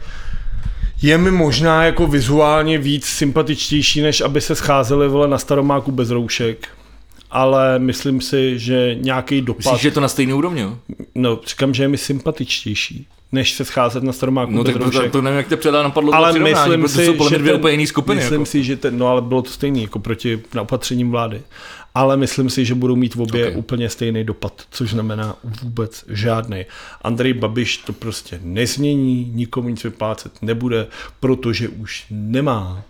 Speaker 1: je mi možná jako vizuálně víc sympatičtější, než aby se scházeli vole na staromáku bez roušek. Ale myslím si, že nějaký dopad...
Speaker 2: Myslíš, že je to na stejný úrovni? jo?
Speaker 1: No, říkám, že je mi sympatičtější, než se scházet na staromáku
Speaker 2: No
Speaker 1: bez
Speaker 2: tak to,
Speaker 1: roušek.
Speaker 2: to, to nevím, jak tě předá napadlo to
Speaker 1: ale
Speaker 2: přirovnání,
Speaker 1: myslím
Speaker 2: protože
Speaker 1: si,
Speaker 2: jsou podle mě
Speaker 1: že
Speaker 2: dvě
Speaker 1: ten-
Speaker 2: úplně jiný skupiny.
Speaker 1: Myslím
Speaker 2: Jako.
Speaker 1: si, že ten, no ale bylo to stejný jako proti na opatřením vlády. Ale myslím si, že budou mít v obě
Speaker 2: Ok.
Speaker 1: okay. úplně stejný dopad, což znamená vůbec žádný. Andrej Babiš to prostě nezmění, nikomu nic vyplácet nebude, protože už nemá,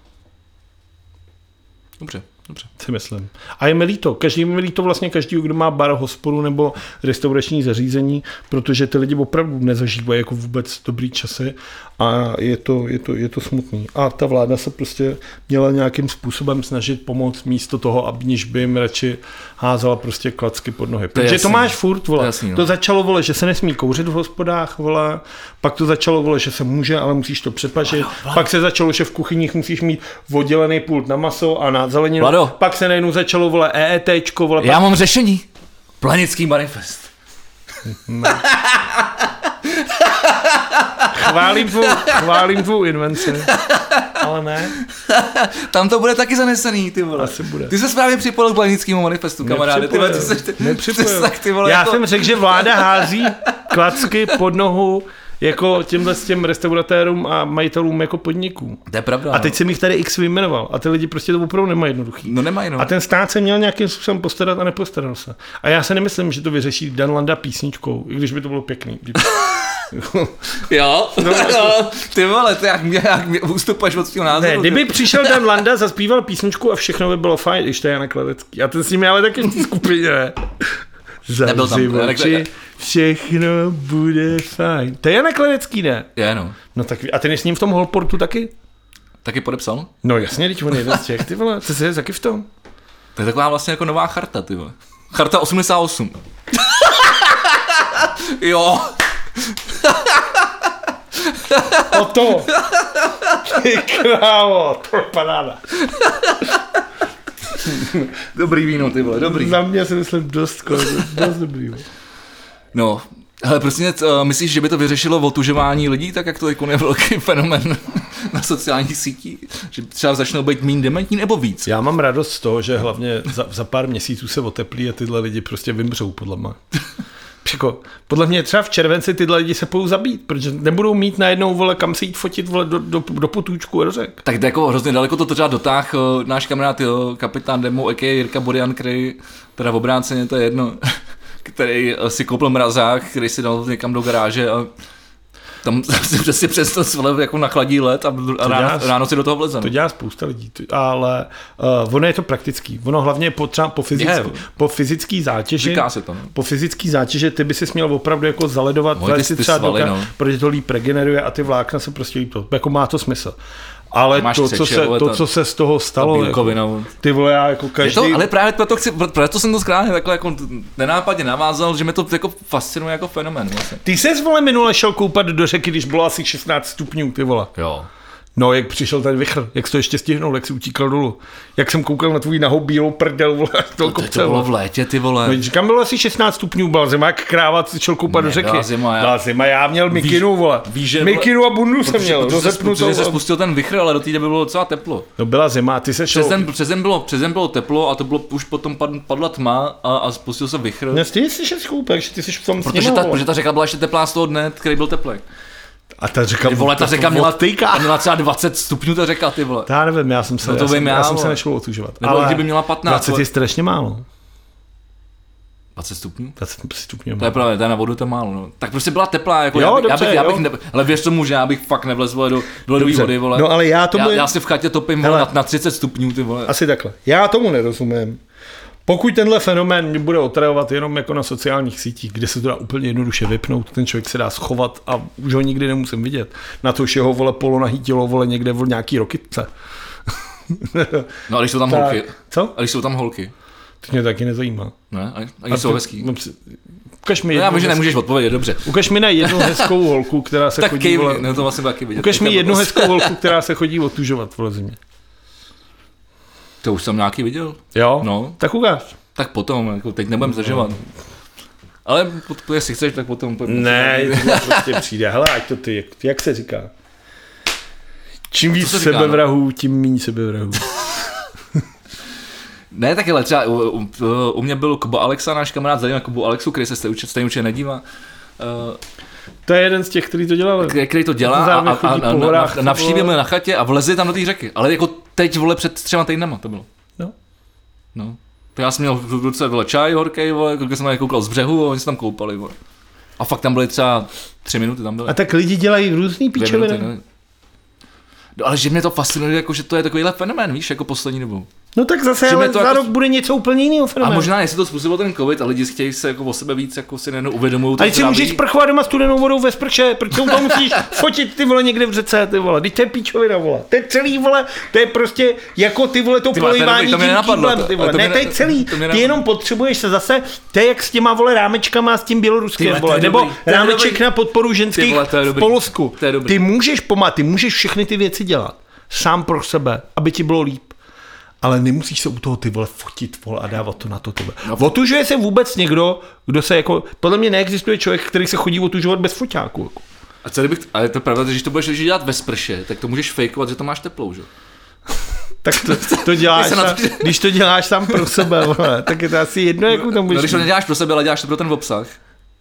Speaker 2: Dobře, dobře.
Speaker 1: si myslím. A je mi líto, každý mi líto vlastně každý, kdo má bar, hospodu nebo restaurační zařízení, protože ty lidi opravdu nezažívají jako vůbec dobrý časy a je to, je to, je to smutný. A ta vláda se prostě měla nějakým způsobem snažit pomoct místo toho, aniž by jim radši házela prostě klacky pod nohy.
Speaker 2: je
Speaker 1: Protože to
Speaker 2: jasný.
Speaker 1: máš furt,
Speaker 2: To
Speaker 1: vole.
Speaker 2: je jasný, no.
Speaker 1: To začalo, vole, že se nesmí kouřit v hospodách, vole. Pak to začalo, vole, že se může, ale musíš to přepažit. Pak se začalo, že v kuchyních musíš mít oddělený pult na maso a na zeleninu.
Speaker 2: Vlado.
Speaker 1: Pak se najednou začalo, vole, EETčko, vole.
Speaker 2: Já mám řešení. Planický manifest.
Speaker 1: Chválím tvou, chválím tvou invenci. Ale ne.
Speaker 2: Tam to bude taky zanesený, ty vole.
Speaker 1: Asi bude.
Speaker 2: Ty se správně připojil k planickému manifestu, kamaráde. Ty vole, ty seš ty,
Speaker 1: Nepřipojil.
Speaker 2: ty, tak, ty vole,
Speaker 1: Já
Speaker 2: jako,
Speaker 1: jsem řekl, že vláda hází klacky pod nohu jako těmhle s těm restauratérům a majitelům jako podniků.
Speaker 2: To je pravda.
Speaker 1: A teď jsem jich tady x vyjmenoval. A ty lidi prostě to opravdu nemají jednoduchý.
Speaker 2: no. no nemají, no.
Speaker 1: A ten stát se měl nějakým způsobem postarat a nepostaral se. A já se nemyslím, že to vyřeší Dan Landa písničkou, i když by to bylo pěkný.
Speaker 2: Jo, no, no, ty vole, ty jak, mě, jak mě ustupuješ od svého názoru.
Speaker 1: Ne, kdyby přišel Dan Landa, zaspíval písničku a všechno by bylo fajn, když to je Jana Kladecký. A ten s nimi ale taky v té skupině, ne?
Speaker 2: Nebyl tam,
Speaker 1: Zavři
Speaker 2: ne,
Speaker 1: oči,
Speaker 2: tak-
Speaker 1: všechno bude fajn. To je Jana Kladecký, ne?
Speaker 2: Je, no.
Speaker 1: No tak, a ten je s ním v tom Holportu taky?
Speaker 2: Taky podepsal?
Speaker 1: No jasně, teď on je jeden z těch, ty vole, ty jsi taky v tom.
Speaker 2: To je taková vlastně jako nová charta, ty vole. Charta 88. jo.
Speaker 1: O to! Ty krávo, to je paráda.
Speaker 2: Dobrý víno, ty vole, dobrý.
Speaker 1: Za mě si myslím dost, kole- dost dobrý. vole.
Speaker 2: No, ale prostě uh, myslíš, že by to vyřešilo otužování lidí, tak jak to jako je velký fenomen na sociálních sítích? Že třeba začnou být méně dementní nebo víc?
Speaker 1: Já mám radost z toho, že hlavně za, za pár měsíců se oteplí a tyhle lidi prostě vymřou, podle mě. Přiko, podle mě třeba v červenci tyhle lidi se půjdou zabít, protože nebudou mít najednou, vole, kam se jít fotit, vole, do, do, do potůčku a do řek.
Speaker 2: Tak jde jako hrozně daleko to třeba dotáh eh, náš kamarád, jo, kapitán Demo, a.k.a. Jirka Bodian, který, teda v obráceně, to je jedno, který eh, si koupil mrazák, který si dal někam do garáže a tam si přesně přes to svalil jako na chladí let a a
Speaker 1: děláš?
Speaker 2: ráno, ráno si do toho vleze.
Speaker 1: To
Speaker 2: no.
Speaker 1: dělá spousta lidí, to- ale uh, ono je to praktický. Ono hlavně po, třeba po, fyzický,
Speaker 2: Je.
Speaker 1: po fyzický zátěži.
Speaker 2: Říká se to, no.
Speaker 1: Po fyzický zátěži ty by si měl opravdu jako zaledovat,
Speaker 2: Hoj, ty-
Speaker 1: vlézt si
Speaker 2: ty
Speaker 1: třeba
Speaker 2: svaly,
Speaker 1: do ka-
Speaker 2: no.
Speaker 1: protože to líp regeneruje a ty vlákna se prostě líp to, jako má to smysl. Ale
Speaker 2: Máš
Speaker 1: to, co
Speaker 2: křeče,
Speaker 1: se,
Speaker 2: vole,
Speaker 1: to,
Speaker 2: ta-
Speaker 1: co se z toho stalo, jako,
Speaker 2: Bílkovina, vole.
Speaker 1: ty vole, já jako
Speaker 2: Je
Speaker 1: každý...
Speaker 2: to, ale právě proto, chci, proto jsem to zkrátka takhle jako nenápadně navázal, že mě to jako fascinuje jako fenomén vlastně.
Speaker 1: Ty ses, vole, minule šel koupat do řeky, když bylo asi 16 stupňů, ty vole.
Speaker 2: Jo.
Speaker 1: No, jak přišel ten vichr, jak jsi to ještě stihnul, jak jsi utíkal dolů. Jak jsem koukal na tvůj nahou bílou prdel, vole, to,
Speaker 2: No, To, to bylo Jako v létě, ty vole.
Speaker 1: No, říkám, bylo asi 16 stupňů, byla zima, jak kráva co šel koupat do
Speaker 2: Ne,
Speaker 1: řeky.
Speaker 2: byla zima, já-
Speaker 1: Byla zima, já měl mikinu, vole.
Speaker 2: víš, že-
Speaker 1: mikinu a bundu jsem
Speaker 2: Protože-
Speaker 1: měl,
Speaker 2: protože se, protože se
Speaker 1: rozepnutou.
Speaker 2: spustil ten vichr, ale do té doby bylo docela teplo.
Speaker 1: No byla zima, a ty se šel...
Speaker 2: Přes den, přes, den bylo, přes den bylo teplo a to bylo už potom pad, padla tma a, a spustil se vichr.
Speaker 1: No, ty jsi šel koupat, takže ty jsi v tom s
Speaker 2: Protože
Speaker 1: nima,
Speaker 2: ta,
Speaker 1: vole.
Speaker 2: protože ta řeka byla ještě teplá z toho dne, který byl teplý.
Speaker 1: A ta řeka...
Speaker 2: Ty vole, ta
Speaker 1: to-
Speaker 2: řeka
Speaker 1: to
Speaker 2: měla,
Speaker 1: odtýká.
Speaker 2: ta měla třeba 20 stupňů, ta řeka, ty vole.
Speaker 1: Já nevím, já jsem se,
Speaker 2: No to
Speaker 1: já, jsem,
Speaker 2: vím já,
Speaker 1: já jsem se
Speaker 2: vole.
Speaker 1: nešel otužovat.
Speaker 2: Nebo kdyby měla 15,
Speaker 1: 20
Speaker 2: vole.
Speaker 1: je strašně málo.
Speaker 2: 20 stupňů?
Speaker 1: 20 stupňů
Speaker 2: To je
Speaker 1: málo.
Speaker 2: pravda, to je na vodu to je málo. No. Tak prostě byla teplá, jako
Speaker 1: Jo,
Speaker 2: já bych,
Speaker 1: dobře,
Speaker 2: já bych,
Speaker 1: jo.
Speaker 2: já bych ne, ale věř tomu, že já bych fakt nevlez vole, do, do ledové
Speaker 1: Dobře.
Speaker 2: vody, vole.
Speaker 1: No ale já tomu...
Speaker 2: já, já, si v chatě topím vole,
Speaker 1: Hele.
Speaker 2: na, na 30 stupňů, ty vole.
Speaker 1: Asi takhle. Já tomu nerozumím. Pokud tenhle fenomén mě bude otravovat jenom jako na sociálních sítích, kde se to dá úplně jednoduše vypnout, ten člověk se dá schovat a už ho nikdy nemusím vidět. Na to, že jeho vole polonahý tělo vole někde v nějaký rokytce.
Speaker 2: No a když jsou tam
Speaker 1: Tak,
Speaker 2: holky.
Speaker 1: co?
Speaker 2: A když jsou tam holky.
Speaker 1: To mě taky nezajímá.
Speaker 2: Ne, ani, ani jsou
Speaker 1: to-
Speaker 2: hezký.
Speaker 1: no, při- Ukaž mi,
Speaker 2: No, já
Speaker 1: jednu,
Speaker 2: vím, že
Speaker 1: hez...
Speaker 2: nemůžeš odpovědět, dobře.
Speaker 1: ukaž mi na jednu hezkou holku, která se
Speaker 2: Tak
Speaker 1: chodí...
Speaker 2: kejvni,
Speaker 1: vole...
Speaker 2: no to vlastně taky vidět.
Speaker 1: Ukaž
Speaker 2: To
Speaker 1: mi
Speaker 2: je
Speaker 1: jednu
Speaker 2: blbost.
Speaker 1: hezkou holku, která se chodí otužovat vole zimě.
Speaker 2: To už jsem nějaký viděl.
Speaker 1: Jo?
Speaker 2: No.
Speaker 1: Tak ukáž.
Speaker 2: Tak potom, jako teď nebudem zdržovat. Ale pod- jestli chceš, tak potom...
Speaker 1: Ne, to prostě přijde. Hele, ať to ty, jak se říká. Čím víc
Speaker 2: se říká, no?
Speaker 1: sebevrahů, tím méně sebevrahů.
Speaker 2: Ne, tak ale třeba u, u, u mě byl Kuba Alexa, náš kamarád, zdravím Kubu Alexu, který se stej- určitě- stejně určitě nedívá, Eh,
Speaker 1: To je jeden z těch, který to dělal.
Speaker 2: který, který to dělá a,
Speaker 1: Zároveň
Speaker 2: a, a
Speaker 1: chodí po
Speaker 2: na, na,
Speaker 1: horách, ty
Speaker 2: navštívíme
Speaker 1: vole.
Speaker 2: na chatě a vlezli tam do té řeky. Ale jako teď, vole, před třema týdnama to bylo.
Speaker 1: No.
Speaker 2: No. To já jsem měl v ruce vole, čaj horkej, vole, když jsem na ně koukal z břehu a oni se tam koupali. Vole. A fakt tam byly třeba tři minuty, tam byly.
Speaker 1: A tak lidi dělají různý
Speaker 2: Dvě
Speaker 1: píčoviny.
Speaker 2: minuty, nevím. No, ale že mě to fascinuje, jako, že to je takovýhle fenomén, víš, jako poslední dobou.
Speaker 1: No tak zase,
Speaker 2: Že
Speaker 1: ale
Speaker 2: mi to
Speaker 1: za
Speaker 2: jako-
Speaker 1: rok bude něco úplně jiného
Speaker 2: A
Speaker 1: fenoménu.
Speaker 2: možná, jestli to způsobilo ten covid a lidi chtějí se jako o sebe víc, jako si najednou uvědomují. to
Speaker 1: A teď si
Speaker 2: zdraví.
Speaker 1: můžeš prchovat doma studenou vodou ve sprše, proč se to musíš fotit ty vole někde v řece, ty vole, teď to je píčovina, vole, to je celý, vole, to je prostě jako ty vole to
Speaker 2: Ty vole, to je
Speaker 1: polivání
Speaker 2: dobrý, to
Speaker 1: tím
Speaker 2: mě nenapadlo,
Speaker 1: kýblem,
Speaker 2: to-
Speaker 1: ty vole,
Speaker 2: to mě
Speaker 1: ne, to je
Speaker 2: ne-
Speaker 1: celý,
Speaker 2: to mě
Speaker 1: ty
Speaker 2: nenapadlo.
Speaker 1: jenom potřebuješ se zase, to je jak s těma vole rámečkama a s tím
Speaker 2: Ty
Speaker 1: běloruskem,
Speaker 2: vole, to
Speaker 1: vole,
Speaker 2: je
Speaker 1: nebo
Speaker 2: dobrý, to je
Speaker 1: rámeček
Speaker 2: dobrý.
Speaker 1: na podporu ženských
Speaker 2: vole, to je
Speaker 1: v
Speaker 2: dobrý,
Speaker 1: Polsku,
Speaker 2: to je dobrý.
Speaker 1: ty můžeš pomáhat, ty můžeš všechny ty věci dělat, sám pro sebe, aby ti bylo líp. Ale nemusíš se u toho ty vole fotit vole a dávat to na to tebe. No. Otužuje se vůbec někdo, kdo se jako, podle mě neexistuje člověk, který se chodí otužovat bez foťáku. Jako.
Speaker 2: A co kdybych, ale to je pravda, že když to budeš když dělat ve sprše, tak to můžeš fakeovat, že to máš teplou, že?
Speaker 1: Tak to, to děláš,
Speaker 2: Když se na
Speaker 1: sám,
Speaker 2: to-
Speaker 1: když to děláš sám pro sebe, vole, tak je to asi jedno, jakou tam
Speaker 2: No,
Speaker 1: budeš.
Speaker 2: když to no, neděláš pro sebe, ale děláš to pro ten obsah,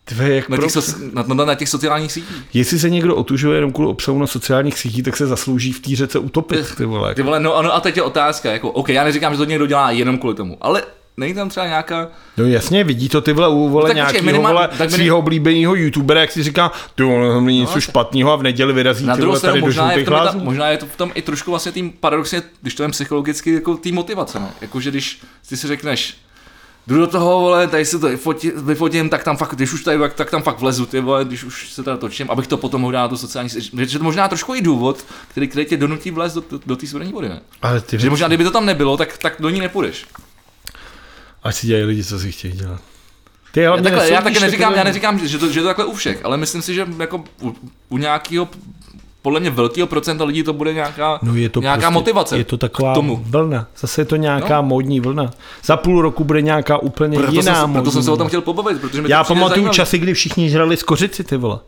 Speaker 1: Tve, jak
Speaker 2: na
Speaker 1: pro...
Speaker 2: těch, so, na, na, na těch sociálních sítích.
Speaker 1: Jestli se někdo otužuje jenom kvůli obsahu na sociálních sítích, tak se zaslouží v té řece utopit, ty vole.
Speaker 2: Ty vole, no ano, a teď je otázka, jako, OK, já neříkám, že to někdo dělá jenom kvůli tomu, ale není tam třeba nějaká,
Speaker 1: No jasně, vidí to ty vole u vole
Speaker 2: tak
Speaker 1: no,
Speaker 2: počkej,
Speaker 1: nějakého
Speaker 2: minimál-
Speaker 1: vole
Speaker 2: tak minim- No,
Speaker 1: svého oblíbeného youtubera, jak si říká, ty vole, tam není něco špatného a v neděli vyrazí
Speaker 2: na
Speaker 1: ty
Speaker 2: druhou
Speaker 1: vole
Speaker 2: stranu
Speaker 1: tady do
Speaker 2: možná je, v
Speaker 1: žlutých
Speaker 2: tom, i ta,
Speaker 1: lázní.
Speaker 2: možná je to v tom i trošku vlastně tým paradoxně, když to jen psychologicky, jako tým motivace, no. Jakože když ty si řekneš, jdu do toho, vole, tady si to foti, vyfotím, tak tam fakt, když už tady, tak tam fakt vlezu, ty vole, když už se teda točím, abych to potom mohl dát na tu sociální síť. Že to možná trošku i důvod, který, který tě donutí vlez do, do, do té studené vody, ne?
Speaker 1: Ale ty
Speaker 2: Že možná, kdyby to tam nebylo, tak, tak do ní nepůjdeš.
Speaker 1: Ať si dělají lidi, co si chtějí dělat. Ty, já,
Speaker 2: Já, takhle, já taky neříkám, já neříkám, že že to, že to takhle u všech, ale myslím si, že jako u, u nějakého, podle mě velkého procenta lidí to bude nějaká,
Speaker 1: No je to
Speaker 2: nějaká
Speaker 1: prostě,
Speaker 2: motivace.
Speaker 1: Je to taková
Speaker 2: k tomu.
Speaker 1: vlna. Zase je to nějaká no. módní vlna. Za půl roku bude nějaká úplně
Speaker 2: Proto,
Speaker 1: jiná
Speaker 2: jsem, se-
Speaker 1: módní
Speaker 2: proto jsem se o tom
Speaker 1: vlna.
Speaker 2: chtěl pobavit, protože mi to
Speaker 1: Já
Speaker 2: přijde
Speaker 1: pamatuju
Speaker 2: zajímavý.
Speaker 1: časy, kdy všichni žrali z kořici, ty vole.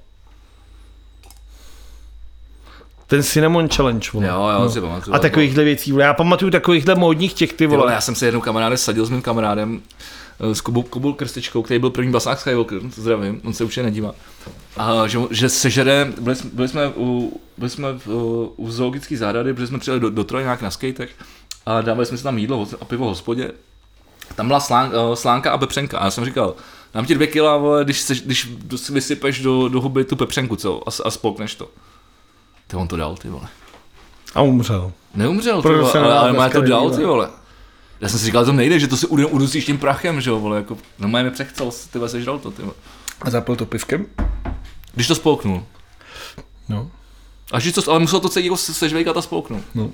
Speaker 1: Ten cinnamon challenge, vole. No.
Speaker 2: Jo, jo, si pamatuju.
Speaker 1: A takovýchhle věcí, vole. Já pamatuju takovýchhle módních těch, ty
Speaker 2: no. Ty vole,
Speaker 1: vole.
Speaker 2: já jsem se jednou kamaráde sadil s mým kamarádem, eh, s Kubou, Kubou Krstičkou, který byl první basák Skywalker, zdravím, on se určitě nedívá. A že, že sežere, byli, jsme- byli jsme, u, byli jsme v, eh, u zoologické zahrady, protože jsme přijeli do, do Troje nějak na skatech a dávali jsme si tam jídlo ho- a pivo v hospodě. Tam byla slán, eh, slánka a pepřenka a já jsem říkal, dám ti dvě kila, vole, když, se, když si vysypeš do, do huby tu pepřenku co, a, s- a spolkneš to. Ty on to dal, ty vole.
Speaker 1: A umřel.
Speaker 2: Neumřel, ty
Speaker 1: Proto
Speaker 2: vole,
Speaker 1: se
Speaker 2: ale,
Speaker 1: na
Speaker 2: ale má
Speaker 1: dneska no?
Speaker 2: to dal,
Speaker 1: nedívá.
Speaker 2: ty vole. Já jsem si říkal, to nejde, že to si udu- udusíš tím prachem, že jo, vole, jako, no mě přechcel, ty vole, sežral to, ty vole.
Speaker 1: A zapil to pivkem?
Speaker 2: Když to spouknul.
Speaker 1: No.
Speaker 2: Až když to, ale musel to celý jako se- sežvejkat a spouknout.
Speaker 1: No.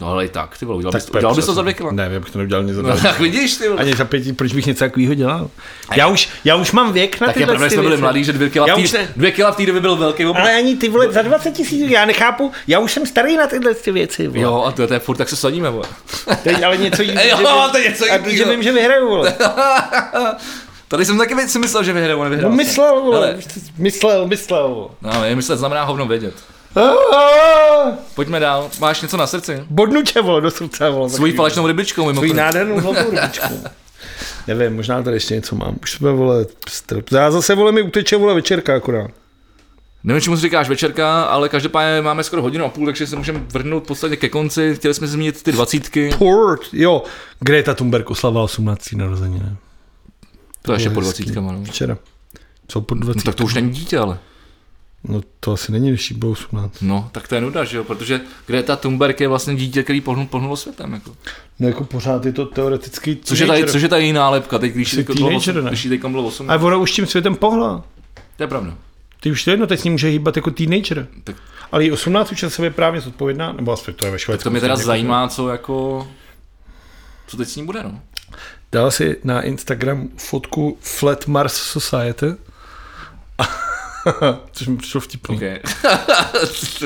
Speaker 2: No ale i tak, ty vole, udělal,
Speaker 1: Tak
Speaker 2: bys, to, udělal bys to za dvě kila.
Speaker 1: Ne, já bych to neudělal ani za dva
Speaker 2: No, tak vidíš, ty vole.
Speaker 1: Ani za pěti, proč bych něco takového dělal? Já už, já už mám věk na
Speaker 2: Tak je
Speaker 1: tyhle
Speaker 2: pravda, že
Speaker 1: ty
Speaker 2: jsme byli
Speaker 1: věci.
Speaker 2: mladí, že dvě kila,
Speaker 1: Já
Speaker 2: v tý-
Speaker 1: už ne-
Speaker 2: dvě kila v té době byl velký obraz.
Speaker 1: Ale ani ty vole, za 20 tisíc, já nechápu, já už jsem starý na tyhle ty věci, vole.
Speaker 2: Jo, a to, to je furt, tak se sadíme, vole.
Speaker 1: Teď ale něco jiného.
Speaker 2: Jo,
Speaker 1: že vím-
Speaker 2: to je něco
Speaker 1: a protože
Speaker 2: jinýho.
Speaker 1: vím, že vyhraju, vole.
Speaker 2: Tady jsem taky si myslel, že vyhrál, on
Speaker 1: No,
Speaker 2: nevyhrál.
Speaker 1: myslel, vole.
Speaker 2: Hele.
Speaker 1: Myslel, myslel.
Speaker 2: No, je myslet znamená hovno vědět.
Speaker 1: Aaaa,
Speaker 2: Pojďme dál, máš něco na srdci?
Speaker 1: Bodnu tě, vole, do srdce, vole.
Speaker 2: Svojí
Speaker 1: Takový-
Speaker 2: falešnou rybičkou,
Speaker 1: Svojí
Speaker 2: mimochodem.
Speaker 1: nádhernou zlatou rybičku. Nevím, možná tady ještě něco mám. Už jsme, vole, strp. Já zase, vole, mi uteče, vole, večerka akorát.
Speaker 2: Nevím, čemu si říkáš večerka, ale každopádně máme skoro hodinu a půl, takže se můžeme vrhnout v podstatě ke konci. Chtěli jsme zmínit ty dvacítky,
Speaker 1: Port, jo. Greta Thunberg oslavila 18. narozeniny.
Speaker 2: to je ještě
Speaker 1: bylo
Speaker 2: po
Speaker 1: hezký.
Speaker 2: dvacítkama, no.
Speaker 1: Včera. Co po
Speaker 2: No,
Speaker 1: 20?
Speaker 2: tak to už není dítě, ale.
Speaker 1: No to asi není, když jí bylo 18.
Speaker 2: No, tak to je nuda, že jo, protože Greta Thunberg je vlastně dítě, který pohnul, pohnulo světem, jako.
Speaker 1: No jako pořád je to teoreticky
Speaker 2: Což je, tady, což je tady jiná lepka, teď když
Speaker 1: Jsi
Speaker 2: jí teďko bylo
Speaker 1: teenager,
Speaker 2: osm-
Speaker 1: ne?
Speaker 2: když jí teďko bylo 8,
Speaker 1: A ona už tím světem pohla.
Speaker 2: to je pravda.
Speaker 1: Ty už to je jedno, teď s ní může hýbat jako teenager.
Speaker 2: Tak-
Speaker 1: Ale jí 18 už je sebe právě zodpovědná, nebo aspoň to je ve Švédsku.
Speaker 2: To mě teda
Speaker 1: Jako-
Speaker 2: zajímá, co jako, co teď s ním bude, no.
Speaker 1: Dala si na Instagram fotku Flat Mars Society. Což mi přišlo vtipný. Okay.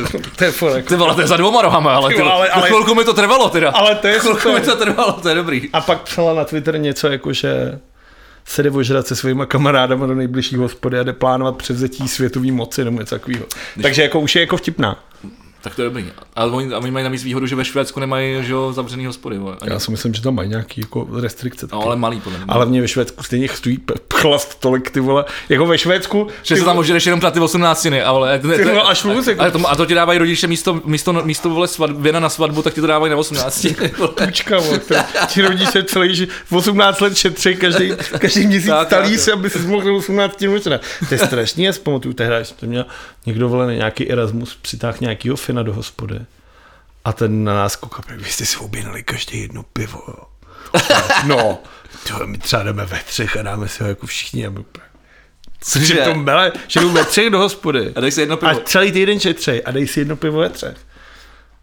Speaker 2: Okay.
Speaker 1: To je fora, jako.
Speaker 2: Ty vole, to je za dvoma rohama, ale, ty,
Speaker 1: Ty vole, ale-
Speaker 2: ale,
Speaker 1: ale-
Speaker 2: ale chvilku mi to trvalo teda.
Speaker 1: Ale to je
Speaker 2: chvilku
Speaker 1: super.
Speaker 2: mi to trvalo, to je dobrý.
Speaker 1: A pak psala na Twitter něco jako, že se jde ožrat se svýma kamarádama do nejbližšího hospody a jde plánovat převzetí světové moci nebo něco takového. Takže jako už je jako vtipná.
Speaker 2: Tak to je dobrý. Ale oni, a oni mají navíc výhodu, že ve Švédsku nemají že jo, zavřený hospody. vole. Ani,
Speaker 1: Já si myslím, že tam mají nějaký jako restrikce.
Speaker 2: no, ale malý podle mě.
Speaker 1: Ale mě ve Švédsku stejně stojí p- chlast tolik, ty vole. Jako ve Švédsku...
Speaker 2: Že
Speaker 1: ty
Speaker 2: se tam ožereš jenom na ty 18 a vole, to,
Speaker 1: Ty vole, až vůbec jako-
Speaker 2: a, to, a to ti dávají rodiče místo, místo, místo vole svatb, věna na svatbu, tak ti to dávají na 18. vole.
Speaker 1: Kučka, vole, to, ti rodiče celý, že 18 let šetří každý, každý měsíc
Speaker 2: Tak,
Speaker 1: tak,
Speaker 2: tak,
Speaker 1: talíř, aby si mohl do 18 večera. To je strašný, já si pamatuju tehdy, že to měl někdo volený nějaký Erasmus, přitáhl nějakýho Fina do hospody. A ten na nás koukal, vy jste si objednali každý jedno pivo, jo. A, no, to my třeba jdeme ve třech a dáme si ho jako všichni. A my, úplně- že
Speaker 2: Cože?
Speaker 1: to mele, že jdou ve třech do hospody.
Speaker 2: A dej si jedno
Speaker 1: A
Speaker 2: pivo. No,
Speaker 1: celý týden šetřej a dej si jedno pivo ve třech.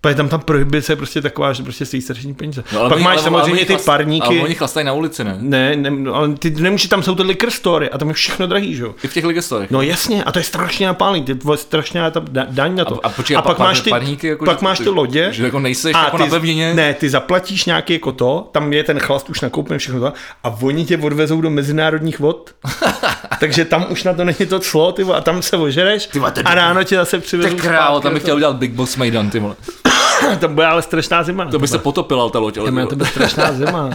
Speaker 1: Pak je tam ta prohibice prostě taková, že prostě stojí strašný peníze. No, Pak
Speaker 2: oni-
Speaker 1: máš
Speaker 2: ale- ale
Speaker 1: samozřejmě
Speaker 2: oni
Speaker 1: ty
Speaker 2: chlas-
Speaker 1: parníky.
Speaker 2: Ale oni chlastají na ulici, ne?
Speaker 1: Ne, ne, no, ale ty nemůžeš, tam jsou ty liquor story a tam je všechno drahý, že jo?
Speaker 2: I v těch legestorech.
Speaker 1: No jasně, a to je strašně napálný, ty vole, strašně tam da, daň na to.
Speaker 2: A, a, počkej,
Speaker 1: pak
Speaker 2: pa-
Speaker 1: máš ty,
Speaker 2: parníky, jako,
Speaker 1: pak
Speaker 2: že-
Speaker 1: máš ty lodě.
Speaker 2: Že jako nejseš jako
Speaker 1: ty,
Speaker 2: na pevnině.
Speaker 1: Ne, ty zaplatíš nějaký jako to, tam je ten chlast už nakoupen všechno to, a oni tě odvezou do mezinárodních vod, takže tam už na to není to clo, ty vole, a tam se ožereš
Speaker 2: vole, to je
Speaker 1: a ráno tě zase přivezou
Speaker 2: Ty králo,
Speaker 1: zpátky
Speaker 2: tam bych
Speaker 1: do
Speaker 2: chtěl udělat Big Boss Maidan, ty vole.
Speaker 1: toho. Tam bude ale strašná zima. na
Speaker 2: To by se
Speaker 1: tebe.
Speaker 2: potopila ta loď, ale...
Speaker 1: Tam je na
Speaker 2: ty
Speaker 1: tebe
Speaker 2: vole.
Speaker 1: strašná zima.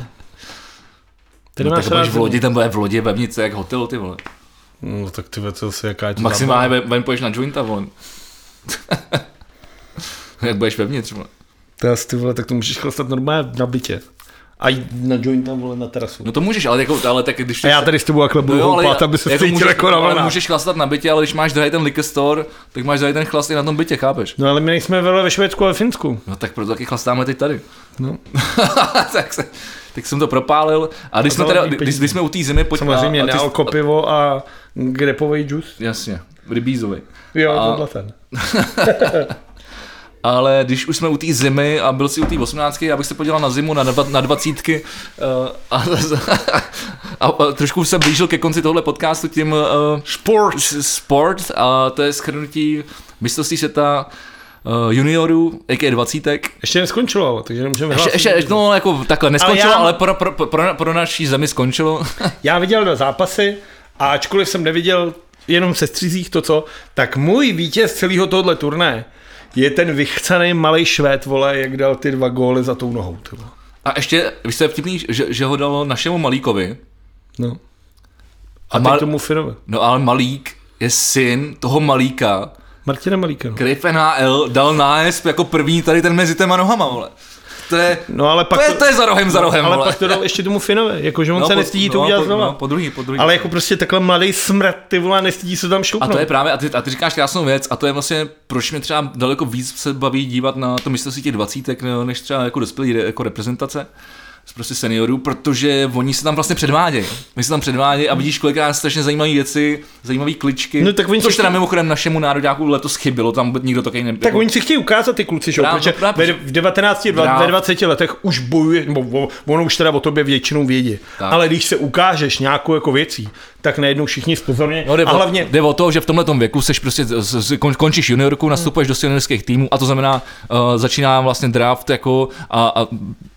Speaker 1: Ty
Speaker 2: No,
Speaker 1: nemáš
Speaker 2: tak
Speaker 1: rád
Speaker 2: budeš v
Speaker 1: zimu.
Speaker 2: lodi, tam bude v lodi vevnice, jak hotel, ty vole.
Speaker 1: No tak ty vole, co se jaká je to
Speaker 2: Maximálně ven, ven půjdeš na jointa, vole. jak budeš vevnitř, vole.
Speaker 1: To asi, ty vole, tak to můžeš chlastat normálně na bytě. A jít na joint tam vole na terasu.
Speaker 2: No to můžeš, ale, jako, ale tak když... No
Speaker 1: a já tady s tebou takhle budu houpat, aby se cítil
Speaker 2: můžeš,
Speaker 1: jako na
Speaker 2: ale
Speaker 1: vlnách.
Speaker 2: můžeš chlastat na bytě, ale když máš drahý ten liquor store, tak máš drahý ten chlast i na tom bytě, chápeš?
Speaker 1: No ale my nejsme vele ve Švédsku a ve Finsku.
Speaker 2: No tak proto taky chlastáme teď tady.
Speaker 1: No.
Speaker 2: tak, se, tak jsem to propálil. A když,
Speaker 1: A
Speaker 2: jsme,
Speaker 1: to
Speaker 2: teda,
Speaker 1: líbí
Speaker 2: když, když jsme u té zimy, pojďme.
Speaker 1: Samozřejmě
Speaker 2: a,
Speaker 1: a,
Speaker 2: a ty-
Speaker 1: nealko pivo a grepový džus.
Speaker 2: Jasně, rybízovi.
Speaker 1: Jo,
Speaker 2: A-
Speaker 1: a... tohle ten.
Speaker 2: Ale když už jsme u té zimy a byl si u té 18, já bych se podíval na zimu, na, dva, na dvacítky eh, a, a, a, trošku jsem blížil ke konci tohle podcastu tím uh, sport. sport a to je schrnutí mistrovství světa uh, juniorů, jak 20.
Speaker 1: Ještě neskončilo, ale, takže nemůžeme
Speaker 2: Ještě,
Speaker 1: hlásit.
Speaker 2: ještě, no jako takhle neskončilo,
Speaker 1: Ale
Speaker 2: ale,
Speaker 1: já-
Speaker 2: ale pro, pro, pro, pro naší zemi skončilo.
Speaker 1: Já viděl dva zápasy a ačkoliv jsem neviděl jenom se střízích to co, tak můj vítěz celého tohohle turné je ten vychcený malý švéd, vole, jak dal ty dva góly za tou nohou, ty vole.
Speaker 2: A ještě, vy jste vtipný, že, že ho dalo našemu Malíkovi.
Speaker 1: No. A,
Speaker 2: A, a
Speaker 1: a
Speaker 2: mal,
Speaker 1: teď tomu Finovi.
Speaker 2: No ale Malík je syn toho Malíka,
Speaker 1: Martina Malíka. No.
Speaker 2: který v NHL dal nájezd jako první tady ten mezi těma nohama, vole. To je,
Speaker 1: No ale pak no,
Speaker 2: to je, to je za rohem, za rohem,
Speaker 1: ale
Speaker 2: vole.
Speaker 1: pak to dal ještě tomu Finovi, jakože on
Speaker 2: No,
Speaker 1: se
Speaker 2: po-
Speaker 1: nestydí to
Speaker 2: no,
Speaker 1: udělat
Speaker 2: po-
Speaker 1: znova.
Speaker 2: No, po druhý, po druhý.
Speaker 1: ale no. jako prostě takhle mladý smrt, ty vole, nestydí se tam
Speaker 2: a
Speaker 1: šoupnout.
Speaker 2: to je právě, a ty, a ty říkáš krásnou věc, a to je vlastně, proč mě třeba daleko víc se baví dívat na to mistrovství těch dvacítek, ne, než třeba jako dospělí re- jako reprezentace prostě seniorů, protože oni se tam vlastně předvádějí. My se tam předvádějí a vidíš kolikrát strašně zajímavé věci, zajímavé kličky.
Speaker 1: No, tak oni
Speaker 2: což
Speaker 1: se-
Speaker 2: teda mimochodem našemu nároďáku letos chybilo, tam vůbec nikdo takový nebyl.
Speaker 1: Tak oni si chtějí ukázat ty kluci, že jo,
Speaker 2: Právě,
Speaker 1: protože
Speaker 2: právě.
Speaker 1: ve, v 19, dva-
Speaker 2: Právě.
Speaker 1: ve 20 letech už bojuje, nebo o- ono už teda o tobě většinou vědí.
Speaker 2: Tak.
Speaker 1: Ale když se ukážeš nějakou jako věcí, tak najednou všichni spozorně.
Speaker 2: No, jde,
Speaker 1: a
Speaker 2: o,
Speaker 1: hlavně,
Speaker 2: jde o to, že v tomhle věku seš prostě z, z, kon, končíš
Speaker 1: Hmm.
Speaker 2: juniorku, nastupuješ do seniorských týmů a to znamená, uh, začíná vlastně draft jako a, a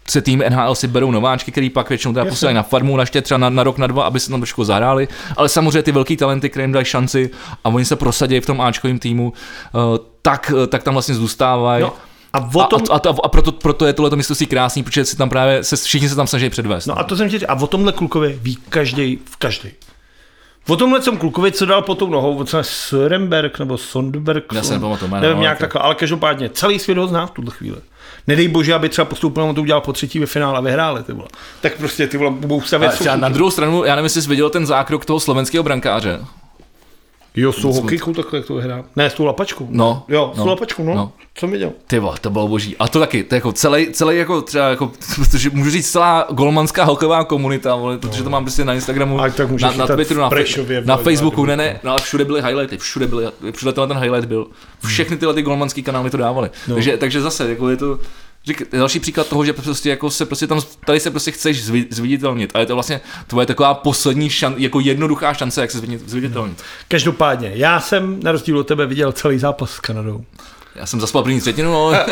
Speaker 2: se tým NHL si berou nováčky, který pak většinou teda posílají na farmu, na ještě třeba na, na, rok, na dva, aby se tam trošku zahráli, ale samozřejmě ty velký talenty, kterým dají šanci a oni se prosadí v tom Ačkovém týmu, uh, tak, eh, tak tam vlastně zůstávají.
Speaker 1: no, a o
Speaker 2: a,
Speaker 1: tom,
Speaker 2: a, a, a, proto, proto je tohle mistrovství krásný, protože si tam právě se, všichni se tam snaží předvést.
Speaker 1: No a to jsem ti říkal, a o tomhle klukově ví každý v každý. O tomhle jsem klukovi, co dal po tou nohou, on se Sörenberg nebo Sondberg,
Speaker 2: Já si nepamatuju jméno,
Speaker 1: nevím,
Speaker 2: ale
Speaker 1: nějak
Speaker 2: to-
Speaker 1: takhle, ale každopádně celý svět ho zná v tuhle chvíli. Nedej bože, aby třeba postoupil, on to udělal po třetí ve finále a vyhráli, ty vole. Tak prostě ty vole, budou
Speaker 2: Ale
Speaker 1: stavět
Speaker 2: Eh, třeba na druhou stranu, já nevím, jestli jsi viděl ten zákrok toho slovenského brankáře.
Speaker 1: Jo, s tou hokejkou takhle, jak to vyhrá. Ne, s tou lapačkou.
Speaker 2: No,
Speaker 1: Jo, s
Speaker 2: no,
Speaker 1: tou lapačkou, no.
Speaker 2: no.
Speaker 1: no. Co viděl?
Speaker 2: Ty vole, to bylo boží. A to taky, to jako celý, celý jako třeba, jako, protože můžu říct celá golmanská holková komunita, vole, protože to mám prostě na Instagramu,
Speaker 1: Ale No. tak můžeš
Speaker 2: na, na
Speaker 1: chytat
Speaker 2: Twitteru,
Speaker 1: v
Speaker 2: na, Fe-
Speaker 1: Prešově,
Speaker 2: na
Speaker 1: vole,
Speaker 2: Facebooku, ne,
Speaker 1: nějaký
Speaker 2: ne, no, ale všude byly highlighty, všude byly, všude tenhle ten highlight byl. Všechny tyhle ty golmanský kanály to dávaly. No. Takže, takže zase, jako je to, Řík, další příklad toho, že prostě jako se prostě tam, tady se prostě chceš zvi- zviditelnit a je to vlastně tvoje taková poslední šan, jako jednoduchá šance, jak se zvidni- zviditelnit.
Speaker 1: Každopádně, já jsem na rozdíl od tebe viděl celý zápas s Kanadou.
Speaker 2: Já jsem zaspal první třetinu, no, ale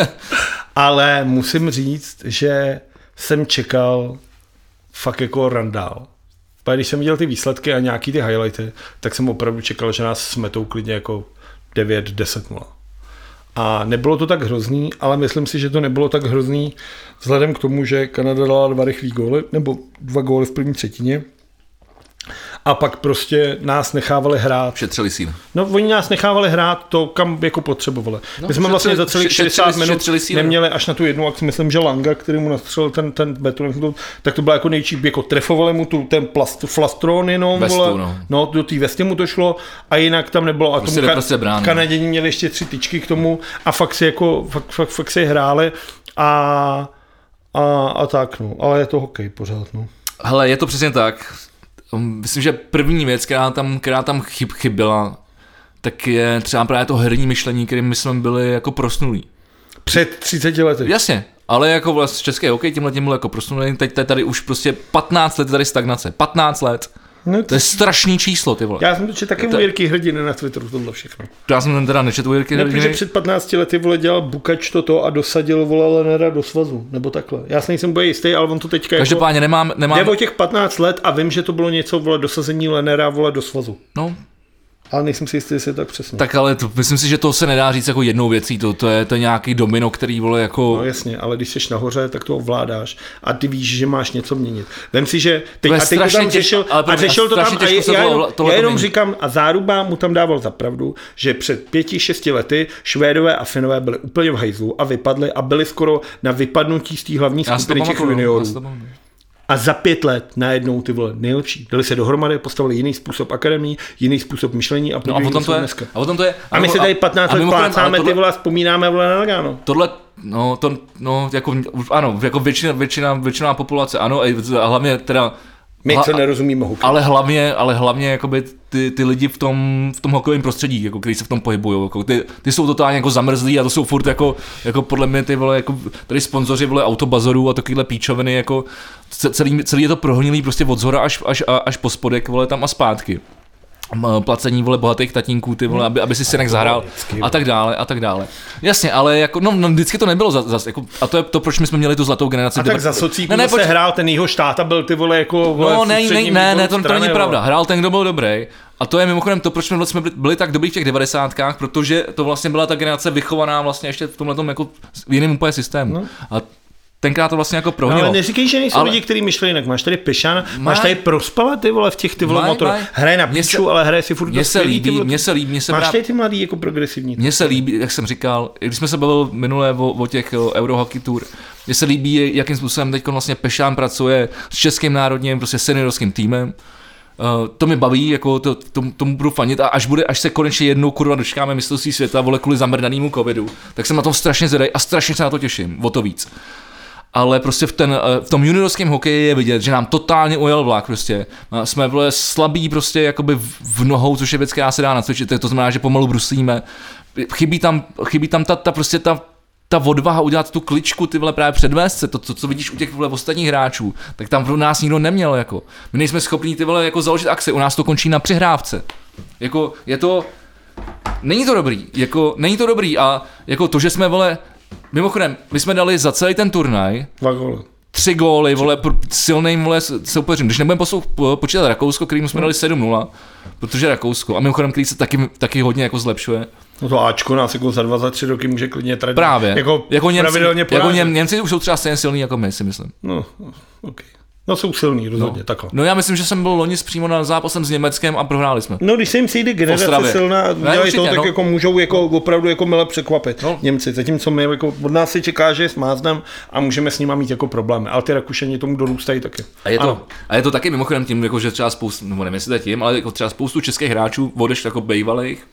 Speaker 1: Ale musím říct, že jsem čekal fakt jako randál. Pak když jsem viděl ty výsledky a nějaký ty highlighty, tak jsem opravdu čekal, že nás smetou klidně jako 9-10-0. A nebylo to tak hrozný, ale myslím si, že to nebylo tak hrozný vzhledem k tomu, že Kanada dala dva rychlý góly, nebo dva góly v první třetině. A pak prostě nás nechávali hrát.
Speaker 2: Šetřili síly.
Speaker 1: No, oni nás nechávali hrát to, kam jako potřebovali. No, My jsme
Speaker 2: šetřili-
Speaker 1: vlastně za celých
Speaker 2: še-
Speaker 1: 60
Speaker 2: šetřili-
Speaker 1: minut
Speaker 2: šetřili síly.
Speaker 1: neměli až na tu jednu akci, myslím, že Langa, který mu nastřelil ten, ten beton, tak to byla jako nejčí, jako trefovali mu tu, ten plast, flastron jenom,
Speaker 2: Vestu,
Speaker 1: vole.
Speaker 2: no.
Speaker 1: no. do té vestě mu to šlo a jinak tam nebylo. A
Speaker 2: Prostě
Speaker 1: tomu
Speaker 2: jde prostě brán, no.
Speaker 1: Kanaděni měli ještě tři tyčky k tomu a fakt si jako, fakt, fakt, fakt si hráli a, a, a tak, no. Ale je to hokej pořád, no.
Speaker 2: Hele, je to přesně tak. Um, Myslím, že první věc, která tam, která tam chyb, chyběla, tak je třeba právě to herní myšlení, kterým my jsme byli jako prosnulí.
Speaker 1: Před 30 lety.
Speaker 2: Jasně, ale jako vlastně české hokej tímhle tím byl jako prosnulý, teď to je tady už prostě 15 let je tady stagnace. 15 let.
Speaker 1: No,
Speaker 2: To je strašný číslo, ty vole. Já,
Speaker 1: já jsem to četl taky
Speaker 2: to-
Speaker 1: u Jirky Hrdiny na Twitteru, tohle všechno.
Speaker 2: já jsem ten teda nečetl u Jirky.
Speaker 1: Ne,
Speaker 2: Hrdiny.
Speaker 1: protože před 15 lety vole dělal Bukač toto a dosadil vole Lenera do svazu, nebo takhle. Já si nejsem úplně jistý, ale on to teďka jako...
Speaker 2: Každopádně nemám, nemám,
Speaker 1: Jde o těch 15 let a vím, že to bylo něco vole dosazení Lenera vole do svazu.
Speaker 2: no,
Speaker 1: Ale nejsem si jistý, jestli je tak přesně.
Speaker 2: tak ale to, myslím si, že to se nedá říct jako jednou věcí, to, to je to je nějaký domino, který vole jako,
Speaker 1: No jasně, ale když jsi nahoře, tak to ovládáš a ty víš, že máš něco měnit. Vem si, že teď,
Speaker 2: To je
Speaker 1: a teď to
Speaker 2: strašně
Speaker 1: tam
Speaker 2: těž-
Speaker 1: řešil,
Speaker 2: ale
Speaker 1: a
Speaker 2: promiň,
Speaker 1: řešil to tam
Speaker 2: strašně
Speaker 1: a je-
Speaker 2: těžko se
Speaker 1: já
Speaker 2: to
Speaker 1: jenom,
Speaker 2: ovla- tohle
Speaker 1: já
Speaker 2: to
Speaker 1: jenom
Speaker 2: mění.
Speaker 1: říkám, a Záruba mu tam dával za pravdu, že před pěti, šesti lety Švédové a Finové byli úplně v hajzlu a vypadli a byli skoro na vypadnutí z té hlavní
Speaker 2: já si to
Speaker 1: skupiny těch
Speaker 2: pamatuju. no, já si
Speaker 1: juniorů.
Speaker 2: to pamatuju.
Speaker 1: A za pět let najednou ty vole nejlepší. Dali se dohromady, postavili jiný způsob akademii, jiný způsob myšlení a,
Speaker 2: No a potom to je,
Speaker 1: dneska.
Speaker 2: a potom to je,
Speaker 1: A my se tady 15 let
Speaker 2: mimochodem, ale
Speaker 1: plácáme,
Speaker 2: tohle-
Speaker 1: ty vole, a vzpomínáme vole na Lagano.
Speaker 2: Tohle, no, to, no, jako, už ano, jako většina, většina, většina populace, ano, a a hlavně teda,
Speaker 1: My,
Speaker 2: hla-
Speaker 1: co nerozumíme hokeji.
Speaker 2: ale hlavně, ale hlavně jakoby ty, ty lidi v tom, v tom hokejovém prostředí, jako, který se v tom pohybují, jako, ty, ty, jsou totálně jako zamrzlí a to jsou furt jako, jako podle mě ty vole, jako, tady sponzoři vole autobazorů a takovýhle píčoviny, jako, ce- celý, celý je to prohnilý prostě od zhora až, až, a- až po spodek, vole, tam a zpátky. M, placení vole bohatých tatínků, ty vole, aby, aby si synek zahrál a tak dále a tak dále. Jasně, ale jako, no, no vždycky to nebylo za, za, jako, a to je to, proč my jsme měli tu zlatou generaci.
Speaker 1: A tak za socíku ne, ne, se
Speaker 2: počkej.
Speaker 1: hrál ten jeho štáta, byl ty vole jako... Vole,
Speaker 2: No,
Speaker 1: v
Speaker 2: ne, ne,
Speaker 1: ústředním
Speaker 2: ne,
Speaker 1: výboru
Speaker 2: ne to, to
Speaker 1: strany,
Speaker 2: není
Speaker 1: vole.
Speaker 2: pravda. Hrál ten, kdo byl dobrý. A to je mimochodem to, proč my jsme vlastně byli, byli tak dobrý v těch 90. protože to vlastně byla ta generace vychovaná vlastně ještě v tomhle jako v jiném úplně systému. No. A tenkrát to vlastně jako prohnilo.
Speaker 1: No, Ale neříkej, že nejsou
Speaker 2: Ale-
Speaker 1: lidi, kteří myšli jinak. Máš tady Pešana, máš
Speaker 2: Maj.
Speaker 1: tady Prospala, ty vole, v těch ty vole
Speaker 2: Maj,
Speaker 1: motorů.
Speaker 2: maj.
Speaker 1: Hraje na
Speaker 2: Mně
Speaker 1: piču,
Speaker 2: se-
Speaker 1: ale hraje si furt
Speaker 2: Mně
Speaker 1: dost
Speaker 2: se
Speaker 1: skvělý, ty
Speaker 2: líbí,
Speaker 1: vole.
Speaker 2: mně se líbí, mně se
Speaker 1: Máš
Speaker 2: právě...
Speaker 1: tady ty mladý jako progresivní.
Speaker 2: Mně se líbí, jak jsem říkal, když jsme se bavili minule o, o těch o, Eurohockey Tour, mně se líbí, jakým způsobem teď vlastně Pešán pracuje s českým národním, prostě seniorským týmem. Uh, to mi baví, jako to, to, tomu budu fanit a až, bude, až se konečně jednou kurva dočkáme mistrovství světa, vole kvůli zamrdanému covidu, tak jsem na tom strašně zvedavý a strašně se na to těším, o to víc ale prostě v, ten, eh, v tom juniorském hokeji je vidět, že nám totálně ujel vlak prostě. Eh, Jsme vole slabí prostě jakoby v- v nohou, což je věc, která se dá nacvičit, tak to znamená, že pomalu bruslíme. Chybí tam, chybí tam ta, ta prostě ta, ta odvaha udělat tu kličku, ty vole právě předvést se, to, to, co vidíš u těch vole ostatních hráčů, tak tam pro nás nikdo neměl jako. My nejsme schopní ty vole jako založit akci, u nás to končí na přihrávce. Jako je to, Není to dobrý, jako, není to dobrý a jako to, že jsme, vole, mimochodem, my jsme dali za celý ten turnaj
Speaker 1: Dva góly.
Speaker 2: tři góly, vole, pr- silným, vole, s- soupeřům. Když nebudeme posou, po- počítat Rakousko, kterým jsme dali 7-0, protože Rakousko, a mimochodem, který se taky, taky hodně jako zlepšuje.
Speaker 1: No to Ačko nás jako za dva, za tři roky může klidně tradit.
Speaker 2: Právě.
Speaker 1: Jako,
Speaker 2: jako Němci,
Speaker 1: pravidelně
Speaker 2: jako
Speaker 1: porážet.
Speaker 2: Něm, Němci už jsou třeba stejně silní jako my, si myslím.
Speaker 1: No, okay. no jsou silný rozhodně,
Speaker 2: No.
Speaker 1: takhle.
Speaker 2: No já myslím, že jsem byl loni přímo na zápasem s Německem a prohráli jsme.
Speaker 1: No, když se jim přijde generace
Speaker 2: Ostravě.
Speaker 1: silná a
Speaker 2: Ne,
Speaker 1: udělají
Speaker 2: určitě,
Speaker 1: to, tak
Speaker 2: no.
Speaker 1: jako můžou jako opravdu jako mile překvapit
Speaker 2: No.
Speaker 1: Němci. Zatímco my jako, od nás se čeká, že je smáznem a můžeme s nimi mít jako problémy. Ale ty Rakušani tomu dorůstají taky.
Speaker 2: A je,
Speaker 1: Ano.
Speaker 2: to, a je to taky mimochodem tím, jako, že třeba spoustu, nebo nevím jestli to je tím, ale jako třeba spoustu českých hráčů odešli jako bejvalých,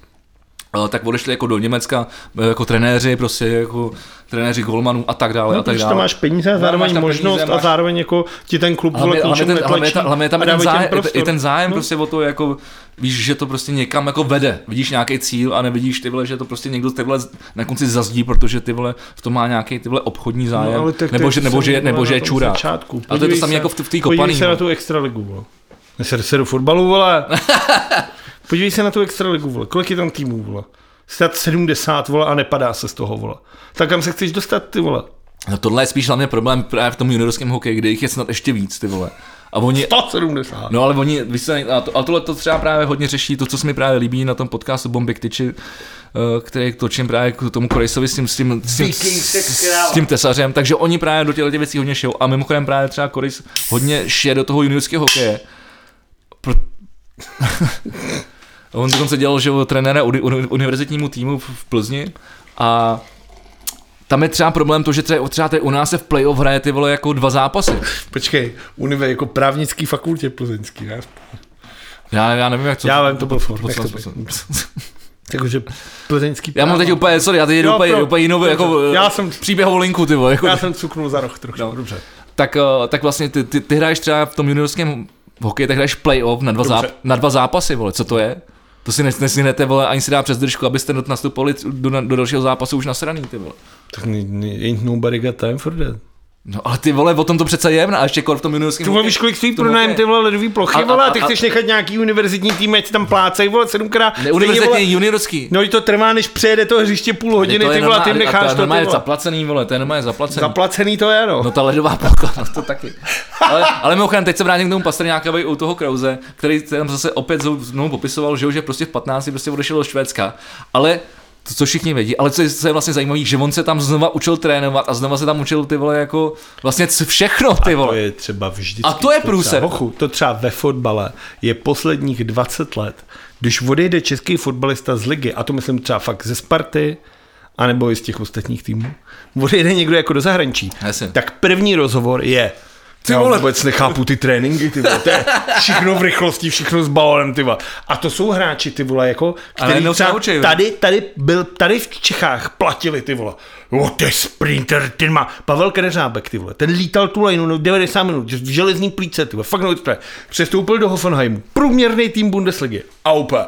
Speaker 2: eh, tak odešli jako do Německa eh, jako trenéři, prostě jako trenéři golmanů a tak dále.
Speaker 1: No,
Speaker 2: a tak
Speaker 1: když
Speaker 2: dále.
Speaker 1: tam máš peníze a
Speaker 2: No,
Speaker 1: zároveň
Speaker 2: máš tam
Speaker 1: možnost
Speaker 2: peníze,
Speaker 1: a
Speaker 2: máš-
Speaker 1: zároveň jako ti ten klub
Speaker 2: hlavně,
Speaker 1: vole k
Speaker 2: hlavně,
Speaker 1: ničemu
Speaker 2: ten, hlavně, je
Speaker 1: netlačí
Speaker 2: ta, hlavně je tam
Speaker 1: a
Speaker 2: i ten
Speaker 1: dávají ti
Speaker 2: zájem,
Speaker 1: jen
Speaker 2: i ten- i
Speaker 1: prostor.
Speaker 2: ten zájem
Speaker 1: No.
Speaker 2: prostě o to, jako víš, že to prostě někam jako vede. Vidíš nějaký cíl a nevidíš ty vole, že to prostě někdo ty vole na konci zazdí, protože ty vole v tom má nějaký ty vole obchodní zájem.
Speaker 1: No, ale tak
Speaker 2: nebo,
Speaker 1: teď
Speaker 2: že,
Speaker 1: jsem
Speaker 2: nebo, že, nebo
Speaker 1: byla
Speaker 2: že
Speaker 1: na
Speaker 2: je
Speaker 1: tom
Speaker 2: čurá.
Speaker 1: začátku.
Speaker 2: Ale to je to
Speaker 1: Podívej
Speaker 2: samé
Speaker 1: se-
Speaker 2: jako v, v té
Speaker 1: Podívej
Speaker 2: kopaný.
Speaker 1: se na
Speaker 2: no.
Speaker 1: tu extraligu, vole. Ser, se do fotbalu, vole. podívej se na tu extraligu, vole. Kolik je tam týmů, vole? Stát 70, vole, a nepadá se z toho, vole. Tak kam se chceš dostat, ty vole?
Speaker 2: No tohle je spíš hlavně problém právě v tom juniorském hokeji, kde jich je snad ještě víc, ty vole. A oni,
Speaker 1: 170.
Speaker 2: No ale oni, víš co, a, to, a tohle to třeba právě hodně řeší, to, co se mi právě líbí na tom podcastu Bomby k tyči, eh, který točím právě k tomu Korejsovi s tím, s tím, s tím, s tím tesařem, takže oni právě do těchto těch věcí hodně šijou a mimochodem právě třeba Korejs hodně šije do toho juniorského hokeje. Pro... On dokonce dělal, že jo, trenéra uni- uni- univerzitnímu týmu v v Plzni a tam je třeba problém to, že třeba, třeba tady u nás se v playoff hraje ty vole jako dva zápasy.
Speaker 1: Počkej, univer jako právnický fakultě plzeňský, ne?
Speaker 2: Já, já nevím, jak to...
Speaker 1: Já vím, to byl for.
Speaker 2: to-
Speaker 1: nech to
Speaker 2: to-
Speaker 1: být. Takže plzeňský
Speaker 2: Já mám teď úplně, sorry, já teď jdu
Speaker 1: Jo,
Speaker 2: úplně,
Speaker 1: pro-
Speaker 2: úplně jinou,
Speaker 1: dobře.
Speaker 2: jako
Speaker 1: Já
Speaker 2: já
Speaker 1: jsem-
Speaker 2: jsem... příběhovou linku, ty vole, jako,
Speaker 1: Já jsem cuknul za roh trošku.
Speaker 2: No.
Speaker 1: Dobře.
Speaker 2: tak, eh, tak vlastně ty, ty, ty hraješ třeba v tom juniorském hokeji, tak hraješ playoff na dva, záp,
Speaker 1: Dobře.
Speaker 2: na dva zápasy, vole, co to je? To si nes- nesnete, vole, ani si dá přes držku, abyste do- nastupovali do, do, dalšího zápasu už nasraný, ty vole.
Speaker 1: Tak ni- ni- ain't nobody got time for that.
Speaker 2: No ale ty vole, o tom to přece je, no, a ještě kor v tom juniorském
Speaker 1: Ty vole, víš, kolik stojí
Speaker 2: v tom
Speaker 1: pronájem
Speaker 2: hokeji.
Speaker 1: ty vole ledový
Speaker 2: A-
Speaker 1: plochy,
Speaker 2: a-
Speaker 1: vole, a ty
Speaker 2: a-
Speaker 1: chceš nechat nějaký univerzitní tým, ať si tam plácej, vole, sedmkrát.
Speaker 2: Ne,
Speaker 1: Stejně, vole,
Speaker 2: univerzitní, juniorský.
Speaker 1: No i to trvá, než přejede to hřiště půl hodiny,
Speaker 2: To je
Speaker 1: ty vole, a ty jim
Speaker 2: normál- a- a
Speaker 1: necháš to,
Speaker 2: to je
Speaker 1: ty
Speaker 2: normálně
Speaker 1: vole.
Speaker 2: zaplacený, vole, to je normálně zaplacený.
Speaker 1: Zaplacený to je, no.
Speaker 2: No ta ledová plocha, no to taky. Ale, ale mimochodem, teď se vrátím k tomu Pastrňákovi u toho Krause, který tam zase opět znovu- znovu popisoval, že, jo, že prostě v 15 prostě odešel do Švédska. Ale to, co všichni vědí, ale co je, co je vlastně zajímavé, že on se tam znova učil trénovat a znova se tam učil ty vole jako vlastně c- všechno ty
Speaker 1: To
Speaker 2: vole.
Speaker 1: je třeba vždycky.
Speaker 2: A to je
Speaker 1: třeba-
Speaker 2: průser.
Speaker 1: Hochu, to třeba ve fotbale je posledních 20 let, když odejde český fotbalista z ligy, a to myslím třeba fakt ze Sparty, anebo i z těch ostatních týmů, odejde někdo jako do zahraničí,
Speaker 2: Jasně.
Speaker 1: tak první rozhovor je ty já
Speaker 2: vole.
Speaker 1: vůbec nechápu ty tréninky, ty vole, to je všechno v rychlosti, všechno s balónem, ty vole. A to jsou hráči, ty vole, jako, který
Speaker 2: najednou se
Speaker 1: třeba
Speaker 2: naučej,
Speaker 1: tady tady, tady, byl, tady v Čechách platili ty vole. O, to je sprinter, ten má. Pavel Keneřábek, ty vole. Ten lítal tu lineu no, 90 minut, v železní plíce, ty vole. Fakt neuvěřitelné. Přestoupil do Hoffenheimu. Průměrný tým Bundesligy. A úplně.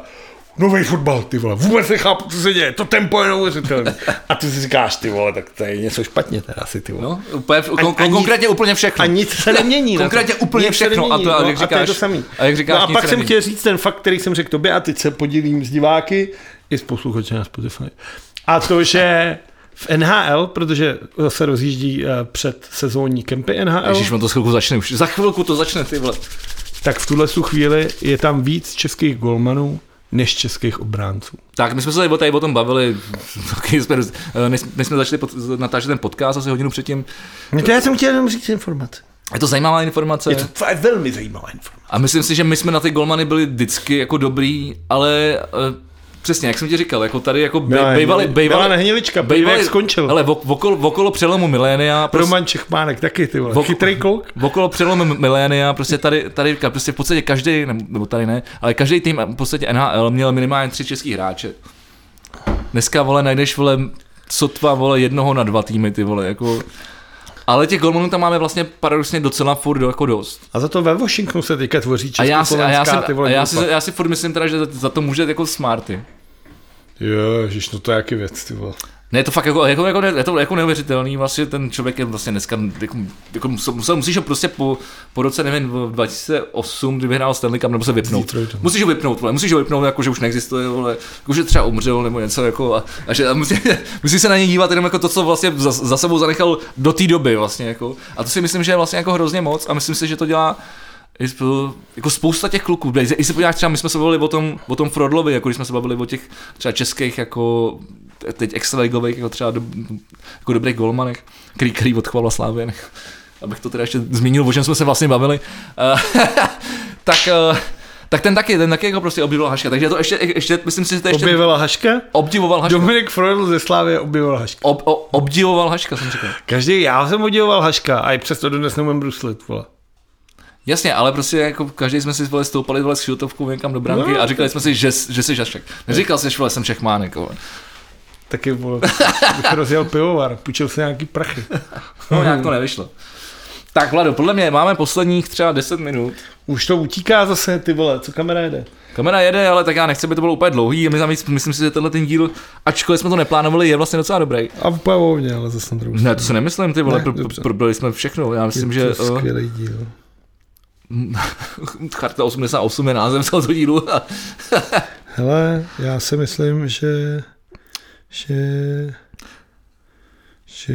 Speaker 1: Nový fotbal, ty vole. Vůbec nechápu, co se děje. To tempo je neuvěřitelné. A ty si říkáš, ty vole, tak to je něco špatně teda asi, ty vole.
Speaker 2: No, úplně, kon,
Speaker 1: a nic-
Speaker 2: konkrétně úplně všechno.
Speaker 1: A nic se nemění. na tom.
Speaker 2: Konkrétně úplně
Speaker 1: Nic se no,
Speaker 2: všechno. A to- a jak
Speaker 1: a to je
Speaker 2: říkáš-
Speaker 1: to samý.
Speaker 2: a jak říkáš,
Speaker 1: no a
Speaker 2: nic
Speaker 1: pak
Speaker 2: se
Speaker 1: jsem
Speaker 2: nemění.
Speaker 1: chtěl říct ten fakt, který jsem řekl tobě a teď se podělím s diváky i s posluchači na Spotify. A to, že v NHL, protože se rozjíždí eh, před sezónní kempy NHL,
Speaker 2: Ježíš, on to z chvilku začne už. Za chvilku to začne ty vole.
Speaker 1: tak v tuhle tu chvíli je tam víc českých golmanů než českých obránců.
Speaker 2: Tak my jsme se tady o- tady o tom bavili, taky jsme, roz- eh, než, než jsme začali pod, natáčet ten podcast asi hodinu předtím.
Speaker 1: No to já jsem chtěl jenom říct informace.
Speaker 2: Je to zajímavá informace.
Speaker 1: Je to fakt velmi zajímavá informace.
Speaker 2: A myslím si, že my jsme na ty golmany byli vždycky jako dobrý, ale uh, přesně, jak jsem ti říkal, jako tady jako bej, bejvali,
Speaker 1: No, Milan
Speaker 2: bejvali,
Speaker 1: Hnilička, bejvali, jak skončil.
Speaker 2: Ale okolo, okolo přelomu milénia, prostě,
Speaker 1: Roman Čechmánek, taky ty vole.
Speaker 2: Vok-
Speaker 1: Chytrý kluk.
Speaker 2: okolo přelomu milénia, prostě tady, tady ka- prostě v podstatě každý, nebo- nebo tady ne, ale každý tým v podstatě NHL měl minimálně tři český hráče. Dneska, vole, najdeš, vole, sotva, vole, jednoho na dva týmy, ty vole, jako... Ale těch golmanů tam máme vlastně paradoxně docela furt jako dost.
Speaker 1: A za to ve Washingtonu se teďka tvoří
Speaker 2: A já si, a já si,
Speaker 1: československá ty
Speaker 2: a
Speaker 1: vole
Speaker 2: já si,
Speaker 1: grupa.
Speaker 2: já si furt myslím teda, že za, za to může jako smarty.
Speaker 1: Ježiš, no to je jaký věc, ty vole.
Speaker 2: Ne, je to fakt jako, jako, jako, je to jako neuvěřitelný, vlastně ten člověk je vlastně dneska, jako, jako musel, musíš ho prostě po, po roce, nevím, v 2008, kdy vyhrál Stanley Cup, nebo se vypnout.
Speaker 1: Detroitu.
Speaker 2: Musíš ho vypnout, vole, musíš ho vypnout, jako, že už neexistuje, vole, jako, že třeba umřel nebo něco, jako, a, a, že, a musí, musí, se na něj dívat jenom jako to, co vlastně za, za sebou zanechal do té doby, vlastně, jako. A to si myslím, že je vlastně jako hrozně moc a myslím si, že to dělá i sp- jako spousta těch kluků, Dej, i se podíváš třeba, my jsme se bavili o tom, o tom Frodlovi, jako když jsme se bavili o těch třeba českých jako teď extraligových, jako třeba do, jako dobrých golmanech, který, který odchovala Slávě, abych to teda ještě zmínil, o čem jsme se vlastně bavili, Eh, tak, eh, tak ten taky, ten taky jako prostě objevil Haška, takže to ještě, ještě myslím si, že to ještě
Speaker 1: Objevila Haška?
Speaker 2: obdivoval Haška,
Speaker 1: Dominik Freudl ze Slávy objevil Haška.
Speaker 2: ob, o, obdivoval Haška, jsem říkal.
Speaker 1: Každý, já jsem obdivoval Haška a i přesto dodnes neumím bruslit, vole.
Speaker 2: Jasně, ale prostě jako každý jsme si vole stoupali vole s šiltovkou někam do branky
Speaker 1: No.
Speaker 2: no, a říkali jsme si, že, že jsi Žašek. Neříkal jsi, vole, jsem Čechmánek, vole.
Speaker 1: Taky, vole, bych rozjel pivovar, půjčil si nějaký prachy.
Speaker 2: No, nějak to nevyšlo. Tak Vlado, podle mě máme posledních třeba 10 minut.
Speaker 1: Už to utíká zase, ty vole, co kamera jede?
Speaker 2: Kamera jede, ale tak já nechci, aby to bylo úplně dlouhý. My navíc, myslím si, že tenhle ten díl, ačkoliv jsme to neplánovali, je vlastně docela dobrý.
Speaker 1: A úplně volně, ale zase na druhou
Speaker 2: Ne, to si nemyslím, ty vole,
Speaker 1: Ne,
Speaker 2: pro-
Speaker 1: dobře.
Speaker 2: probrali jsme všechno. Já myslím, že
Speaker 1: to
Speaker 2: eh,
Speaker 1: skvělý díl.
Speaker 2: Charta 88 je název tohoto dílu.
Speaker 1: Hele, já si myslím, že... Že... Že...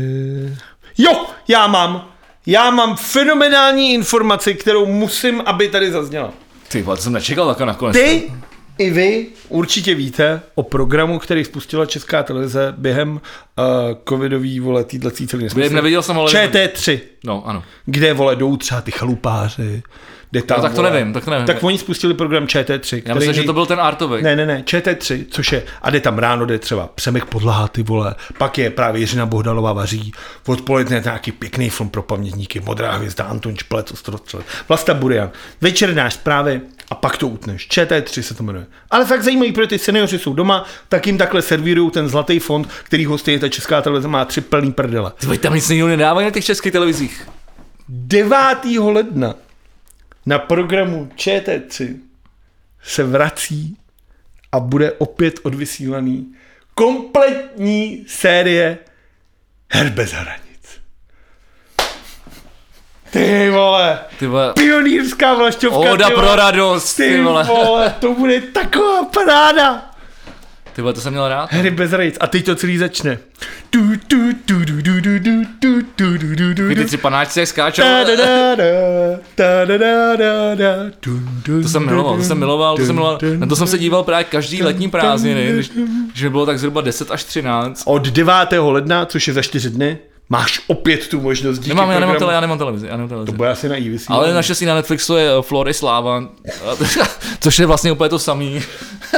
Speaker 1: Jo, já mám! Já mám fenomenální informaci, kterou musím, aby tady zazněla.
Speaker 2: Ty vole, to jsem nečekal takhle nakonec.
Speaker 1: Ty i vy určitě víte o programu, který spustila Česká televize během uh, covidový, vole, týdlecí celý
Speaker 2: Během neviděl jsem, ale...
Speaker 1: ČT3,
Speaker 2: No, ano.
Speaker 1: kde, vole, jdou třeba ty chalupáři, kde tam,
Speaker 2: No, tak to
Speaker 1: vole-
Speaker 2: nevím, tak to nevím.
Speaker 1: Tak oni spustili program ČT3,
Speaker 2: Já myslím, že to byl ten Artovek.
Speaker 1: ne, ne, ne, ČT3, což je, a jde tam ráno, jde třeba Přemek Podlaha, ty vole, pak je právě Jiřina Bohdalová vaří, odpoledne nějaký pěkný film pro pamětníky, Modrá hvězda, Anton Šplec, Ostrostřelec, Vlasta Burian, večer dáš zprávy a pak to utneš. ČT3 se to jmenuje. Ale fakt zajímavý, protože ty seniori jsou doma, tak jim takhle servírují ten zlatý fond, který hostuje ta česká televize, má tři plný prdele.
Speaker 2: Ty vole, tam nic jiného nedávají na těch českých televizích.
Speaker 1: 9. ledna na programu ČT3 se vrací a bude opět odvysílaný kompletní série Her bez hranic. Ty vole,
Speaker 2: Ty vole,
Speaker 1: pionýrská vlašťovka,
Speaker 2: Oda
Speaker 1: ty
Speaker 2: pro
Speaker 1: vole,
Speaker 2: radost,
Speaker 1: ty vole, to bude taková paráda.
Speaker 2: Ty vole, to jsem měl rád.
Speaker 1: Hry bez rejc. A teď to celý začne. Tu, tu, tu, du, du, du, du, tu, tu, du, du, du,
Speaker 2: Ty
Speaker 1: du.
Speaker 2: ty tři panáčci jak skáčou.
Speaker 1: Ta da da da, ta da da da da, dun, dun,
Speaker 2: To jsem miloval, to jsem miloval, to jsem miloval. Na to jsem se díval právě každý letní prázdniny, když, když mi bylo tak zhruba 10 až 13.
Speaker 1: Od 9. ledna, což je za 4 dny, máš opět tu možnost díky
Speaker 2: Nemám, já nemám, tele,
Speaker 1: programu.
Speaker 2: já nemám televizi, já nemám televizi.
Speaker 1: To bude asi na IVC.
Speaker 2: Ale naštěstí na Netflixu je eh, Flory Sláva, což je vlastně úplně to samý.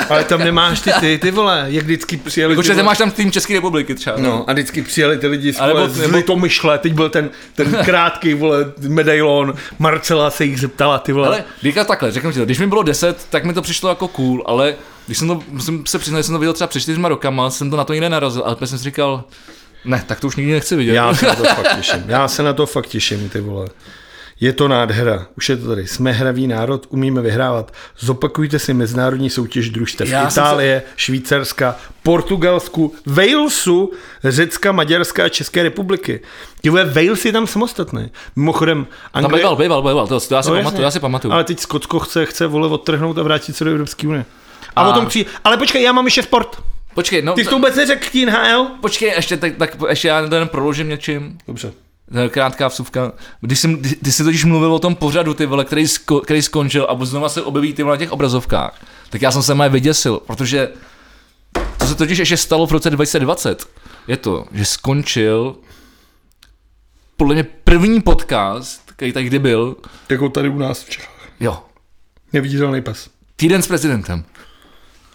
Speaker 1: Ale tam nemáš ty, ty, ty vole, jak vždycky přijeli. ty
Speaker 2: Jakože
Speaker 1: vole-
Speaker 2: nemáš tam tým České republiky třeba.
Speaker 1: Jako- No, a vždycky přijeli ty lidi z,
Speaker 2: A nebo-
Speaker 1: nebo, z
Speaker 2: nebo-
Speaker 1: Litomyšle, teď byl ten, ten krátký, vole, medailon, Marcela se jich zeptala, ty vole.
Speaker 2: Ale říká takhle, řeknu ti to, když mi bylo 10, tak mi to přišlo jako cool, ale když jsem to, musím se přiznat, že jsem to viděl třeba před čtyřma rokama, jsem to na to jiné narazil, ale pak jsem si říkal, ne, tak to už nikdy nechci vidět.
Speaker 1: Já se na to fakt těším. Já se na to fakt těším, ty vole. Je to nádhera. Už je to tady. Jsme hravý národ, umíme vyhrávat. Zopakujte si mezinárodní soutěž družstev
Speaker 2: Já jsem se-
Speaker 1: Itálie, Švýcarska, Portugalsku, Walesu, Řecka, Maďarska a České republiky. Ty vole, Wales je tam samostatný. Mimochodem,
Speaker 2: Tam
Speaker 1: Anglie...
Speaker 2: býval, býval, býval, to, to já si
Speaker 1: No,
Speaker 2: pamatuju,
Speaker 1: jasně.
Speaker 2: já si pamatuju.
Speaker 1: Ale teď Skotsko chce, chce vole odtrhnout a vrátit se do Evropské unie. A,
Speaker 2: A-
Speaker 1: a, potom přijde... Ale počkej, já mám ještě sport.
Speaker 2: Počkej, no,
Speaker 1: Ty jsi to vůbec neřekl, k NHL?
Speaker 2: počkej, ještě, tak, tak ještě já ten proložím něčím.
Speaker 1: Dobře.
Speaker 2: Eh, Krátká vsuvka. Když jsem, kdy- když jsi totiž mluvil o tom pořadu, ty vole, který, sko, který skončil a znova se objeví ty vole na těch obrazovkách, tak já jsem se mé vyděsil, protože to se totiž ještě stalo v roce 2020. Je to, že skončil podle mě první podcast, který tady kdy byl,
Speaker 1: Jako tady u nás v Čechách.
Speaker 2: jo,
Speaker 1: Neviditelný pas.
Speaker 2: týden s prezidentem.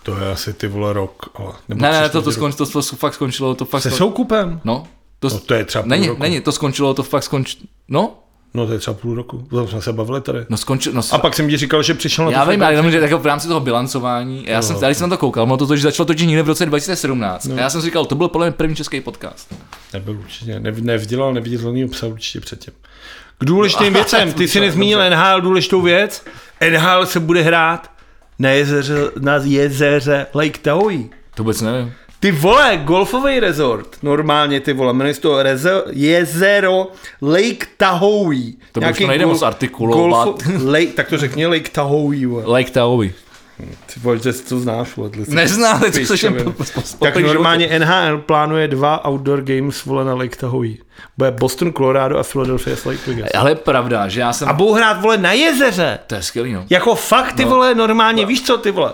Speaker 1: To je asi ty vole rok, ale... Nebo
Speaker 2: Ne, ne, ne,
Speaker 1: tři,
Speaker 2: to, to,
Speaker 1: čtyři roky.
Speaker 2: skončilo, to, to fakt skončilo, to fakt
Speaker 1: Se
Speaker 2: skončilo.
Speaker 1: soukupem?
Speaker 2: No, to,
Speaker 1: No to je třeba půl
Speaker 2: není,
Speaker 1: roku.
Speaker 2: není, to skončilo, to fakt skončilo, no,
Speaker 1: No to je třeba půl roku, o tom jsme se bavili tady.
Speaker 2: no skončilo, no,
Speaker 1: A pak jsem ti říkal, že přišel na
Speaker 2: Já
Speaker 1: to
Speaker 2: vím, ale jenom, že jako v rámci toho bilancování, já jsem, já když jsem na to koukal, ono to, to že začalo točit někde v roce 2017. A já jsem si říkal, to byl podle mě první český podcast.
Speaker 1: Nebyl určitě, ne, nevdělal neviditelný obsah určitě předtím. K důležitým věcem, ty si nezmínil NHL důležitou věc. NHL se bude hrát na jezeře, na jezeře Lake Tahoe.
Speaker 2: To vůbec nevím.
Speaker 1: Ty vole, golfový resort, normálně ty vole, jmenuje se to reze, jezero Lake Tahoe.
Speaker 2: To by už to nejde moc artikulovat.
Speaker 1: golfo, lake, tak to řekni Lake Tahoe, vole.
Speaker 2: Like Taovi.
Speaker 1: Ty vole, že to znáš, vole. tyhle-
Speaker 2: Neznám, teď
Speaker 1: Píče,
Speaker 2: to jsem
Speaker 1: vole.
Speaker 2: po- po- po-
Speaker 1: Tak
Speaker 2: po-
Speaker 1: normálně NHL plánuje dva outdoor games vole na Lake Tahoe. Bude Boston, Colorado a Philadelphia s Lake Vegas.
Speaker 2: Ale je pravda, že já jsem...
Speaker 1: A budou hrát vole na jezeře.
Speaker 2: To je skvělý, no.
Speaker 1: Jako fakt ty vole normálně, víš co ty vole.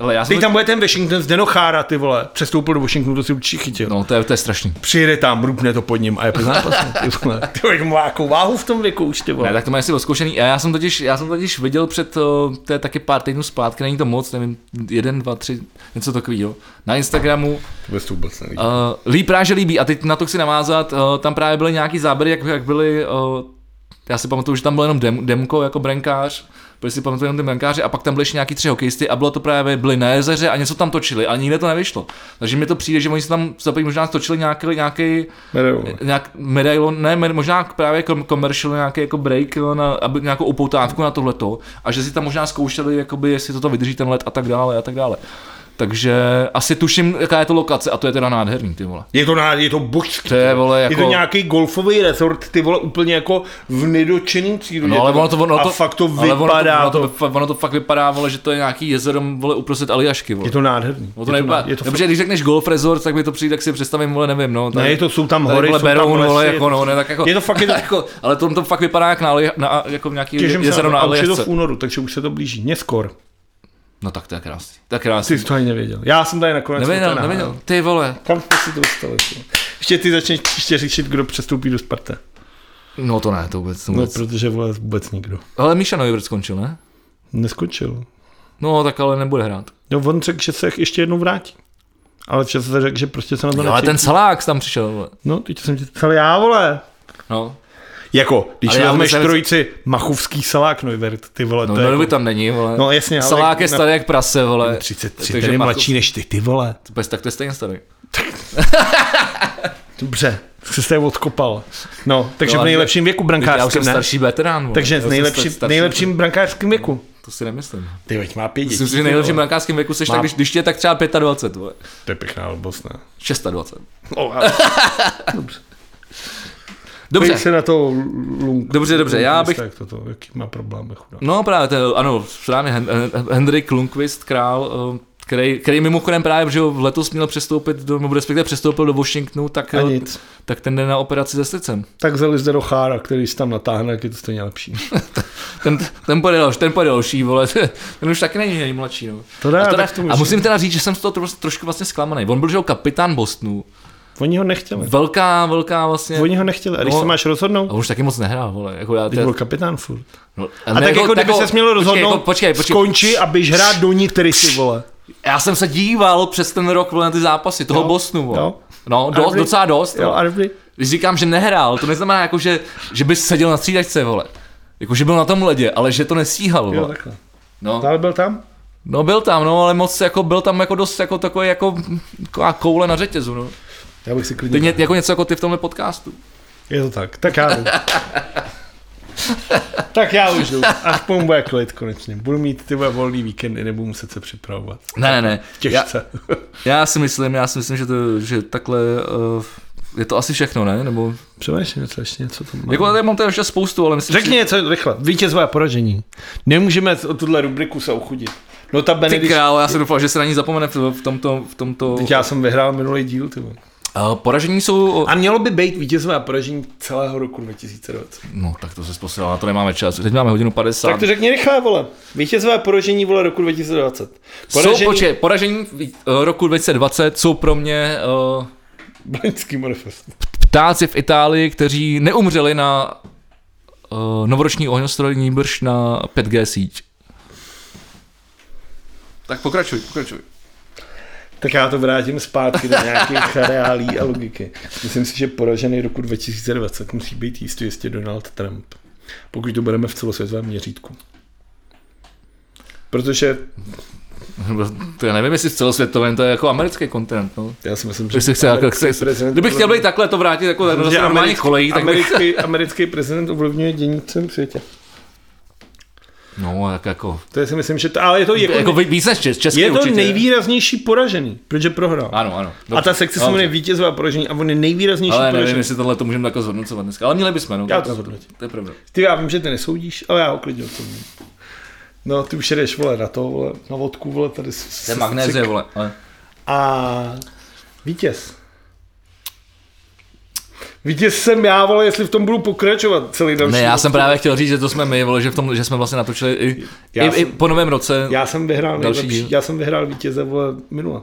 Speaker 2: Ale já jsem...
Speaker 1: Teď tam bude ten Washington z Denochára ty vole. Přestoupil do Washingtonu, to si určitě chytil.
Speaker 2: No, to je, to je strašný.
Speaker 1: Přijede tam, rupne to pod ním a je po zápasu. Ty vole, ty vole, jak má jakou váhu v tom věku už ty
Speaker 2: Ne,
Speaker 1: vole.
Speaker 2: tak to má asi oskoušený. A já jsem totiž, já jsem totiž viděl před, eh, to je taky pár týdnů zpátky, není to moc, nevím, jeden, dva, tři, něco takového. Na Instagramu
Speaker 1: Vůbec to vůbec neví.
Speaker 2: Uh, líp ráže líbí. A teď na to chci navázat, uh, tam právě byly nějaký záběry, jak, jak byly, uh, já si pamatuju, že tam byl jenom dem, Demko jako brankář, protože si pamatuju jenom ty brankáři a pak tam byli ještě nějaký tři hokejisty a bylo to právě, byli na jezeře a něco tam točili a nikde to nevyšlo. Takže mi to přijde, že oni se tam zapojili, možná točili nějaký, nějaký nějak medailon, ne, med- možná právě kom- commercial, nějaký jako break, jo, na, aby, nějakou upoutávku na tohleto a že si tam možná zkoušeli, jakoby, jestli toto vydrží ten let a tak dále a tak dále. Takže asi tuším, jaká je to lokace a to je teda nádherný, ty vole.
Speaker 1: Je to, ná, je to božský.
Speaker 2: To je,
Speaker 1: ty
Speaker 2: vole,
Speaker 1: je to
Speaker 2: jako-
Speaker 1: nějaký golfový resort, ty vole, úplně jako v nedočeným přírodě.
Speaker 2: No, ale ono to, ono to,
Speaker 1: a fakt to
Speaker 2: ale
Speaker 1: vypadá.
Speaker 2: Ono
Speaker 1: to,
Speaker 2: to, ono, to, ono to fakt vypadá, vole, že to je nějaký jezero, vole, uprostřed Aljašky, vole.
Speaker 1: je to nádherný.
Speaker 2: Ono to nevypadá.
Speaker 1: je to,
Speaker 2: Dobře, když řekneš golf resort, tak mi to přijde, tak si představím, vole, nevím, no.
Speaker 1: ne, je to, jsou tam
Speaker 2: tady,
Speaker 1: hory,
Speaker 2: vole,
Speaker 1: jsou tam
Speaker 2: Beroun,
Speaker 1: lesy,
Speaker 2: vole,
Speaker 1: je
Speaker 2: jako,
Speaker 1: to-
Speaker 2: no, ne, tak jako,
Speaker 1: je to fakt- je to-
Speaker 2: jako, ale to, to fakt vypadá jak na, Alja- na jako nějaký
Speaker 1: Těším se,
Speaker 2: jezero na
Speaker 1: na a už je to
Speaker 2: Aljašce.
Speaker 1: v únoru, takže už se to blíží. Neskor.
Speaker 2: No tak to je krásný, to je krásný.
Speaker 1: Ty jsi to ani nevěděl. Já jsem tady nakonec.
Speaker 2: Nevěděl,
Speaker 1: to nahrál.
Speaker 2: nevěděl, ty vole.
Speaker 1: Kam jste si to dostali? co? Ještě ty začneš příště řešit, kdo přestoupí do Sparta.
Speaker 2: No to ne, to vůbec, to
Speaker 1: No,
Speaker 2: vůbec.
Speaker 1: protože vole vůbec nikdo.
Speaker 2: Ale Míša Neuvert skončil, ne?
Speaker 1: Neskočil.
Speaker 2: No tak ale nebude hrát.
Speaker 1: No, on řekl, že se ještě jednou vrátí. Ale včas se řekl, že prostě se na to
Speaker 2: Jo, ale
Speaker 1: nečeká.
Speaker 2: ten Salák tam přišel, vole.
Speaker 1: No, teď jsem ti psal já, vole.
Speaker 2: No,
Speaker 1: Jako, když
Speaker 2: Ale já
Speaker 1: vezmeš
Speaker 2: vůbec-
Speaker 1: trojici Machovský salák, Neuvert, ty vole,
Speaker 2: no,
Speaker 1: to je
Speaker 2: no
Speaker 1: jako,
Speaker 2: by tam není, vole.
Speaker 1: No, jasně, ale-
Speaker 2: Salák je starý jak prase, vole.
Speaker 1: 33,
Speaker 2: Takže
Speaker 1: ten je
Speaker 2: Machov-
Speaker 1: mladší než ty, ty vole.
Speaker 2: Bez, tak to je stejně starý.
Speaker 1: Dobře, jsi se je odkopal. No, takže
Speaker 2: No,
Speaker 1: v
Speaker 2: ale-
Speaker 1: nejlepším věku
Speaker 2: Já už jsem
Speaker 1: brankářským, ne?
Speaker 2: starší veterán, vole.
Speaker 1: Takže
Speaker 2: Já
Speaker 1: v
Speaker 2: už jsem
Speaker 1: nejlepší,
Speaker 2: starší-
Speaker 1: nejlepším brankářským věku.
Speaker 2: To si nemyslím.
Speaker 1: Ty veď má pět dětí.
Speaker 2: Myslím si,
Speaker 1: ty
Speaker 2: že
Speaker 1: vole.
Speaker 2: nejlepším brankářským věku seš tak, když, když je tak třeba 25, vole.
Speaker 1: To je pěkná blbost, ne?
Speaker 2: 26.
Speaker 1: Oh, Dobře.
Speaker 2: Dobře,
Speaker 1: se na to lung.
Speaker 2: Dobře, dobře, já bych-
Speaker 1: Tak toto, jaký má problémy chudá.
Speaker 2: no právě, to, ano, správně, Hen- Hen- Hendrik Lundqvist, král, eh, který, který mimochodem právě, že ho letos měl přestoupit, do, nebo respektive přestoupil do Washingtonu, tak,
Speaker 1: A
Speaker 2: eh,
Speaker 1: nic.
Speaker 2: tak ten jde na operaci se srdcem.
Speaker 1: Tak vzali zde do chára, který si tam natáhne, jak je to stejně lepší.
Speaker 2: Ten, ten pojede další, ten pojede další, vole, ten už taky není nejmladší, no.
Speaker 1: To ne,
Speaker 2: a, teda,
Speaker 1: tak to může.
Speaker 2: a musím teda říct, že jsem z toho tro, trošku vlastně zklamaný. On byl, že jo, kapitán Bostonu,
Speaker 1: Oni ho nechtěli.
Speaker 2: velká, velká vlastně,
Speaker 1: Oni ho nechtěli. A když
Speaker 2: No.
Speaker 1: se máš rozhodnout,
Speaker 2: a on už taky moc nehrál, vole, jako já,
Speaker 1: Teď
Speaker 2: teda-
Speaker 1: byl kapitán furt.
Speaker 2: no,
Speaker 1: A tak jako, kdyby se měl rozhodnout,
Speaker 2: počkej, jako, počkej, počkej,
Speaker 1: skonči a běž hrát do ní, který si vole.
Speaker 2: Já jsem se díval přes ten rok vole, na ty zápasy toho
Speaker 1: Jo,
Speaker 2: Bosnu. vole.
Speaker 1: jo.
Speaker 2: No, dost,
Speaker 1: dobrý.
Speaker 2: docela dost.
Speaker 1: Jo,
Speaker 2: Jo.
Speaker 1: a dobrý.
Speaker 2: Když říkám, že nehrál, to neznamená, jako, že, že by seděl na střídačce, vole. Jako, že byl na tom ledě, ale že to nestíhal,
Speaker 1: Jo,
Speaker 2: vole.
Speaker 1: takhle.
Speaker 2: No,
Speaker 1: Dále byl tam?
Speaker 2: no byl tam, no, ale moc, jako, byl tam jako dost jako takový, jako, jako koule na řetězu, no.
Speaker 1: Já bych si klidně...
Speaker 2: Ty ně, jako něco jako ty v tomhle podcastu.
Speaker 1: Je to tak. Tak já jdu. tak já už jdu. Aspoň bude klid konečně. Budu mít ty vole volný víkendy, nebudu muset se připravovat.
Speaker 2: Ne, ne, ne. Já,
Speaker 1: Těžce.
Speaker 2: já, si myslím, já si myslím, že, to, že takhle uh, je to asi všechno, ne? Nebo,
Speaker 1: Přemýšlím něco ještě, něco tam mám.
Speaker 2: jako tady mám tady ještě spoustu, ale myslím,
Speaker 1: No. Řekni něco rychle. Vítězové a poražení. Nemůžeme o tuhle rubriku se ochudit. No ta
Speaker 2: že... Ty
Speaker 1: Benedikt,
Speaker 2: král, já jsem doufal, že se na ní zapomene v, v tomto, v tomto...
Speaker 1: Teď já jsem vyhrál minulý díl, ty vole.
Speaker 2: Uh, poražení jsou...
Speaker 1: A mělo by být vítězové a poražení celého roku 2020.
Speaker 2: No, tak to se posílá, na to nemáme čas. Teď máme hodinu 50.
Speaker 1: Tak to řekni rychle, vole. Vítězové a poražení, vole, roku 2020.
Speaker 2: Jsou, počkej, poražení v- eh, roku 2020 jsou pro mě uh,
Speaker 1: Blinský manifest.
Speaker 2: ptáci v Itálii, kteří neumřeli na uh, novoroční ohňostroj, níbrž na 5G síť. Tak pokračuj, pokračuj.
Speaker 1: Tak já to vrátím zpátky do nějakých reálí a logiky. Myslím si, že poražený roku 2020 musí být jistě, jistě Donald Trump. Pokud to budeme v celosvětovém měřítku. Protože
Speaker 2: To já nevím, jestli v celosvětovém, to je jako americký kontinent. No.
Speaker 1: já si myslím, že...
Speaker 2: Když se chce, jako, chce,
Speaker 1: prezident-
Speaker 2: kdybych chtěl být takhle to vrátit jako na
Speaker 1: Že
Speaker 2: normální
Speaker 1: americký-
Speaker 2: kolejí, tak bych...
Speaker 1: americký, americký prezident ovlivňuje dění v celém světě.
Speaker 2: No, tak jako...
Speaker 1: To je si myslím, že to, ale je to, jako,
Speaker 2: Jako víc než čes- český
Speaker 1: je to
Speaker 2: určitě.
Speaker 1: nejvýraznější poražený, protože prohrál.
Speaker 2: Ano, ano.
Speaker 1: a ta sekce se
Speaker 2: dobře.
Speaker 1: jmenuje vítězové poražení a on je nejvýraznější
Speaker 2: Ale nevím,
Speaker 1: poražený.
Speaker 2: jestli tohle to můžeme takhle zhodnocovat dneska, ale měli bychom, no.
Speaker 1: Já to zhodnotím.
Speaker 2: To je pravda.
Speaker 1: Ty já vím, že ty nesoudíš, ale já ho klidně odsoudím. No, ty už jedeš, vole, na to, vole, na vodku, vole, tady. s-
Speaker 2: To je
Speaker 1: s-
Speaker 2: magnézie,
Speaker 1: cik.
Speaker 2: vole. Ale...
Speaker 1: A vítěz. Vítěz jsem já, vole, jestli v tom budu pokračovat celý další.
Speaker 2: Ne, já
Speaker 1: rok.
Speaker 2: jsem právě chtěl říct, že to jsme my, vole, že, v tom, že jsme vlastně natočili i,
Speaker 1: Já
Speaker 2: i, i
Speaker 1: jsem-
Speaker 2: po novém roce.
Speaker 1: Já jsem vyhrál
Speaker 2: Další
Speaker 1: nejlepší,
Speaker 2: díl.
Speaker 1: já jsem vyhrál vítěze, vole, minule.
Speaker 2: no,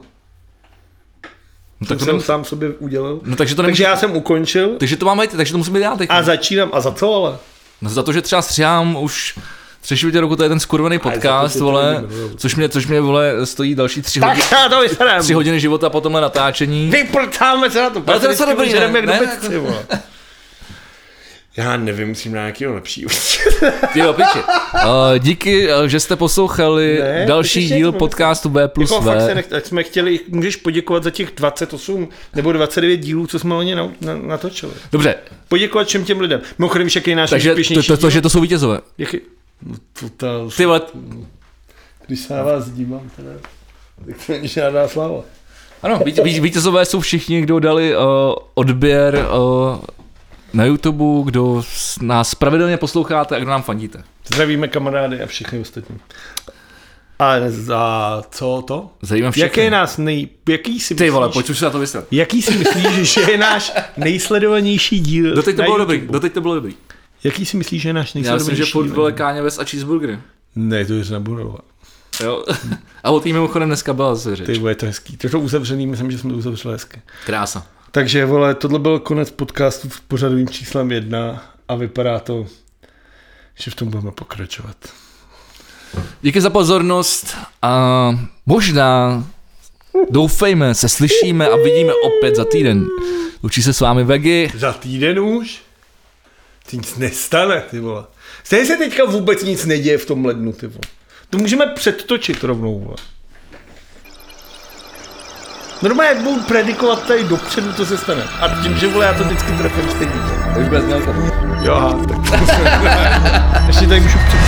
Speaker 2: tak
Speaker 1: Tak
Speaker 2: to
Speaker 1: jsem
Speaker 2: nem-
Speaker 1: sám sobě udělal.
Speaker 2: no, takže to
Speaker 1: Takže
Speaker 2: nemůže...
Speaker 1: já jsem ukončil
Speaker 2: Takže to máme, takže to musím být já teď.
Speaker 1: a začínám. A za co, ale?
Speaker 2: No, za to, že třeba stříhám už tři čtvrtě roku, to je ten skurvený
Speaker 1: za to
Speaker 2: podcast,
Speaker 1: si to
Speaker 2: vole,
Speaker 1: nevím, jo.
Speaker 2: což mě, což mě, vole, stojí další tři,
Speaker 1: Tak
Speaker 2: hodiny,
Speaker 1: já to
Speaker 2: tři
Speaker 1: vyhrám.
Speaker 2: hodiny života po tomhle natáčení.
Speaker 1: Vyprtáme se na to.
Speaker 2: Ale to je docela dobrý,
Speaker 1: Jdeme
Speaker 2: ne?
Speaker 1: jak do
Speaker 2: Ne,
Speaker 1: pecci, vole. Já nevím, musím na nějakého lepšího.
Speaker 2: Ty jo, piči. Uh, díky, eh, že jste poslouchali
Speaker 1: Ne,
Speaker 2: další
Speaker 1: ještě
Speaker 2: díl
Speaker 1: jednou.
Speaker 2: podcastu B plus
Speaker 1: Jako
Speaker 2: V.
Speaker 1: fakt se nech, ať jsme chtěli, můžeš poděkovat za těch 28 nebo 29 dílů, co jsme loni na, na, natočili.
Speaker 2: Dobře,
Speaker 1: Poděkovat všem těm lidem. Mimochodem, však je náš
Speaker 2: takže to,
Speaker 1: nejúspěšnější
Speaker 2: to, to,
Speaker 1: díl.
Speaker 2: že to jsou vítězové.
Speaker 1: Jak je... no, to, ta,
Speaker 2: Ty vole,
Speaker 1: když se na vás dívám teda. Tak to není žádná sláva.
Speaker 2: Ano, víť- víť- vítězové jsou všichni, kdo dali uh, odběr uh, na YouTube, kdo s- nás pravidelně posloucháte a kdo nám fandíte.
Speaker 1: Zdravíme kamarády a všechny ostatní. A za co to?
Speaker 2: Zajímám všechny.
Speaker 1: Jaké nás nej... Jaký si
Speaker 2: Ty vole,
Speaker 1: myslíš-
Speaker 2: pojď už se na to vysrat.
Speaker 1: Jaký si myslíš, že je náš nejsledovanější díl
Speaker 2: Doteď No to
Speaker 1: na
Speaker 2: bylo
Speaker 1: YouTube?
Speaker 2: dobrý, doteď to bylo dobrý.
Speaker 1: Jaký si myslíš, že je náš
Speaker 2: Já myslím,
Speaker 1: nejsledovanější
Speaker 2: že furt
Speaker 1: díl?
Speaker 2: vole Káně West a cheeseburgery.
Speaker 1: Ne, to je Jiřina Budová.
Speaker 2: Jo. A o tým mimochodem dneska byla z řeč.
Speaker 1: Ty vole, je to hezký. To je to uzavřený, myslím, že jsme to uzavřeli hezky.
Speaker 2: Krása.
Speaker 1: Takže vole, tohle byl konec podcastu s pořadovým číslem jedna a vypadá to, že v tom budeme pokračovat.
Speaker 2: Díky za pozornost a možná doufejme, se slyšíme a vidíme opět za týden. Učí se s vámi Vegi.
Speaker 1: Za týden už? Ty nic nestane, ty vole. Stejně se teďka vůbec nic neděje v tom lednu, ty vole. To můžeme předtočit rovnou, vole. Normálně jak budu predikovat tady dopředu, to se stane. A tím, že vole, já to vždycky trefím stejně.
Speaker 2: Už bez
Speaker 1: Jo, tak to Ještě tady můžu před...